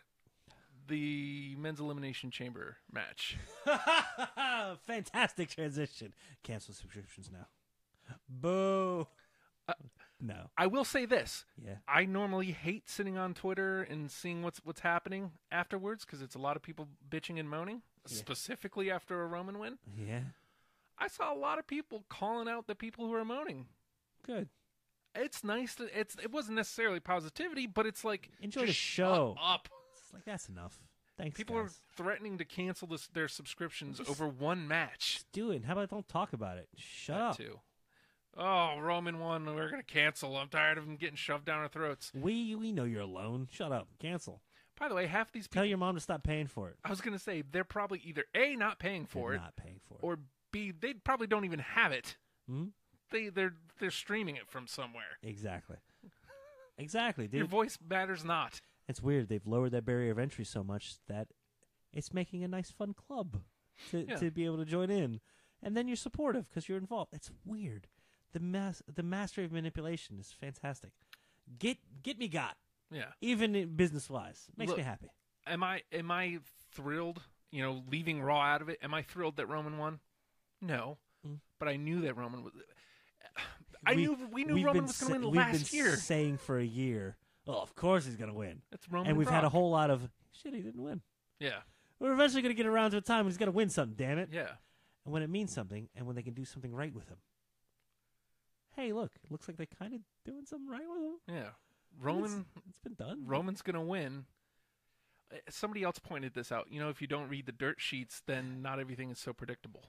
Speaker 6: the men's elimination chamber match.
Speaker 5: Fantastic transition. Cancel subscriptions now. Boo.
Speaker 6: Uh,
Speaker 5: no.
Speaker 6: I will say this:
Speaker 5: Yeah.
Speaker 6: I normally hate sitting on Twitter and seeing what's what's happening afterwards because it's a lot of people bitching and moaning, specifically after a Roman win.
Speaker 5: Yeah.
Speaker 6: I saw a lot of people calling out the people who are moaning.
Speaker 5: Good.
Speaker 6: It's nice that it's it wasn't necessarily positivity, but it's like
Speaker 5: Enjoy the
Speaker 6: just
Speaker 5: show.
Speaker 6: Shut up.
Speaker 5: It's like that's enough. Thanks.
Speaker 6: People
Speaker 5: guys.
Speaker 6: are threatening to cancel this, their subscriptions
Speaker 5: Just-
Speaker 6: over one match.
Speaker 5: Just do it. How about don't talk about it? Shut
Speaker 6: That
Speaker 5: up.
Speaker 6: too. Oh, Roman one, we're gonna cancel. I'm tired of them getting shoved down our throats.
Speaker 5: We we know you're alone. Shut up. Cancel.
Speaker 6: By the way, half these people
Speaker 5: Tell your mom to stop paying for it.
Speaker 6: I was gonna say they're probably either A not paying for
Speaker 5: They're
Speaker 6: it
Speaker 5: not paying for it.
Speaker 6: or B they probably don't even have it.
Speaker 5: Hmm?
Speaker 6: They they're they're streaming it from somewhere.
Speaker 5: Exactly. Exactly,
Speaker 6: Your
Speaker 5: dude.
Speaker 6: voice matters not.
Speaker 5: it's weird. They've lowered that barrier of entry so much that it's making a nice, fun club to,
Speaker 6: Yeah.
Speaker 5: to be able to join in, and then you're supportive because you're involved. It's weird. The mas- the mastery of manipulation is fantastic. Get get me got
Speaker 6: Yeah.
Speaker 5: even business wise makes me
Speaker 6: Look,
Speaker 5: happy.
Speaker 6: Am I am I thrilled? You know, leaving Raw out of it. Am I thrilled that Roman won? No,
Speaker 5: Hmm.
Speaker 6: but I knew that Roman was. I knew we knew
Speaker 5: we've
Speaker 6: Roman
Speaker 5: been
Speaker 6: was going to
Speaker 5: sa-
Speaker 6: win
Speaker 5: we've
Speaker 6: last
Speaker 5: been
Speaker 6: year.
Speaker 5: Saying for a year, oh, of course he's going to win.
Speaker 6: It's Roman
Speaker 5: and we've had a
Speaker 6: Brock.
Speaker 5: whole lot of shit. He didn't win.
Speaker 6: yeah,
Speaker 5: We're eventually going to get around to a time when he's going to win something. Damn it!
Speaker 6: yeah.
Speaker 5: and when it means something, and when they can do something right with him. Hey, look, it looks like they're kind of doing something right with him.
Speaker 6: Yeah. Roman
Speaker 5: it's been done.
Speaker 6: Roman's going to win. Uh, Somebody else pointed this out. You know, if you don't read the dirt sheets, then not everything is so predictable.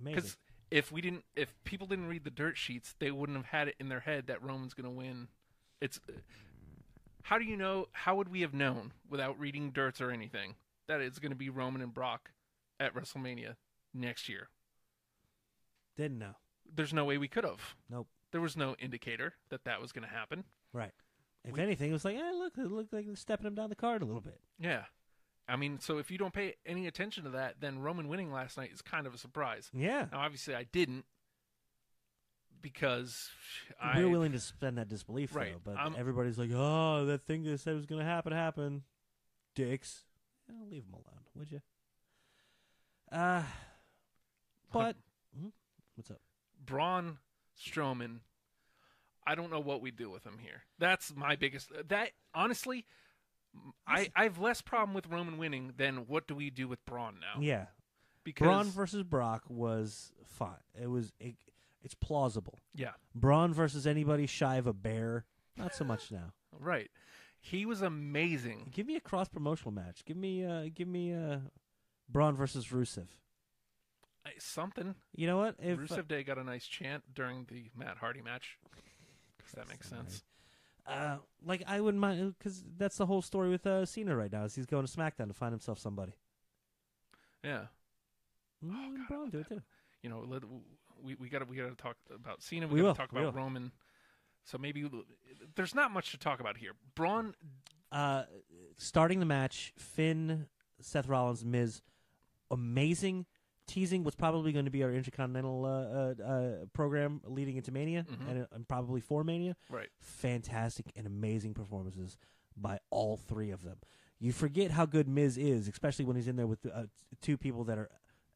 Speaker 5: Amazing.
Speaker 6: Cuz if we didn't if people didn't read the dirt sheets, they wouldn't have had it in their head that Roman's going to win. It's eh, How do you know how would we have known without reading dirts or anything that it's going to be Roman and Brock at WrestleMania next year?
Speaker 5: Didn't know.
Speaker 6: There's no way we could have.
Speaker 5: Nope.
Speaker 6: There was no indicator that that was going to happen.
Speaker 5: Right. If anything, it was like, eh, look, it looked like they're stepping him down the card a little bit.
Speaker 6: Yeah. I mean, so if you don't pay any attention to that, then Roman winning last night is kind of a surprise.
Speaker 5: Yeah.
Speaker 6: Now, obviously, I didn't because I.
Speaker 5: We're willing to spend that disbelief,
Speaker 6: Right, Um,
Speaker 5: though. But
Speaker 6: I'm-
Speaker 5: everybody's like, oh, that thing they said was going to happen, happened. Dicks. Eh, leave them alone, would you? Uh, but, Hmm? what's up?
Speaker 6: Braun Strowman. I don't know what we do with him here. That's my biggest. That honestly, I I have less problem with Roman winning than what do we do with Braun now?
Speaker 5: Yeah.
Speaker 6: because
Speaker 5: Braun versus Brock was fine. It was it, it's plausible.
Speaker 6: yeah,
Speaker 5: Braun versus anybody shy of a bear, not so much now.
Speaker 6: right. He was amazing.
Speaker 5: Give me a cross promotional match. Give me uh give me uh Braun versus Rusev.
Speaker 6: I- Something
Speaker 5: You know what? If uh,
Speaker 6: Rusev Day got a nice chant during the Matt Hardy match. If that makes sense.
Speaker 5: uh like I wouldn't mind cuz that's the whole story with uh Cena right now. Is he's going to SmackDown to find himself somebody.
Speaker 6: Yeah. Oh,
Speaker 5: Mm,
Speaker 6: God, I
Speaker 5: Braun
Speaker 6: love
Speaker 5: do it
Speaker 6: that.
Speaker 5: too.
Speaker 6: You know, let, we we got to we got to talk about Cena.
Speaker 5: We
Speaker 6: We, got
Speaker 5: will,
Speaker 6: to talk
Speaker 5: we
Speaker 6: about
Speaker 5: will.
Speaker 6: Roman. So maybe there's not much to talk about here. Braun,
Speaker 5: Uh starting the match, Finn, Seth Rollins, Miz amazing teasing what's probably going to be our intercontinental uh, uh, uh program leading into Mania and, uh, and probably for Mania.
Speaker 6: right?
Speaker 5: fantastic and amazing performances by all three of them. You forget how good Miz is, especially when he's in there with uh, two people that are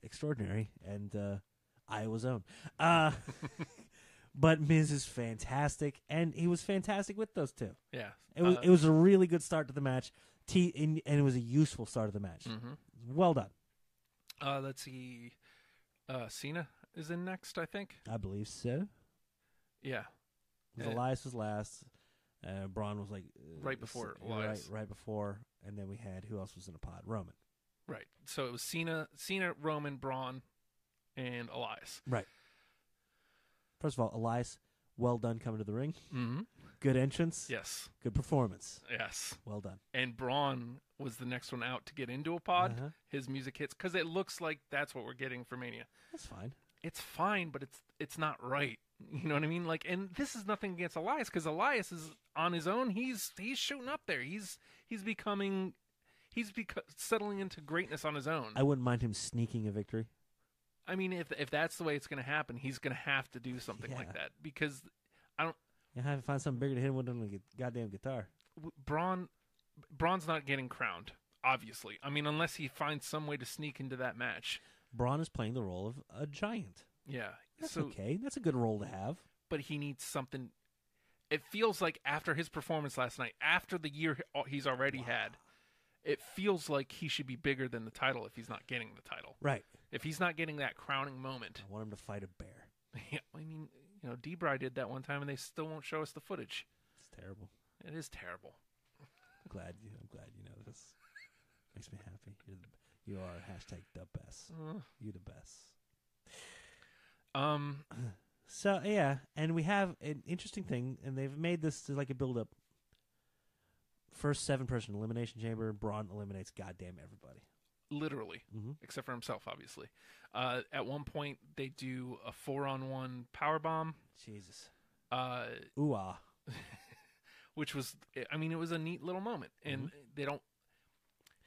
Speaker 5: extraordinary and uh, Iowa's own. Uh, but Miz is fantastic, and he was fantastic with those two.
Speaker 6: Yeah.
Speaker 5: It was
Speaker 6: Uh,
Speaker 5: it was a really good start to the match, T- and, and it was a useful start of the match.
Speaker 6: Mm-hmm.
Speaker 5: Well done,
Speaker 6: uh, let's see. Uh, Cena is in next, I think.
Speaker 5: I believe so.
Speaker 6: Yeah.
Speaker 5: 'Cause
Speaker 6: Uh,
Speaker 5: Elias was last. Uh, Braun was like uh,
Speaker 6: Right before
Speaker 5: you're right,
Speaker 6: Elias.
Speaker 5: right before, and then we had who else was in a pod? Roman.
Speaker 6: Right. So it was Cena, Cena, Roman, Braun, and Elias.
Speaker 5: Right. First of all, Elias, well done coming to the ring.
Speaker 6: Mm-hmm.
Speaker 5: Good entrance.
Speaker 6: Yes.
Speaker 5: Good performance.
Speaker 6: Yes.
Speaker 5: Well done.
Speaker 6: and Braun was the next one out to get into a pod.
Speaker 5: Uh-huh.
Speaker 6: His music hits because it looks like that's what we're getting for Mania.
Speaker 5: That's fine.
Speaker 6: It's fine, but it's it's not right. You know what I mean? Like, and this is nothing against Elias because Elias is on his own. He's he's shooting up there. He's he's becoming he's beco- settling into greatness on his own.
Speaker 5: I wouldn't mind him sneaking a victory.
Speaker 6: I mean, if if that's the way it's going to happen, he's going to have to do something
Speaker 5: Yeah.
Speaker 6: like that because I don't
Speaker 5: You have to find something bigger to hit him with than a gu- goddamn guitar.
Speaker 6: w- Braun Braun's not getting crowned. Obviously, I mean, unless he finds some way to sneak into that match.
Speaker 5: Braun is playing the role of a giant.
Speaker 6: Yeah.
Speaker 5: That's
Speaker 6: so,
Speaker 5: okay. That's a good role to have.
Speaker 6: but he needs something. It feels like after his performance last night, after the year uh, he's already had, it feels like he should be bigger than the title if he's not getting the title.
Speaker 5: Right.
Speaker 6: If he's not getting that crowning moment,
Speaker 5: I want him to fight a bear.
Speaker 6: yeah, I mean, you know, Debray did that one time, and they still won't show us the footage.
Speaker 5: It's terrible.
Speaker 6: It is terrible.
Speaker 5: I'm glad you. I'm glad you know this. Makes me happy. You're the, you are hashtag the best.
Speaker 6: Uh,
Speaker 5: You the best.
Speaker 6: Um,
Speaker 5: So yeah, and we have an interesting thing, and they've made this to like a build up. First seven person elimination chamber, Braun eliminates goddamn everybody.
Speaker 6: literally,
Speaker 5: Mhm.
Speaker 6: except for himself, obviously. Uh, at one point, they do a four-on-one power bomb,
Speaker 5: Jesus.
Speaker 6: uh,
Speaker 5: Ooh ah.
Speaker 6: which was, I mean, it was a neat little moment. And they don't.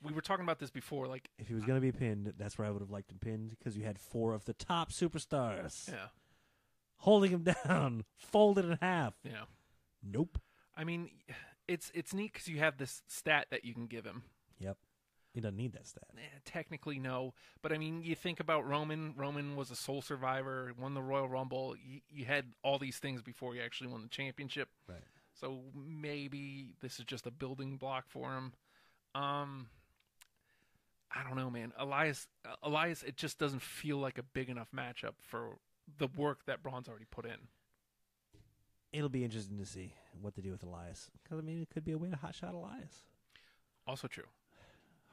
Speaker 6: We were talking about this before, like,
Speaker 5: If he was gonna be pinned, that's where I would have liked him pinned because you had four of the top superstars
Speaker 6: yeah,
Speaker 5: holding him down, folded in half.
Speaker 6: yeah.
Speaker 5: Nope.
Speaker 6: I mean, it's it's neat because you have this stat that you can give him.
Speaker 5: Yep. He doesn't need that stat.
Speaker 6: Eh, technically, no, but I mean, you think about Roman. Roman was a sole survivor, won the Royal Rumble. You, you had all these things before you actually won the championship.
Speaker 5: Right.
Speaker 6: So maybe this is just a building block for him. Um, I don't know, man. Elias, Elias, it just doesn't feel like a big enough matchup for the work that Braun's already put in.
Speaker 5: It'll be interesting to see what they do with Elias because I mean it could be a way to hotshot Elias.
Speaker 6: Also true.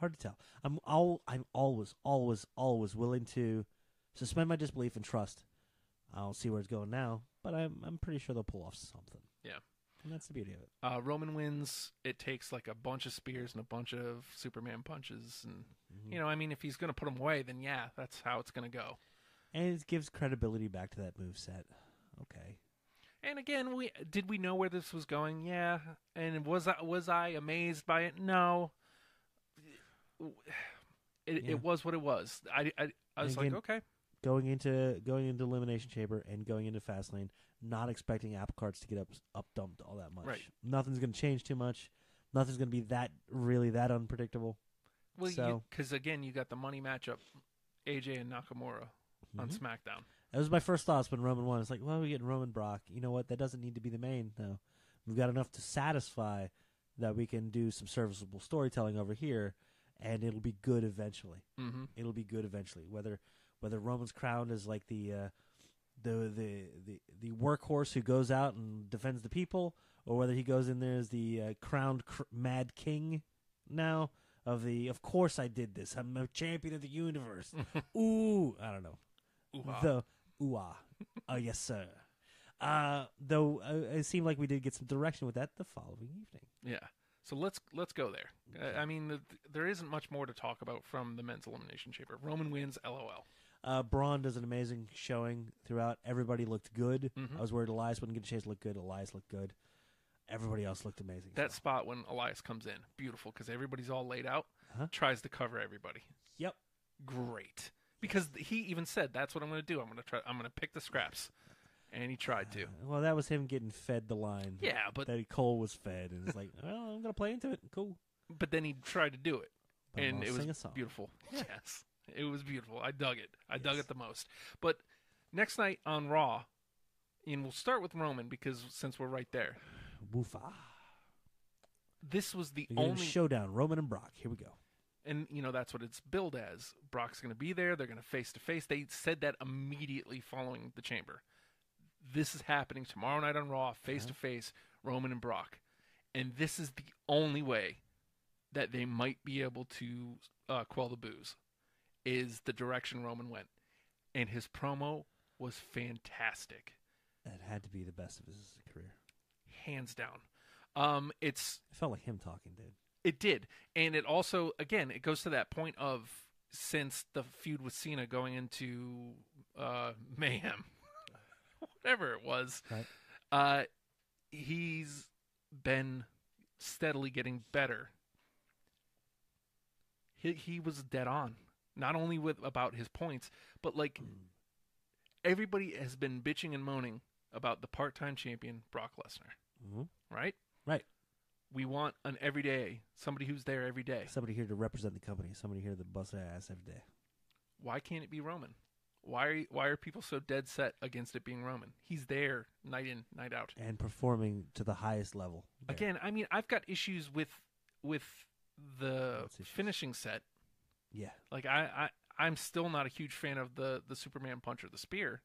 Speaker 5: Hard to tell. I'm all I'm always always always willing to suspend my disbelief and trust. I don't see where it's going now, but I'm I'm pretty sure they'll pull off something.
Speaker 6: Yeah.
Speaker 5: and that's the beauty of it.
Speaker 6: Uh, Roman wins. It takes like a bunch of spears and a bunch of Superman punches, and
Speaker 5: Mm-hmm.
Speaker 6: you know, I mean, if he's gonna put him away, then yeah, that's how it's gonna go.
Speaker 5: And it gives credibility back to that move set. Okay,
Speaker 6: And again, we did we know where this was going? Yeah. And was I was I amazed by it? No. It,
Speaker 5: Yeah.
Speaker 6: it was what it was. I I, I was
Speaker 5: Again-
Speaker 6: like, okay,
Speaker 5: going into going into elimination chamber and going into fast lane, not expecting apple carts to get up up dumped all that much.
Speaker 6: Right.
Speaker 5: Nothing's going to change too much. Nothing's going to be that really that unpredictable.
Speaker 6: well,
Speaker 5: So-
Speaker 6: because again, you got the money matchup, AJ and Nakamura on
Speaker 5: Mhm.
Speaker 6: SmackDown.
Speaker 5: That was my first thoughts when Roman won. It's like, well, we're getting Roman Brock. You know what? That doesn't need to be the main, though. We've got enough to satisfy that we can do some serviceable storytelling over here, and it'll be good eventually.
Speaker 6: Mm-hmm.
Speaker 5: It'll be good eventually. Whether whether Roman's crowned as like the uh, the the the the workhorse who goes out and defends the people, or whether he goes in there as the uh, crowned cr- mad king now of the. Of course, I did this. I'm a champion of the universe. Ooh, I don't know the ooh ah. oh yes sir. Uh, though uh, it seemed like we did get some direction with that the following evening.
Speaker 6: Yeah. So let's let's go there. I I mean, the, there isn't much more to talk about from the men's elimination chamber. Roman wins. LOL.
Speaker 5: Uh, Braun does an amazing showing throughout. Everybody looked good.
Speaker 6: Mm-hmm.
Speaker 5: I was worried Elias wouldn't get a chance to look good. Elias looked good. Everybody else looked amazing.
Speaker 6: That spot when Elias comes in, beautiful because everybody's all laid out,
Speaker 5: Uh-huh.
Speaker 6: tries to cover everybody.
Speaker 5: yep.
Speaker 6: great because he even said that's what I'm going to do. I'm going to try. I'm going to pick the scraps, and he tried to.
Speaker 5: Well, that was him getting fed the line.
Speaker 6: Yeah, but
Speaker 5: That Cole was fed, and it's like, well, I'm gonna play into it. Cool.
Speaker 6: but then he tried to do it,
Speaker 5: But
Speaker 6: and
Speaker 5: I'll
Speaker 6: it
Speaker 5: sing a
Speaker 6: was
Speaker 5: song.
Speaker 6: beautiful. Yes, it was beautiful. I dug it. I dug
Speaker 5: Yes.
Speaker 6: it the most. But next night on Raw, and we'll start with Roman because since we're right there,
Speaker 5: Woofa.
Speaker 6: this was the
Speaker 5: We're getting
Speaker 6: only
Speaker 5: showdown. Roman and Brock. Here we go.
Speaker 6: and you know that's what it's billed as. Brock's going to be there. They're going to face to face. They said that immediately following the chamber. This is happening tomorrow night on Raw, face to face, Roman and Brock, and this is the only way that they might be able to uh, quell the booze. Is the direction Roman went, and his promo was fantastic,
Speaker 5: That had to be the best of his career.
Speaker 6: hands down. Um, it's
Speaker 5: It felt like him talking, dude.
Speaker 6: It did. And it also, again, it goes to that point of since the feud with Cena going into uh, Mayhem, whatever it was,
Speaker 5: Right.
Speaker 6: uh, he's been steadily getting better. He, he was dead on, not only with about his points, but like everybody has been bitching and moaning about the part-time champion Brock Lesnar,
Speaker 5: Mm-hmm.
Speaker 6: right?
Speaker 5: Right.
Speaker 6: We want an everyday, somebody who's there every day.
Speaker 5: Somebody here to represent the company. Somebody here to bust their ass every day.
Speaker 6: Why can't it be Roman? Why are, why are people so dead set against it being Roman? He's there night in, night out.
Speaker 5: And performing to the highest level. there.
Speaker 6: Again, I mean, I've got issues with with the
Speaker 5: Lots of issues.
Speaker 6: finishing set.
Speaker 5: Yeah.
Speaker 6: Like I, I I'm still not a huge fan of the the Superman punch or the spear.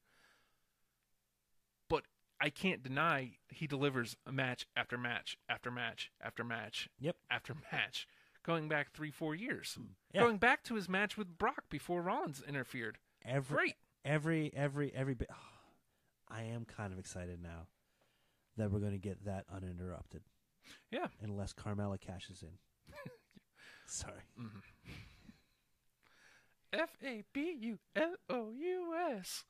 Speaker 6: But I can't deny he delivers match after match after match after match
Speaker 5: Yep. Hmm.
Speaker 6: after match, going back three four years,
Speaker 5: Yeah.
Speaker 6: going back to his match with Brock before Rollins interfered.
Speaker 5: Every
Speaker 6: Great.
Speaker 5: every every every bit. I am kind of excited now that we're going to get that uninterrupted
Speaker 6: Yeah.
Speaker 5: unless Carmella cashes in. Sorry.
Speaker 6: F A B U L O U S.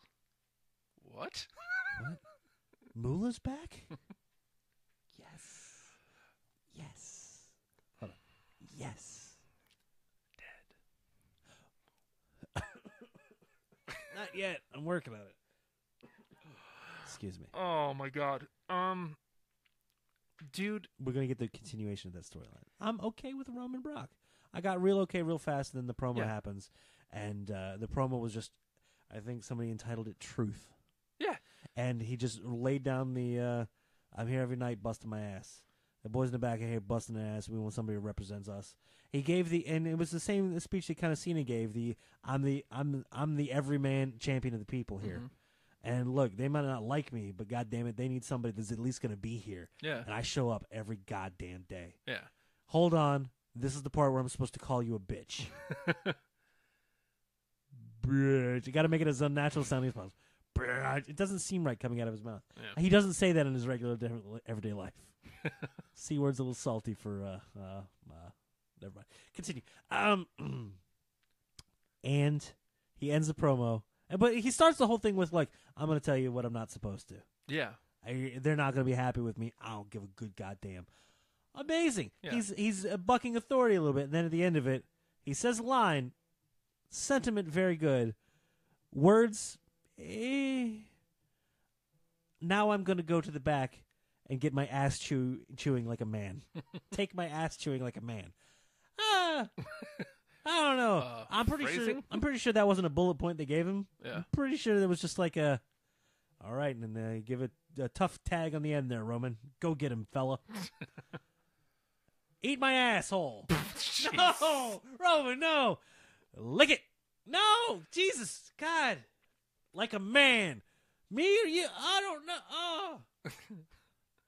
Speaker 6: What?
Speaker 5: What? Moolah's back? yes. Yes. Hold on. Yes. Dead. Not yet. I'm working on it. Excuse me.
Speaker 6: Oh my god. Um, dude.
Speaker 5: We're gonna get the continuation of that storyline. I'm okay with Roman Brock. I got real okay real fast, and then the promo
Speaker 6: Yeah.
Speaker 5: happens, and uh, the promo was just, I think somebody entitled it "Truth."
Speaker 6: Yeah.
Speaker 5: and he just laid down the uh, I'm here every night busting my ass. The boys in the back are here busting their ass. We want somebody who represents us. He gave the and it was the same speech that kind of Cena gave. The I'm the I'm I'm the everyman champion of the people here. And look, they might not like me, but god damn it, they need somebody that's at least going to be here.
Speaker 6: Yeah.
Speaker 5: And I show up every goddamn day.
Speaker 6: Yeah.
Speaker 5: Hold on, this is the part where I'm supposed to call you a bitch. bitch, you got to make it as unnatural sounding as possible. Bitch. It doesn't seem right coming out of his mouth.
Speaker 6: Yeah.
Speaker 5: He doesn't say that in his regular day- everyday life. C word's a little salty for uh, uh, uh never mind. Continue. Um and he ends the promo. and- But he starts the whole thing with like, I'm gonna tell you what I'm not supposed to.
Speaker 6: Yeah.
Speaker 5: I, they're not going to be happy with me. I don't give a good goddamn. Amazing.
Speaker 6: Yeah.
Speaker 5: He's he's uh, bucking authority a little bit, and then at the end of it, he says a line, sentiment very good, words. Eh. Now I'm going to go to the back and get my ass chew, chewing like a man. Take my ass chewing like a man. Ah, I don't know.
Speaker 6: Uh,
Speaker 5: I'm pretty sure.
Speaker 6: phrasing?
Speaker 5: I'm pretty sure that wasn't a bullet point they gave him.
Speaker 6: Yeah.
Speaker 5: I'm pretty sure that was just like a. All right, and then uh, give it a tough tag on the end there, Roman. Go get him, fella. Eat my asshole. no, Roman, no. Lick it. No, Jesus, God, like a man. Me or you? I don't know. Oh,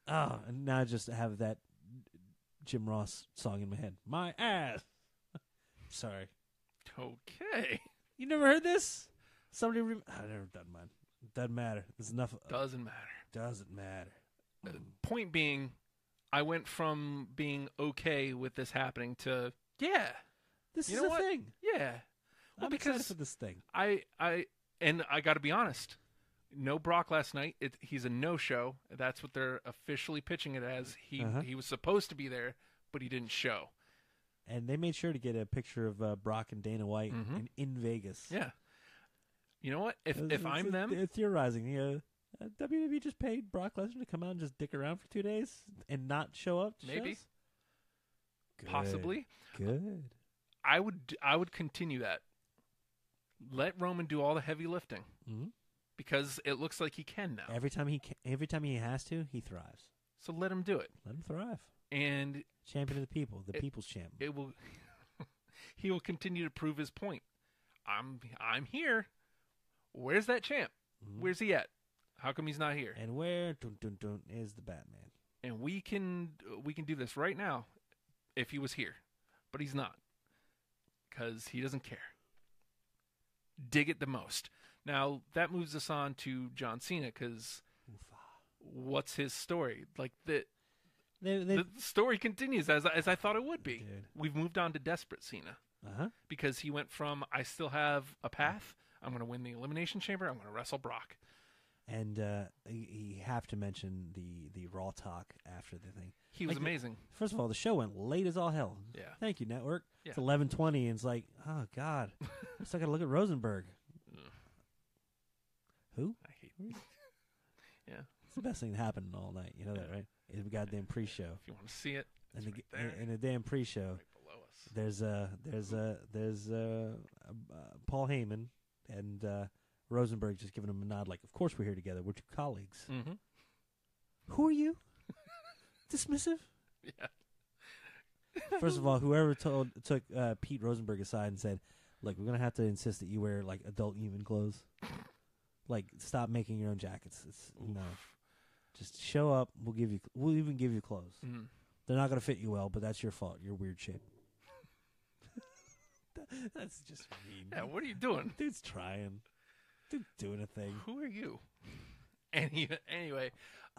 Speaker 5: oh, and now I just have that Jim Ross song in my head. My ass. Sorry.
Speaker 6: Okay.
Speaker 5: You never heard this? Somebody, re- I never done mine. Doesn't matter. There's enough.
Speaker 6: Doesn't matter.
Speaker 5: Doesn't matter.
Speaker 6: Point being, I went from being okay with this happening to yeah,
Speaker 5: This
Speaker 6: You
Speaker 5: is
Speaker 6: know
Speaker 5: a
Speaker 6: what?
Speaker 5: thing.
Speaker 6: yeah. Well,
Speaker 5: I'm excited
Speaker 6: because
Speaker 5: for this thing.
Speaker 6: I I and I got to be honest. No Brock last night. It, he's a no show. That's what they're officially pitching it as. He
Speaker 5: Uh-huh.
Speaker 6: he was supposed to be there, but he didn't show.
Speaker 5: And they made sure to get a picture of uh, Brock and Dana White in, in Vegas.
Speaker 6: Mm-hmm. Yeah. You know what? If
Speaker 5: It's-
Speaker 6: if
Speaker 5: it's-
Speaker 6: I'm
Speaker 5: it's-
Speaker 6: them,
Speaker 5: they're theorizing. You know, uh, WWE just paid Brock Lesnar to come out and just dick around for two days and not show up. To
Speaker 6: Maybe.
Speaker 5: shows? Good.
Speaker 6: possibly,
Speaker 5: Good.
Speaker 6: I would d- I would continue that. Let Roman do all the heavy lifting
Speaker 5: Mhm.
Speaker 6: because it looks like he can now.
Speaker 5: Every time he ca- every time he has to, he thrives.
Speaker 6: So let him do it,
Speaker 5: Let him thrive.
Speaker 6: and
Speaker 5: Champion of the people, the
Speaker 6: It-
Speaker 5: people's champ.
Speaker 6: it will. he will continue to prove his point. I'm I'm here. Where's that champ? Where's he at? How come he's not here?
Speaker 5: and where dun, dun, dun, is the Batman?
Speaker 6: And we can we can do this right now if he was here, but he's not because he doesn't care. Dig it the most. Now that moves us on to John Cena because what's his story? Like the
Speaker 5: They, they,
Speaker 6: the story continues as as I thought it would be.
Speaker 5: Dude.
Speaker 6: We've moved on to desperate Cena
Speaker 5: uh-huh.
Speaker 6: because he went from I still have a path. I'm going to win the elimination chamber. I'm going to wrestle Brock.
Speaker 5: And uh, you- you have to mention the, the raw talk after the thing.
Speaker 6: He was
Speaker 5: Like,
Speaker 6: amazing.
Speaker 5: First of all, the show went late as all hell.
Speaker 6: Yeah.
Speaker 5: Thank you, network. It's
Speaker 6: Yeah.
Speaker 5: eleven twenty, and it's like, oh god, I'm still gotta look at Rosenberg. Who?
Speaker 6: I hate. If
Speaker 5: It's the best thing that happened all night. You know that, right? It's the goddamn pre-show,
Speaker 6: you want to see it,
Speaker 5: and
Speaker 6: it's
Speaker 5: the
Speaker 6: right
Speaker 5: and-
Speaker 6: there,
Speaker 5: and the damn pre-show.
Speaker 6: right below us.
Speaker 5: There's uh there's uh there's uh, uh Paul Heyman and uh, Rosenberg just giving him a nod, like, of course we're here together. We're two colleagues.
Speaker 6: Mm-hmm.
Speaker 5: Who are you? Dismissive.
Speaker 6: Yeah.
Speaker 5: First of all, whoever told took uh, Pete Rosenberg aside and said, "Look, we're gonna have to insist that you wear like adult human clothes. like, stop making your own jackets. It's no, just show up. We'll give you. We'll even give you clothes.
Speaker 6: Mhm.
Speaker 5: They're not gonna fit you well, but that's your fault. You're weird shape. that's just mean.
Speaker 6: Yeah. What are you doing?
Speaker 5: Dude's trying. Dude, doing a thing.
Speaker 6: Who are you? Any, anyway,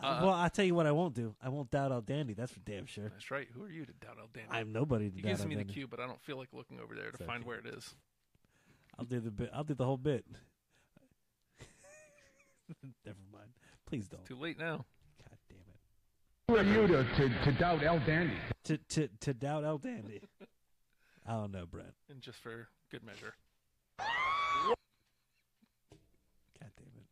Speaker 5: Uh, well, I'll tell you what I won't do. I won't doubt El Dandy. That's for damn sure.
Speaker 6: that's right. Who are you to doubt El Dandy?
Speaker 5: I'm nobody to
Speaker 6: He
Speaker 5: doubt
Speaker 6: gives
Speaker 5: El
Speaker 6: me the
Speaker 5: Dandy.
Speaker 6: cue, but I don't feel like looking over there to
Speaker 5: It's
Speaker 6: find
Speaker 5: okay.
Speaker 6: where it is.
Speaker 5: I'll do the bit. I'll do the whole bit. Never mind. Please don't.
Speaker 6: Too late now.
Speaker 5: God damn it.
Speaker 1: Who are you to, to, to doubt El Dandy?
Speaker 5: To to to doubt El Dandy. I don't know, Brent.
Speaker 6: And just for good measure.
Speaker 5: God damn it.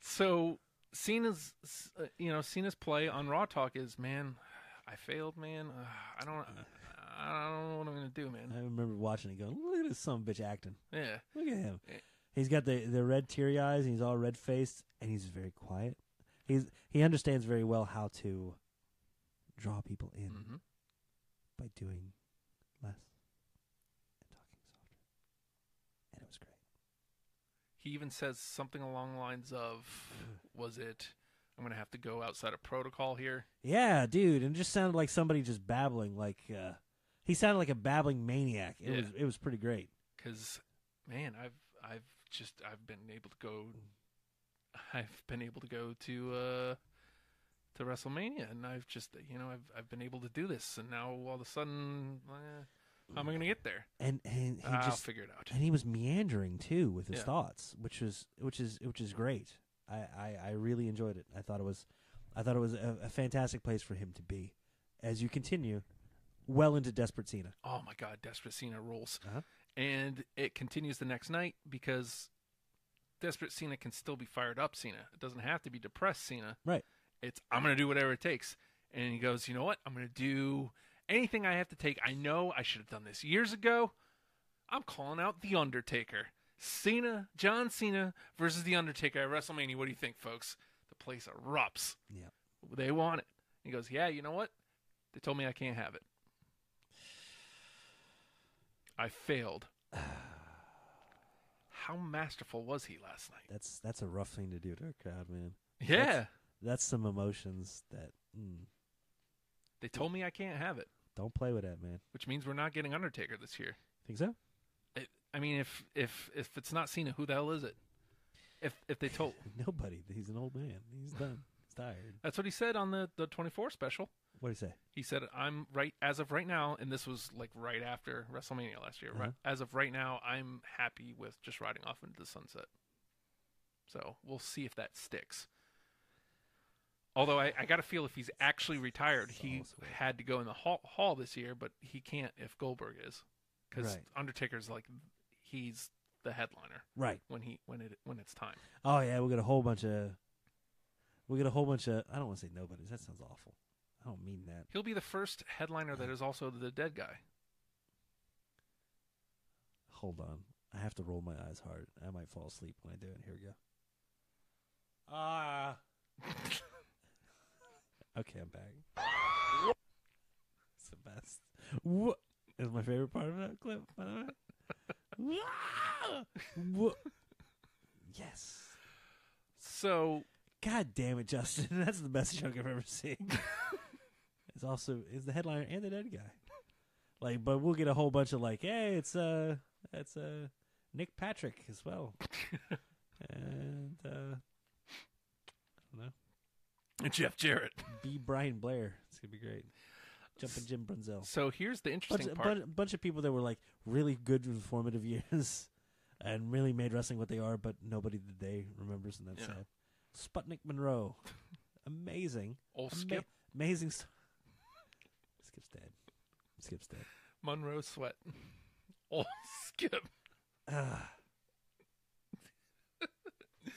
Speaker 6: So Cena's, uh, you know, Cena's play on Raw Talk is, man, I failed, man. Uh, I don't, I don't know what I'm gonna do, man.
Speaker 5: I remember watching it going, look at this son of a bitch acting.
Speaker 6: Yeah,
Speaker 5: Look at him.
Speaker 6: Eh.
Speaker 5: He's got the, the red teary eyes and he's all red faced and he's very quiet. He's he understands very well how to draw people in
Speaker 6: Mhm.
Speaker 5: by doing less and talking softer. And it was great.
Speaker 6: he even says something along the lines of, "Was it? I'm gonna have to go outside of protocol here."
Speaker 5: Yeah, dude, and it just sounded like somebody just babbling like uh he sounded like a babbling maniac. It
Speaker 6: Yeah.
Speaker 5: was it was pretty great.
Speaker 6: because man i've i've just i've been able to go i've been able to go to uh to wrestlemania and i've just you know i've i've been able to do this and now all of a sudden eh, how am i gonna get there
Speaker 5: And and he
Speaker 6: i'll
Speaker 5: just
Speaker 6: figure it out
Speaker 5: and he was meandering too with his
Speaker 6: Ah, Yeah.
Speaker 5: thoughts, which was which is which is great. I, I I really enjoyed it. I thought it was, I thought it was a, a fantastic place for him to be. As you continue, well into Desperate Cena,
Speaker 6: oh my god desperate cena rules
Speaker 5: Uh-huh.
Speaker 6: and it continues the next night because desperate cena can still be fired up cena it doesn't have to be depressed cena
Speaker 5: right?
Speaker 6: It's I'm gonna do whatever it takes. And he goes, you know what? I'm gonna do anything I have to take. I know I should have done this years ago. I'm calling out the Undertaker. Cena, John Cena versus the Undertaker at WrestleMania. What do you think, folks? The place erupts.
Speaker 5: Yeah.
Speaker 6: They want it. He goes, yeah. You know what? They told me I can't have it. I failed. How masterful was he last night?
Speaker 5: That's that's a rough thing to do to a crowd, man.
Speaker 6: Yeah.
Speaker 5: That's some emotions that mm,
Speaker 6: They told me I can't have it,
Speaker 5: don't play with that, man.
Speaker 6: which means we're not getting Undertaker this year.
Speaker 5: Think so?
Speaker 6: it, I mean, if if if it's not Cena, who the hell is it? If if they told,
Speaker 5: Nobody. He's an old man. He's done. He's tired.
Speaker 6: that's what he said on the the twenty four special.
Speaker 5: What do you say?
Speaker 6: He said, "I'm right as of right now," and this was like right after WrestleMania last year. Right, as of right now, I'm happy with just riding off into the sunset. So we'll see if that sticks. Although I, I got to feel if he's actually retired, he
Speaker 5: also-
Speaker 6: had to go in the hall, hall this year, but he can't if Goldberg is, because
Speaker 5: Right.
Speaker 6: Undertaker's like he's the headliner.
Speaker 5: Right.
Speaker 6: when he when it when it's time.
Speaker 5: Oh yeah, we got a whole bunch of. We got a whole bunch of. I don't want to say nobodies. That sounds awful. I don't mean that.
Speaker 6: He'll be the first headliner that is also the dead guy.
Speaker 5: Hold on. I have to roll my eyes hard. I might fall asleep when I do it. Here we go. Ah. okay, I'm back. it's the best. What is my favorite part of that clip, by the way? Wha- wha- yes.
Speaker 6: So
Speaker 5: God damn it, Justin. That's the best joke I've ever seen. it's also is the headliner and the dead guy. Like, but we'll get a whole bunch of like, hey, it's uh it's uh Nick Patrick as well. and uh I don't know.
Speaker 6: Jeff Jarrett.
Speaker 5: B Brian Blair. It's gonna be great. Jumping Jim Brunzel.
Speaker 6: So here's the
Speaker 5: Bunch,
Speaker 6: interesting part.
Speaker 5: bunch, bunch of people that were like really good informative years and really made wrestling what they are, but nobody today remembers and that's
Speaker 6: Yeah.
Speaker 5: sad. Sputnik Monroe. Amazing.
Speaker 6: Old
Speaker 5: Ama-
Speaker 6: Skip
Speaker 5: Amazing. St- Skip's dead. Skip's dead.
Speaker 6: Monroe Sweat. Old Skip.
Speaker 5: Ah.
Speaker 6: So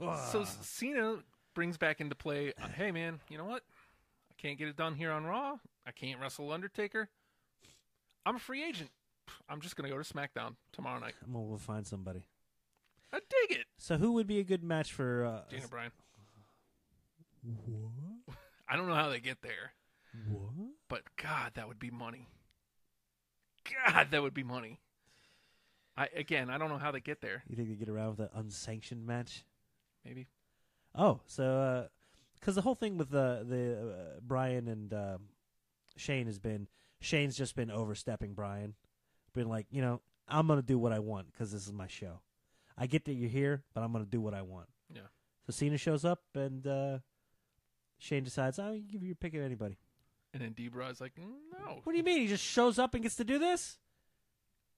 Speaker 5: Ah.
Speaker 6: Cena brings back into play. uh, Hey man, you know what? I can't get it done here on Raw. I can't wrestle Undertaker. I'm a free agent. I'm just gonna go to SmackDown tomorrow night.
Speaker 5: I'm gonna find somebody.
Speaker 6: I dig it.
Speaker 5: So who would be a good match for? Uh,
Speaker 6: Dana Bryan.
Speaker 5: what?
Speaker 6: I don't know how they get there,
Speaker 5: What?
Speaker 6: but God, that would be money. God, that would be money. I again, I don't know how they get there.
Speaker 5: You think they get around with an unsanctioned match?
Speaker 6: Maybe.
Speaker 5: Oh, so because the whole thing with the the uh, Brian and uh, Shane has been Shane's just been overstepping Brian, been like you know I'm gonna do what I want because this is my show. I get that you're here, but I'm going to do what I want.
Speaker 6: Yeah.
Speaker 5: So Cena shows up, and uh, Shane decides, "I will give you your pick of anybody."
Speaker 6: And then Debra is like, "Mm, no.
Speaker 5: What do you mean? He just shows up and gets to do this?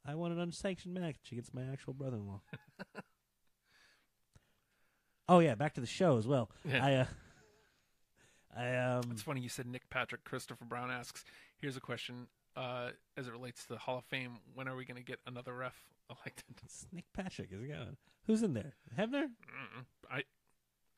Speaker 5: I want an unsanctioned match against my actual brother in law. oh yeah, back to the show as well.
Speaker 6: Yeah.
Speaker 5: I uh, I um
Speaker 6: It's funny you said Nick Patrick. Christopher Brown asks, here's a question uh, as it relates to the Hall of Fame. When are we going to get another ref elected?
Speaker 5: it's Nick Patrick is going. Who's in there? Hebner?
Speaker 6: Mm, I,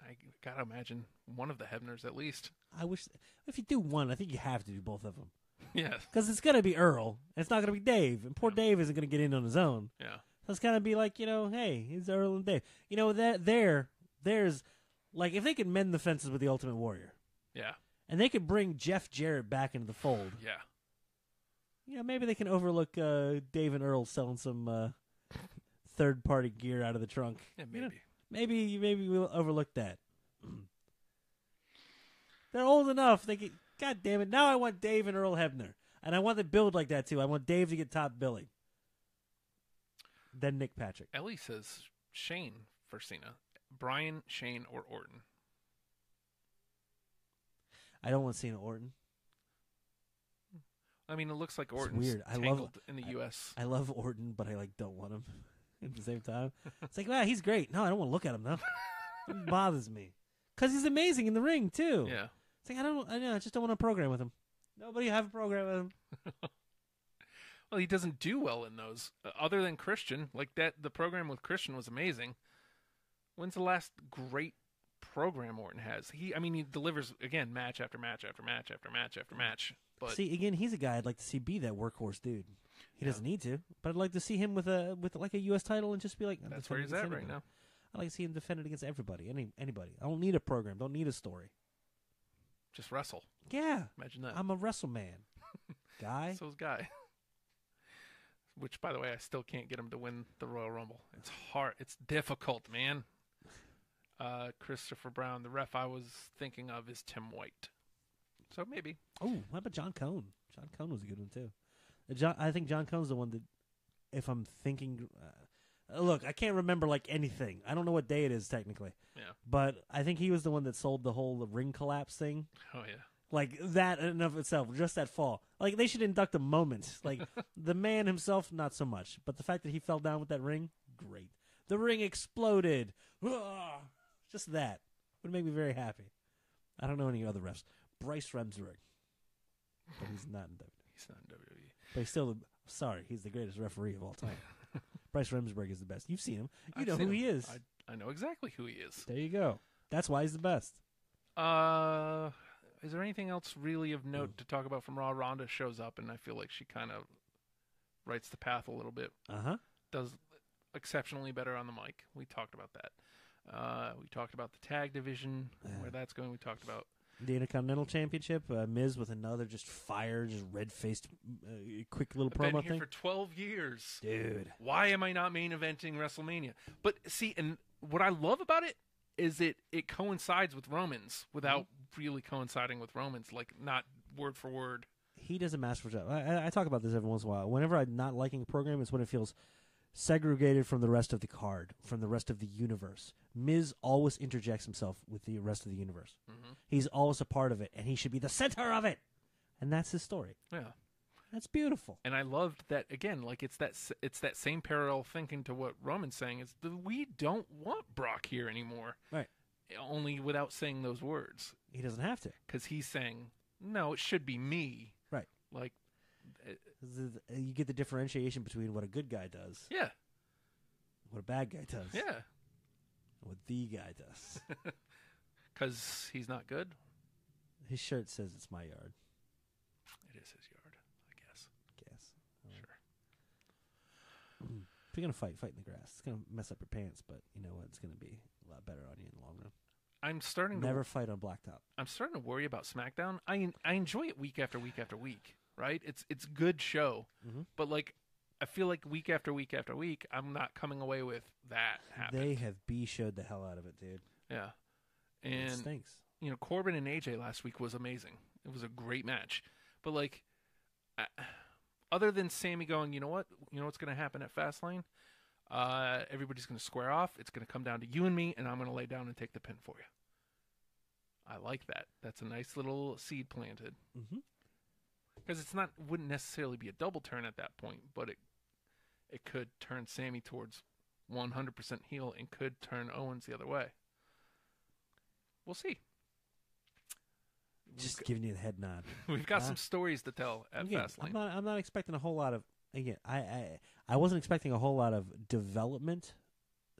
Speaker 6: I got to imagine one of the Hebners at least.
Speaker 5: I wish if you do one, I think you have to do both of them
Speaker 6: Yes.
Speaker 5: because it's gonna be Earl. And it's not gonna be Dave, and poor Dave isn't gonna get in on his own.
Speaker 6: Yeah.
Speaker 5: So it's kind of be like, you know, hey, it's Earl and Dave. You know that there, there's like if they could mend the fences with the Ultimate Warrior,
Speaker 6: Yeah.
Speaker 5: and they could bring Jeff Jarrett back into the fold.
Speaker 6: Yeah.
Speaker 5: You know, maybe they can overlook uh, Dave and Earl selling some uh, third party gear out of the trunk.
Speaker 6: Yeah,
Speaker 5: You know,
Speaker 6: maybe.
Speaker 5: maybe maybe we'll overlook that. They're old enough. They get. God damn it! Now I want Dave and Earl Hebner, and I want to build like that too. I want Dave to get top billing. Then Nick Patrick.
Speaker 6: Ellie says Shane for Cena. Brian, Shane, or Orton.
Speaker 5: I don't want Cena Orton.
Speaker 6: I mean, it looks like Orton's
Speaker 5: weird. I love-
Speaker 6: tangled in the U.S.
Speaker 5: I love Orton, but I like don't want him at the same time. It's like, wow, he's great. No, I don't want to look at him though. it bothers me because he's amazing in the ring too.
Speaker 6: yeah.
Speaker 5: It's like I don't, I, know, I just don't want to program with him. Nobody have a program with him.
Speaker 6: Well, he doesn't do well in those, uh, other than Christian. Like that, the program with Christian was amazing. When's the last great program Orton has? He, I mean, he delivers again, match after match after match after match after match. But
Speaker 5: see, again, he's a guy I'd like to see be that workhorse dude. He doesn't need to, but I'd like to see him with a with like a U.S. title and just be like, I'm
Speaker 6: that's where
Speaker 5: defending
Speaker 6: he's
Speaker 5: against
Speaker 6: at right
Speaker 5: anybody.
Speaker 6: now.
Speaker 5: I'd like to see him defend it against everybody, any anybody. I don't need a program. Don't need a story.
Speaker 6: Just wrestle.
Speaker 5: Yeah,
Speaker 6: Imagine that.
Speaker 5: I'm a wrestle man guy.
Speaker 6: So's Guy. Which, by the way, I still can't get him to win the Royal Rumble. It's hard. It's difficult, man. Uh, Christopher Brown, the ref I was thinking of is Tim White. So maybe.
Speaker 5: Oh, what about John Cone? John Cone was a good one too. Uh, John, I think John Cone's the one that, if I'm thinking, uh, uh, look, I can't remember like anything. I don't know what day it is technically,
Speaker 6: Yeah.
Speaker 5: but I think he was the one that sold the whole ring collapse thing.
Speaker 6: Oh yeah.
Speaker 5: Like that in and of itself, just that fall. Like they should induct a moment. Like the man himself, not so much, but the fact that he fell down with that ring, great. The ring exploded. Ah! Just that would make me very happy. I don't know any other refs. Bryce Remsburg, but he's not in WWE.
Speaker 6: He's not in E. WWE.
Speaker 5: But he's still, sorry, he's the greatest referee of all time. Bryce Remsburg is the best. You've seen him. You
Speaker 6: I've
Speaker 5: know
Speaker 6: seen
Speaker 5: who he
Speaker 6: him.
Speaker 5: is.
Speaker 6: I, I know exactly who he is.
Speaker 5: There you go. That's why he's the best.
Speaker 6: Uh, is there anything else really of
Speaker 5: Hmm.
Speaker 6: note to talk about from Raw? Ronda shows up, and I feel like she kind of writes the path a little bit.
Speaker 5: Uh huh.
Speaker 6: does exceptionally better on the mic. We talked about that. Uh, we talked about the tag division, where that's going. We talked about
Speaker 5: The Intercontinental Championship. Uh, Miz with another just fire, just red faced, uh, quick little
Speaker 6: I've been
Speaker 5: promo
Speaker 6: here
Speaker 5: thing.
Speaker 6: for 12 years.
Speaker 5: Dude.
Speaker 6: Why am I not main eventing WrestleMania? But see, and what I love about it is it it coincides with Romans without
Speaker 5: Mm-hmm.
Speaker 6: really coinciding with Romans, like not word for word.
Speaker 5: he does a masterful job. I, I, I talk about this every once in a while. Whenever I'm not liking a program, it's when it feels segregated from the rest of the card, from the rest of the universe. Miz always interjects himself with the rest of the universe.
Speaker 6: Mm-hmm.
Speaker 5: He's always a part of it, and he should be the center of it. And that's his story.
Speaker 6: Yeah.
Speaker 5: That's beautiful.
Speaker 6: And I loved that again. Like it's that s- it's that same parallel thinking to what Roman's saying is the we don't want Brock here anymore,
Speaker 5: Right.
Speaker 6: only without saying those words.
Speaker 5: He doesn't have to.
Speaker 6: because he's saying no it should be me
Speaker 5: Right.
Speaker 6: like
Speaker 5: The- the- You get the differentiation between what a good guy does,
Speaker 6: yeah
Speaker 5: what a bad guy does,
Speaker 6: yeah
Speaker 5: and what the guy does.
Speaker 6: because he's not good
Speaker 5: his shirt says it's my yard.
Speaker 6: it is his yard i guess
Speaker 5: Guess. Um,
Speaker 6: sure
Speaker 5: If you're gonna fight, fight in the grass. It's gonna mess up your pants, but you know what? It's gonna be a lot better on you in the long run.
Speaker 6: i'm starting to
Speaker 5: Never fight on blacktop.
Speaker 6: i'm starting to worry about smackdown i i enjoy it week after week after week right it's it's good show
Speaker 5: Mm-hmm.
Speaker 6: but like i feel like week after week after week i'm not coming away with that happened.
Speaker 5: They have b showed the hell out of it, dude.
Speaker 6: yeah
Speaker 5: it
Speaker 6: and
Speaker 5: stinks.
Speaker 6: you know Corbin and AJ last week was amazing. It was a great match, but like, I, other than Sammy going, you know what, you know what's going to happen at Fastlane, Uh, everybody's going to square off. It's going to come down to you and me, and I'm going to lay down and take the pin for you. I like that. That's a nice little seed planted.
Speaker 5: Mhm.
Speaker 6: Because it's not wouldn't necessarily be a double turn at that point, but it it could turn Sammy towards 100% heel and could turn Owens the other way. We'll see.
Speaker 5: Just giving you the head nod.
Speaker 6: We've got
Speaker 5: Ah.
Speaker 6: some stories to tell at
Speaker 5: Again,
Speaker 6: Fastlane.
Speaker 5: I'm not. I'm not expecting a whole lot of. Again, I, I I wasn't expecting a whole lot of development,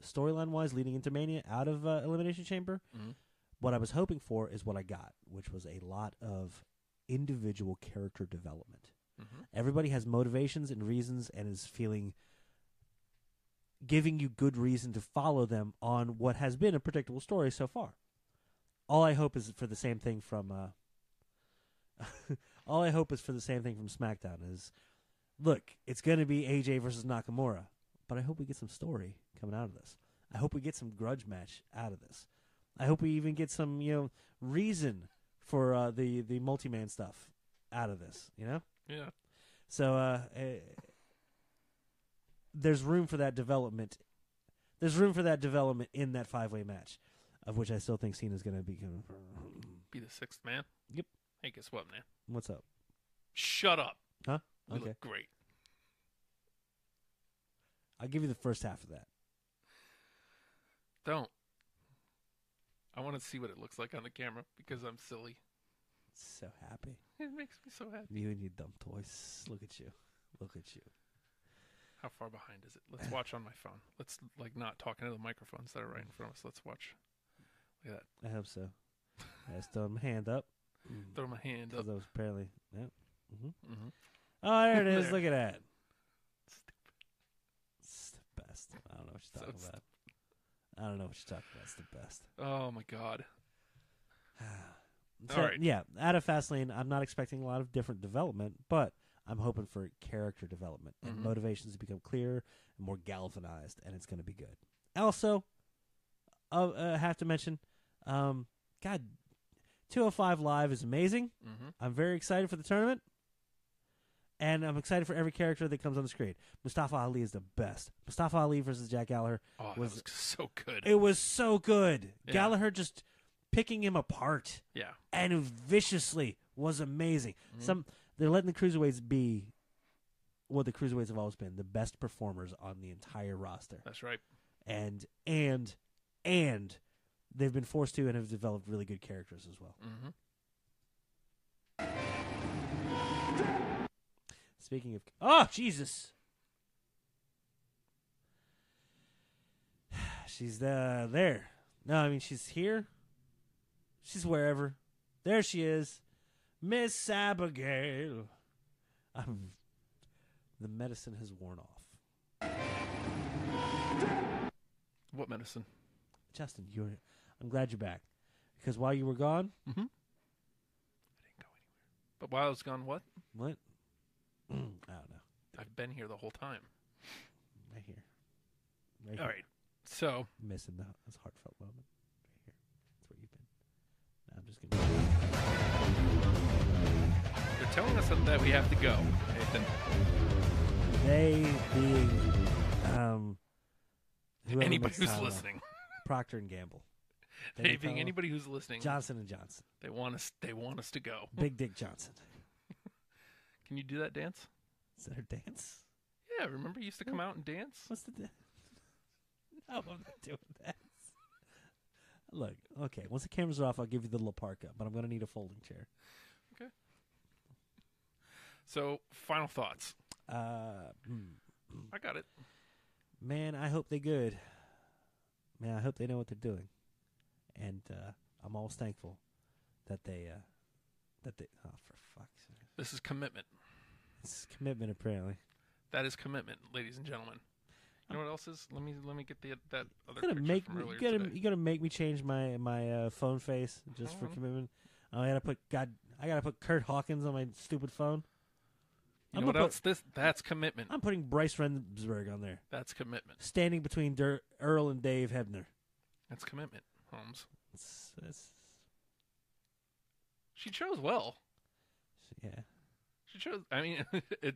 Speaker 5: storyline wise, leading into Mania out of uh, Elimination Chamber.
Speaker 6: Mhm.
Speaker 5: What I was hoping for is what I got, which was a lot of individual character development.
Speaker 6: Mhm.
Speaker 5: Everybody has motivations and reasons, and is feeling giving you good reason to follow them on what has been a predictable story so far. All I hope is for the same thing from. Uh, all I hope is for the same thing from SmackDown is, look, it's going to be AJ versus Nakamura, but I hope we get some story coming out of this. I hope we get some grudge match out of this. I hope we even get some you know reason for uh, the the multi man stuff out of this. You know,
Speaker 6: Yeah.
Speaker 5: so uh, eh, there's room for that development. There's room for that development in that five way match, of which I still think Cena's going to be.
Speaker 6: Be the sixth man.
Speaker 5: Yep.
Speaker 6: Hey, guess what, man?
Speaker 5: What's up?
Speaker 6: Shut up.
Speaker 5: Huh?
Speaker 6: We
Speaker 5: Okay,
Speaker 6: look great.
Speaker 5: I'll give you the first half of that.
Speaker 6: Don't. I want to see what it looks like on the camera because I'm silly.
Speaker 5: So happy.
Speaker 6: It makes me so happy.
Speaker 5: You and your dumb toys. Look at you. Look at you.
Speaker 6: How far behind is it? Let's watch on my phone. Let's like not talking to the microphones that are right in front of us. Let's watch. Look at
Speaker 5: I hope so. I just throw my hand up.
Speaker 6: that. Throw my hand up.
Speaker 5: Because I was apparently. Yep. hmm
Speaker 6: Mhm.
Speaker 5: Oh, there it is.
Speaker 6: There.
Speaker 5: Look at that. It's the best. I don't know what you're
Speaker 6: So
Speaker 5: talking
Speaker 6: stu-
Speaker 5: about. I don't know what you're talking about. It's the best.
Speaker 6: Oh my god.
Speaker 5: So,
Speaker 6: All right.
Speaker 5: Yeah, out of Fastlane, I'm not expecting a lot of different development, but I'm hoping for character development and
Speaker 6: Mhm.
Speaker 5: motivations to become clearer and more galvanized, and it's going to be good. Also, I uh, uh, have to mention, um, God, 205 Live is amazing.
Speaker 6: Mm-hmm.
Speaker 5: I'm very excited for the tournament, and I'm excited for every character that comes on the screen. Mustafa Ali is the best. Mustafa Ali versus Jack Gallagher
Speaker 6: Oh, that
Speaker 5: was
Speaker 6: was so good.
Speaker 5: it was so good.
Speaker 6: Yeah.
Speaker 5: Gallagher just picking him apart
Speaker 6: yeah.
Speaker 5: and viciously was amazing. Some they're letting the cruiserweights be what the cruiserweights have always been, the best performers on the entire roster.
Speaker 6: That's right.
Speaker 5: And and and they've been forced to and have developed really good characters as well.
Speaker 6: Mhm.
Speaker 5: Speaking of Oh, Jesus. She's uh, there. No, I mean she's here. She's wherever. There she is. Miss Abigail. I'm, the medicine has worn off.
Speaker 6: What medicine?
Speaker 5: Justin, you're. I'm glad you're back, because while you were gone,
Speaker 6: I didn't go anywhere. But while I was gone, what?
Speaker 5: what? I don't know.
Speaker 6: I've been here the whole time.
Speaker 5: Right here. Right
Speaker 6: All
Speaker 5: here.
Speaker 6: right. So
Speaker 5: Missing the this heartfelt moment. Right here. That's where you've been. Now I'm just gonna.
Speaker 6: they're telling us that we have to go. Nathan.
Speaker 5: They being um. whoever
Speaker 6: Anybody
Speaker 5: makes
Speaker 6: who's
Speaker 5: Tylenol.
Speaker 6: listening.
Speaker 5: Procter and Gamble. They
Speaker 6: Hey,
Speaker 5: make
Speaker 6: being
Speaker 5: Tylenol.
Speaker 6: anybody who's listening,
Speaker 5: Johnson and Johnson.
Speaker 6: they want us. They want us to go.
Speaker 5: Big Dick Johnson.
Speaker 6: Can you do that dance?
Speaker 5: Is that her dance?
Speaker 6: Yeah, remember you used to come out and dance.
Speaker 5: What's the da- No, I'm not doing that. Look, okay. Once the cameras are off, I'll give you the La Parka, but I'm gonna need a folding chair.
Speaker 6: So, final thoughts.
Speaker 5: Uh, mm,
Speaker 6: I got it.
Speaker 5: man, I hope they good. Man, I hope they know what they're doing, and uh, I'm always thankful that they uh, that they. Oh, for fuck's sake!
Speaker 6: This is commitment.
Speaker 5: It's commitment, apparently.
Speaker 6: That is commitment, ladies and gentlemen. You know what else is? Let me let me get the that other
Speaker 5: You're
Speaker 6: picture
Speaker 5: gonna make e-
Speaker 6: from
Speaker 5: me,
Speaker 6: earlier
Speaker 5: you gotta
Speaker 6: today.
Speaker 5: you gotta make me change my my uh, phone face just for
Speaker 6: Mhm.
Speaker 5: commitment. I gotta put God. I gotta put Kurt Hawkins on my stupid phone.
Speaker 6: You
Speaker 5: I'm
Speaker 6: know what
Speaker 5: gonna
Speaker 6: else? This that's commitment.
Speaker 5: I'm putting Bryce Rensburg on there,
Speaker 6: That's commitment.
Speaker 5: standing between Der- Earl and Dave Hebner.
Speaker 6: That's commitment. Holmes.
Speaker 5: It's, it's,
Speaker 6: She chose well.
Speaker 5: yeah,
Speaker 6: She chose. I mean, it.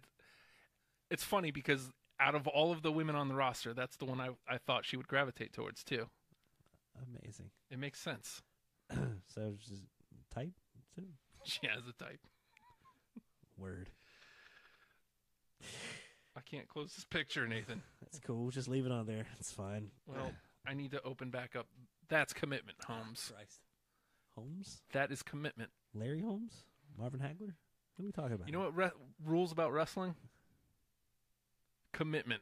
Speaker 6: It's funny because out of all of the women on the roster, that's the one I, I thought she would gravitate towards too.
Speaker 5: Amazing.
Speaker 6: It makes sense.
Speaker 5: so it's just type. That's it.
Speaker 6: She has a type.
Speaker 5: Word.
Speaker 6: I can't close this picture, Nathan.
Speaker 5: That's cool. Just leave it on there. It's fine.
Speaker 6: Well, I need to open back up. That's commitment, Holmes.
Speaker 5: Christ. Holmes?
Speaker 6: That is commitment.
Speaker 5: Larry Holmes? Marvin Hagler? What are we talking about?
Speaker 6: You know what re- rules about wrestling? Commitment.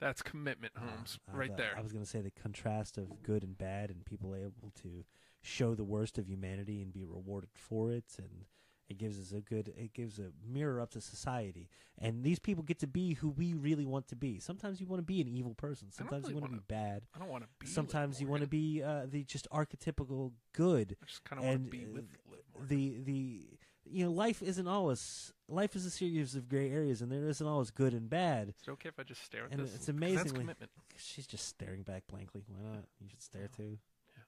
Speaker 6: That's commitment, Holmes.
Speaker 5: Uh, I
Speaker 6: Right
Speaker 5: thought-
Speaker 6: there.
Speaker 5: I was going to say the contrast of good and bad, and people able to show the worst of humanity and be rewarded for it, and it gives us a good, it gives a mirror up to society. And these people get to be who we really want to be. Sometimes you want to be an evil person. Sometimes
Speaker 6: really
Speaker 5: you want to
Speaker 6: wanna
Speaker 5: be bad.
Speaker 6: I don't want to be.
Speaker 5: Sometimes you want to be uh, the just archetypical good.
Speaker 6: I just kind of want to
Speaker 5: and,
Speaker 6: be
Speaker 5: uh,
Speaker 6: with Liv Morgan.
Speaker 5: the the you know life isn't always life is a series of gray areas and there isn't always good and bad
Speaker 6: Is it okay if I just stare at
Speaker 5: and
Speaker 6: this? 'Cause
Speaker 5: it's
Speaker 6: That's
Speaker 5: amazingly-
Speaker 6: commitment.
Speaker 5: she's just staring back blankly why not you should stare too
Speaker 6: Yeah.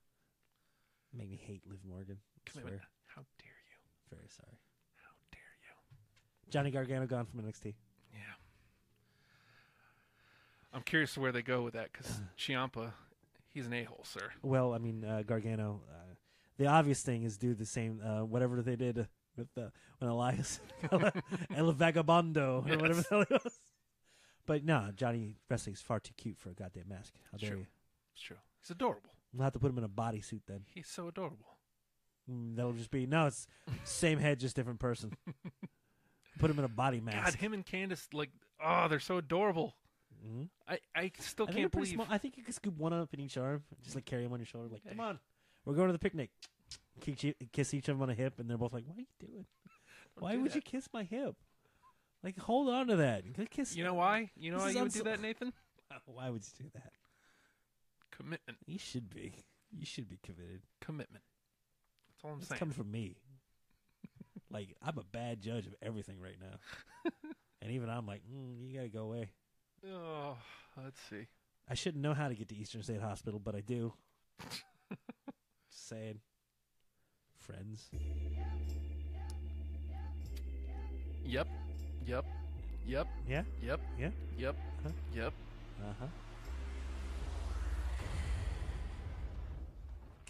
Speaker 5: make me hate liv morgan I
Speaker 6: Commitment.
Speaker 5: swear.
Speaker 6: How dare you?
Speaker 5: very sorry
Speaker 6: How dare you?
Speaker 5: johnny gargano gone from nxt
Speaker 6: Yeah. I'm curious to where they go with that because
Speaker 5: Uh.
Speaker 6: Chiampa, he's an a hole, sir.
Speaker 5: well i mean uh, gargano uh, the obvious thing is do the same uh, whatever they did with uh, when elias el vagabondo or whatever the hell it was but no johnny wrestling's far too cute for a goddamn mask how dare
Speaker 6: True.
Speaker 5: you
Speaker 6: It's true. He's adorable.
Speaker 5: We'll have to put him in a bodysuit then.
Speaker 6: He's so adorable.
Speaker 5: Mm, That'll just be no, it's same head, just different person. put him in a body
Speaker 6: God,
Speaker 5: mask.
Speaker 6: him and Candace, like, oh, they're so adorable.
Speaker 5: Mhm.
Speaker 6: I, I still
Speaker 5: I think, they're
Speaker 6: can't
Speaker 5: pretty
Speaker 6: believe.
Speaker 5: small. I think you could scoop one up in each arm, just like carry him on your shoulder. Like, come on, we're going to the picnic. Kiss each- Kiss each of them on a hip, and they're both like, "What are you doing? Why
Speaker 6: do
Speaker 5: would you
Speaker 6: that.
Speaker 5: kiss my hip? Like, hold on to that. Go Kiss.
Speaker 6: You know why? You know
Speaker 5: This
Speaker 6: why
Speaker 5: is
Speaker 6: you would do
Speaker 5: unso-
Speaker 6: that, Nathan?
Speaker 5: Why would you do that?
Speaker 6: Commitment.
Speaker 5: You should be. You should be committed.
Speaker 6: Commitment. That's all I'm
Speaker 5: It's
Speaker 6: saying.
Speaker 5: coming from me. like I'm a bad judge of everything right now, and even I'm like, mm, you gotta go away.
Speaker 6: oh, let's see.
Speaker 5: I shouldn't know how to get to Eastern State Hospital, but I do. Just saying. Friends.
Speaker 6: Yep. Yep. Yep.
Speaker 5: Yeah.
Speaker 6: Yep.
Speaker 5: Yeah.
Speaker 6: Yep.
Speaker 5: Huh?
Speaker 6: Yep.
Speaker 5: Uh huh.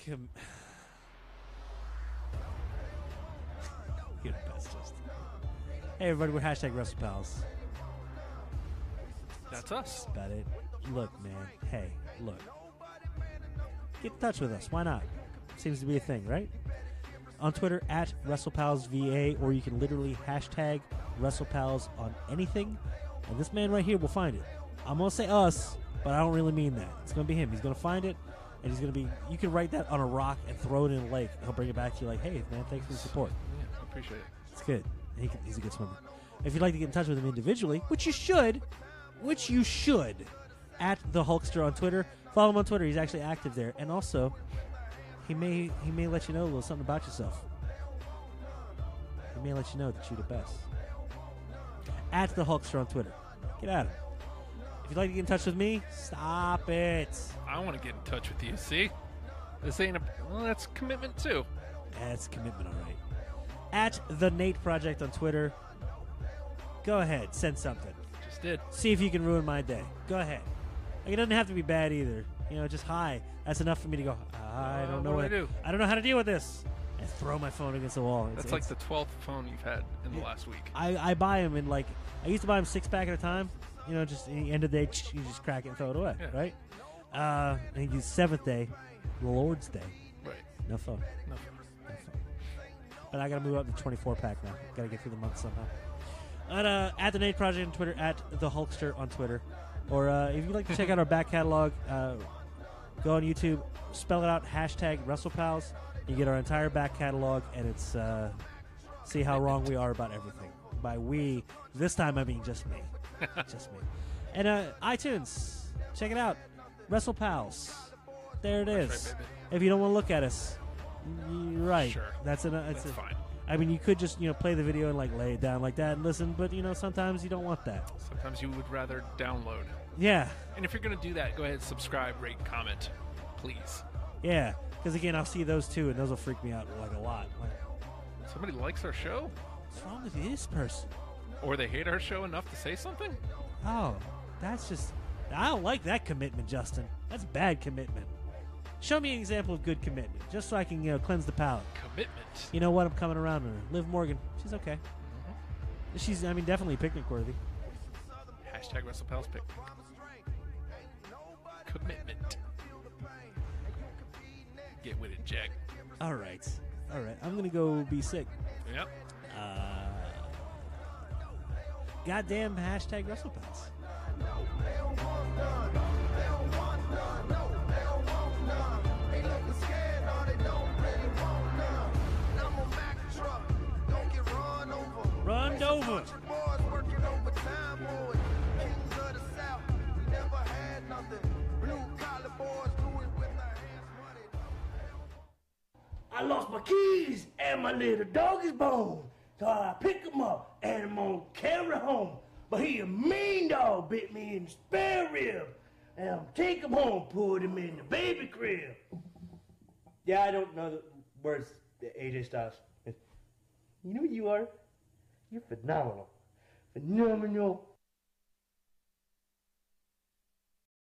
Speaker 5: Com- You're the best, Justin. Hey, everybody, we're hashtag WrestlePals.
Speaker 6: That's us.
Speaker 5: About it. Look, man. Hey, look. Get in touch with us. Why not? Seems to be a thing, right? on Twitter at WrestlePalsVA, or you can literally hashtag WrestlePals on anything. And this man right here will find it. I'm going to say us, but I don't really mean that. It's going to be him. He's going to find it, and he's going to be. You can write that on a rock and throw it in a lake. and He'll bring it back to you like, hey, man, thanks for the support.
Speaker 6: Yeah, I appreciate it.
Speaker 5: It's good. He can, he's a good swimmer. If you'd like to get in touch with him individually, which you should, which you should, at the Hulkster on Twitter. Follow him on Twitter. He's actually active there, and also he may he may let you know a little something about yourself. He may let you know that you're the best. At the Hulkster on Twitter. Get at him. If you'd like to get in touch with me, stop it.
Speaker 6: I want to get in touch with you. See, this ain't a. Well, that's commitment too.
Speaker 5: That's commitment, all right. At the Nate Project on Twitter. Go ahead, send something.
Speaker 6: Just did.
Speaker 5: See if you can ruin my day. Go ahead. Like, it doesn't have to be bad either. You know, just hi. That's enough for me to go. I
Speaker 6: Uh,
Speaker 5: don't know
Speaker 6: what do I do?"
Speaker 5: I don't know how to deal with this. And throw my phone against the wall. It's-
Speaker 6: That's like
Speaker 5: it's-
Speaker 6: the twelfth phone you've had in the last week.
Speaker 5: I, I buy them in like I used to buy them six pack at a time. You know, just at the end of the day, you just crack it and throw it away,
Speaker 6: Yeah.
Speaker 5: right? Uh, and you seventh day, Lord's Day,
Speaker 6: Right.
Speaker 5: no phone.
Speaker 6: No.
Speaker 5: But I gotta move up to 24 pack now. Gotta get through the month somehow. At, uh, at the Nate Project on Twitter, at the Hulkster on Twitter, or uh, if you'd like to check out our back catalog, uh, go on YouTube, spell it out hashtag WrestlePals. You get our entire back catalog, and it's uh, see how wrong we are about everything. By we, this time I mean just me, just me. And uh, iTunes, check it out, WrestlePals. There it is.
Speaker 6: right, baby.
Speaker 5: if you don't want to look at us, y- right?
Speaker 6: Sure.
Speaker 5: That's an. It's
Speaker 6: That's
Speaker 5: a-
Speaker 6: fine.
Speaker 5: I mean, you could just you know play the video and like lay it down like that and listen, but you know sometimes you don't want that.
Speaker 6: Sometimes you would rather download.
Speaker 5: Yeah,
Speaker 6: And if you're gonna do that, go ahead, subscribe, rate, comment, please.
Speaker 5: yeah. Because again, I'll see those two, and those will freak me out like a lot. Like,
Speaker 6: Somebody likes our show,
Speaker 5: what's wrong with this person?
Speaker 6: or they hate our show enough to say something.
Speaker 5: Oh, That's just. I don't like that commitment, Justin. That's bad commitment. Show me an example of good commitment, just so I can you know cleanse the palate.
Speaker 6: Commitment.
Speaker 5: You know what? I'm coming around on her. Liv Morgan, she's okay. She's, I mean, definitely picnic worthy.
Speaker 6: Hashtag WrestlePals pick. Commitment. Get with it, Jack.
Speaker 5: All right, all right. I'm gonna go be sick.
Speaker 6: Yep.
Speaker 5: Uh, goddamn hashtag WrestlePals. Run over.
Speaker 7: I lost my keys and my little dog is bone. So I pick him up and I'm gonna carry home. But he a mean dog bit me in the spare rib. And I'm take him home, put him in the baby crib. Yeah, I don't know the words that AJ Styles. You know who you are? You're phenomenal. Phenomenal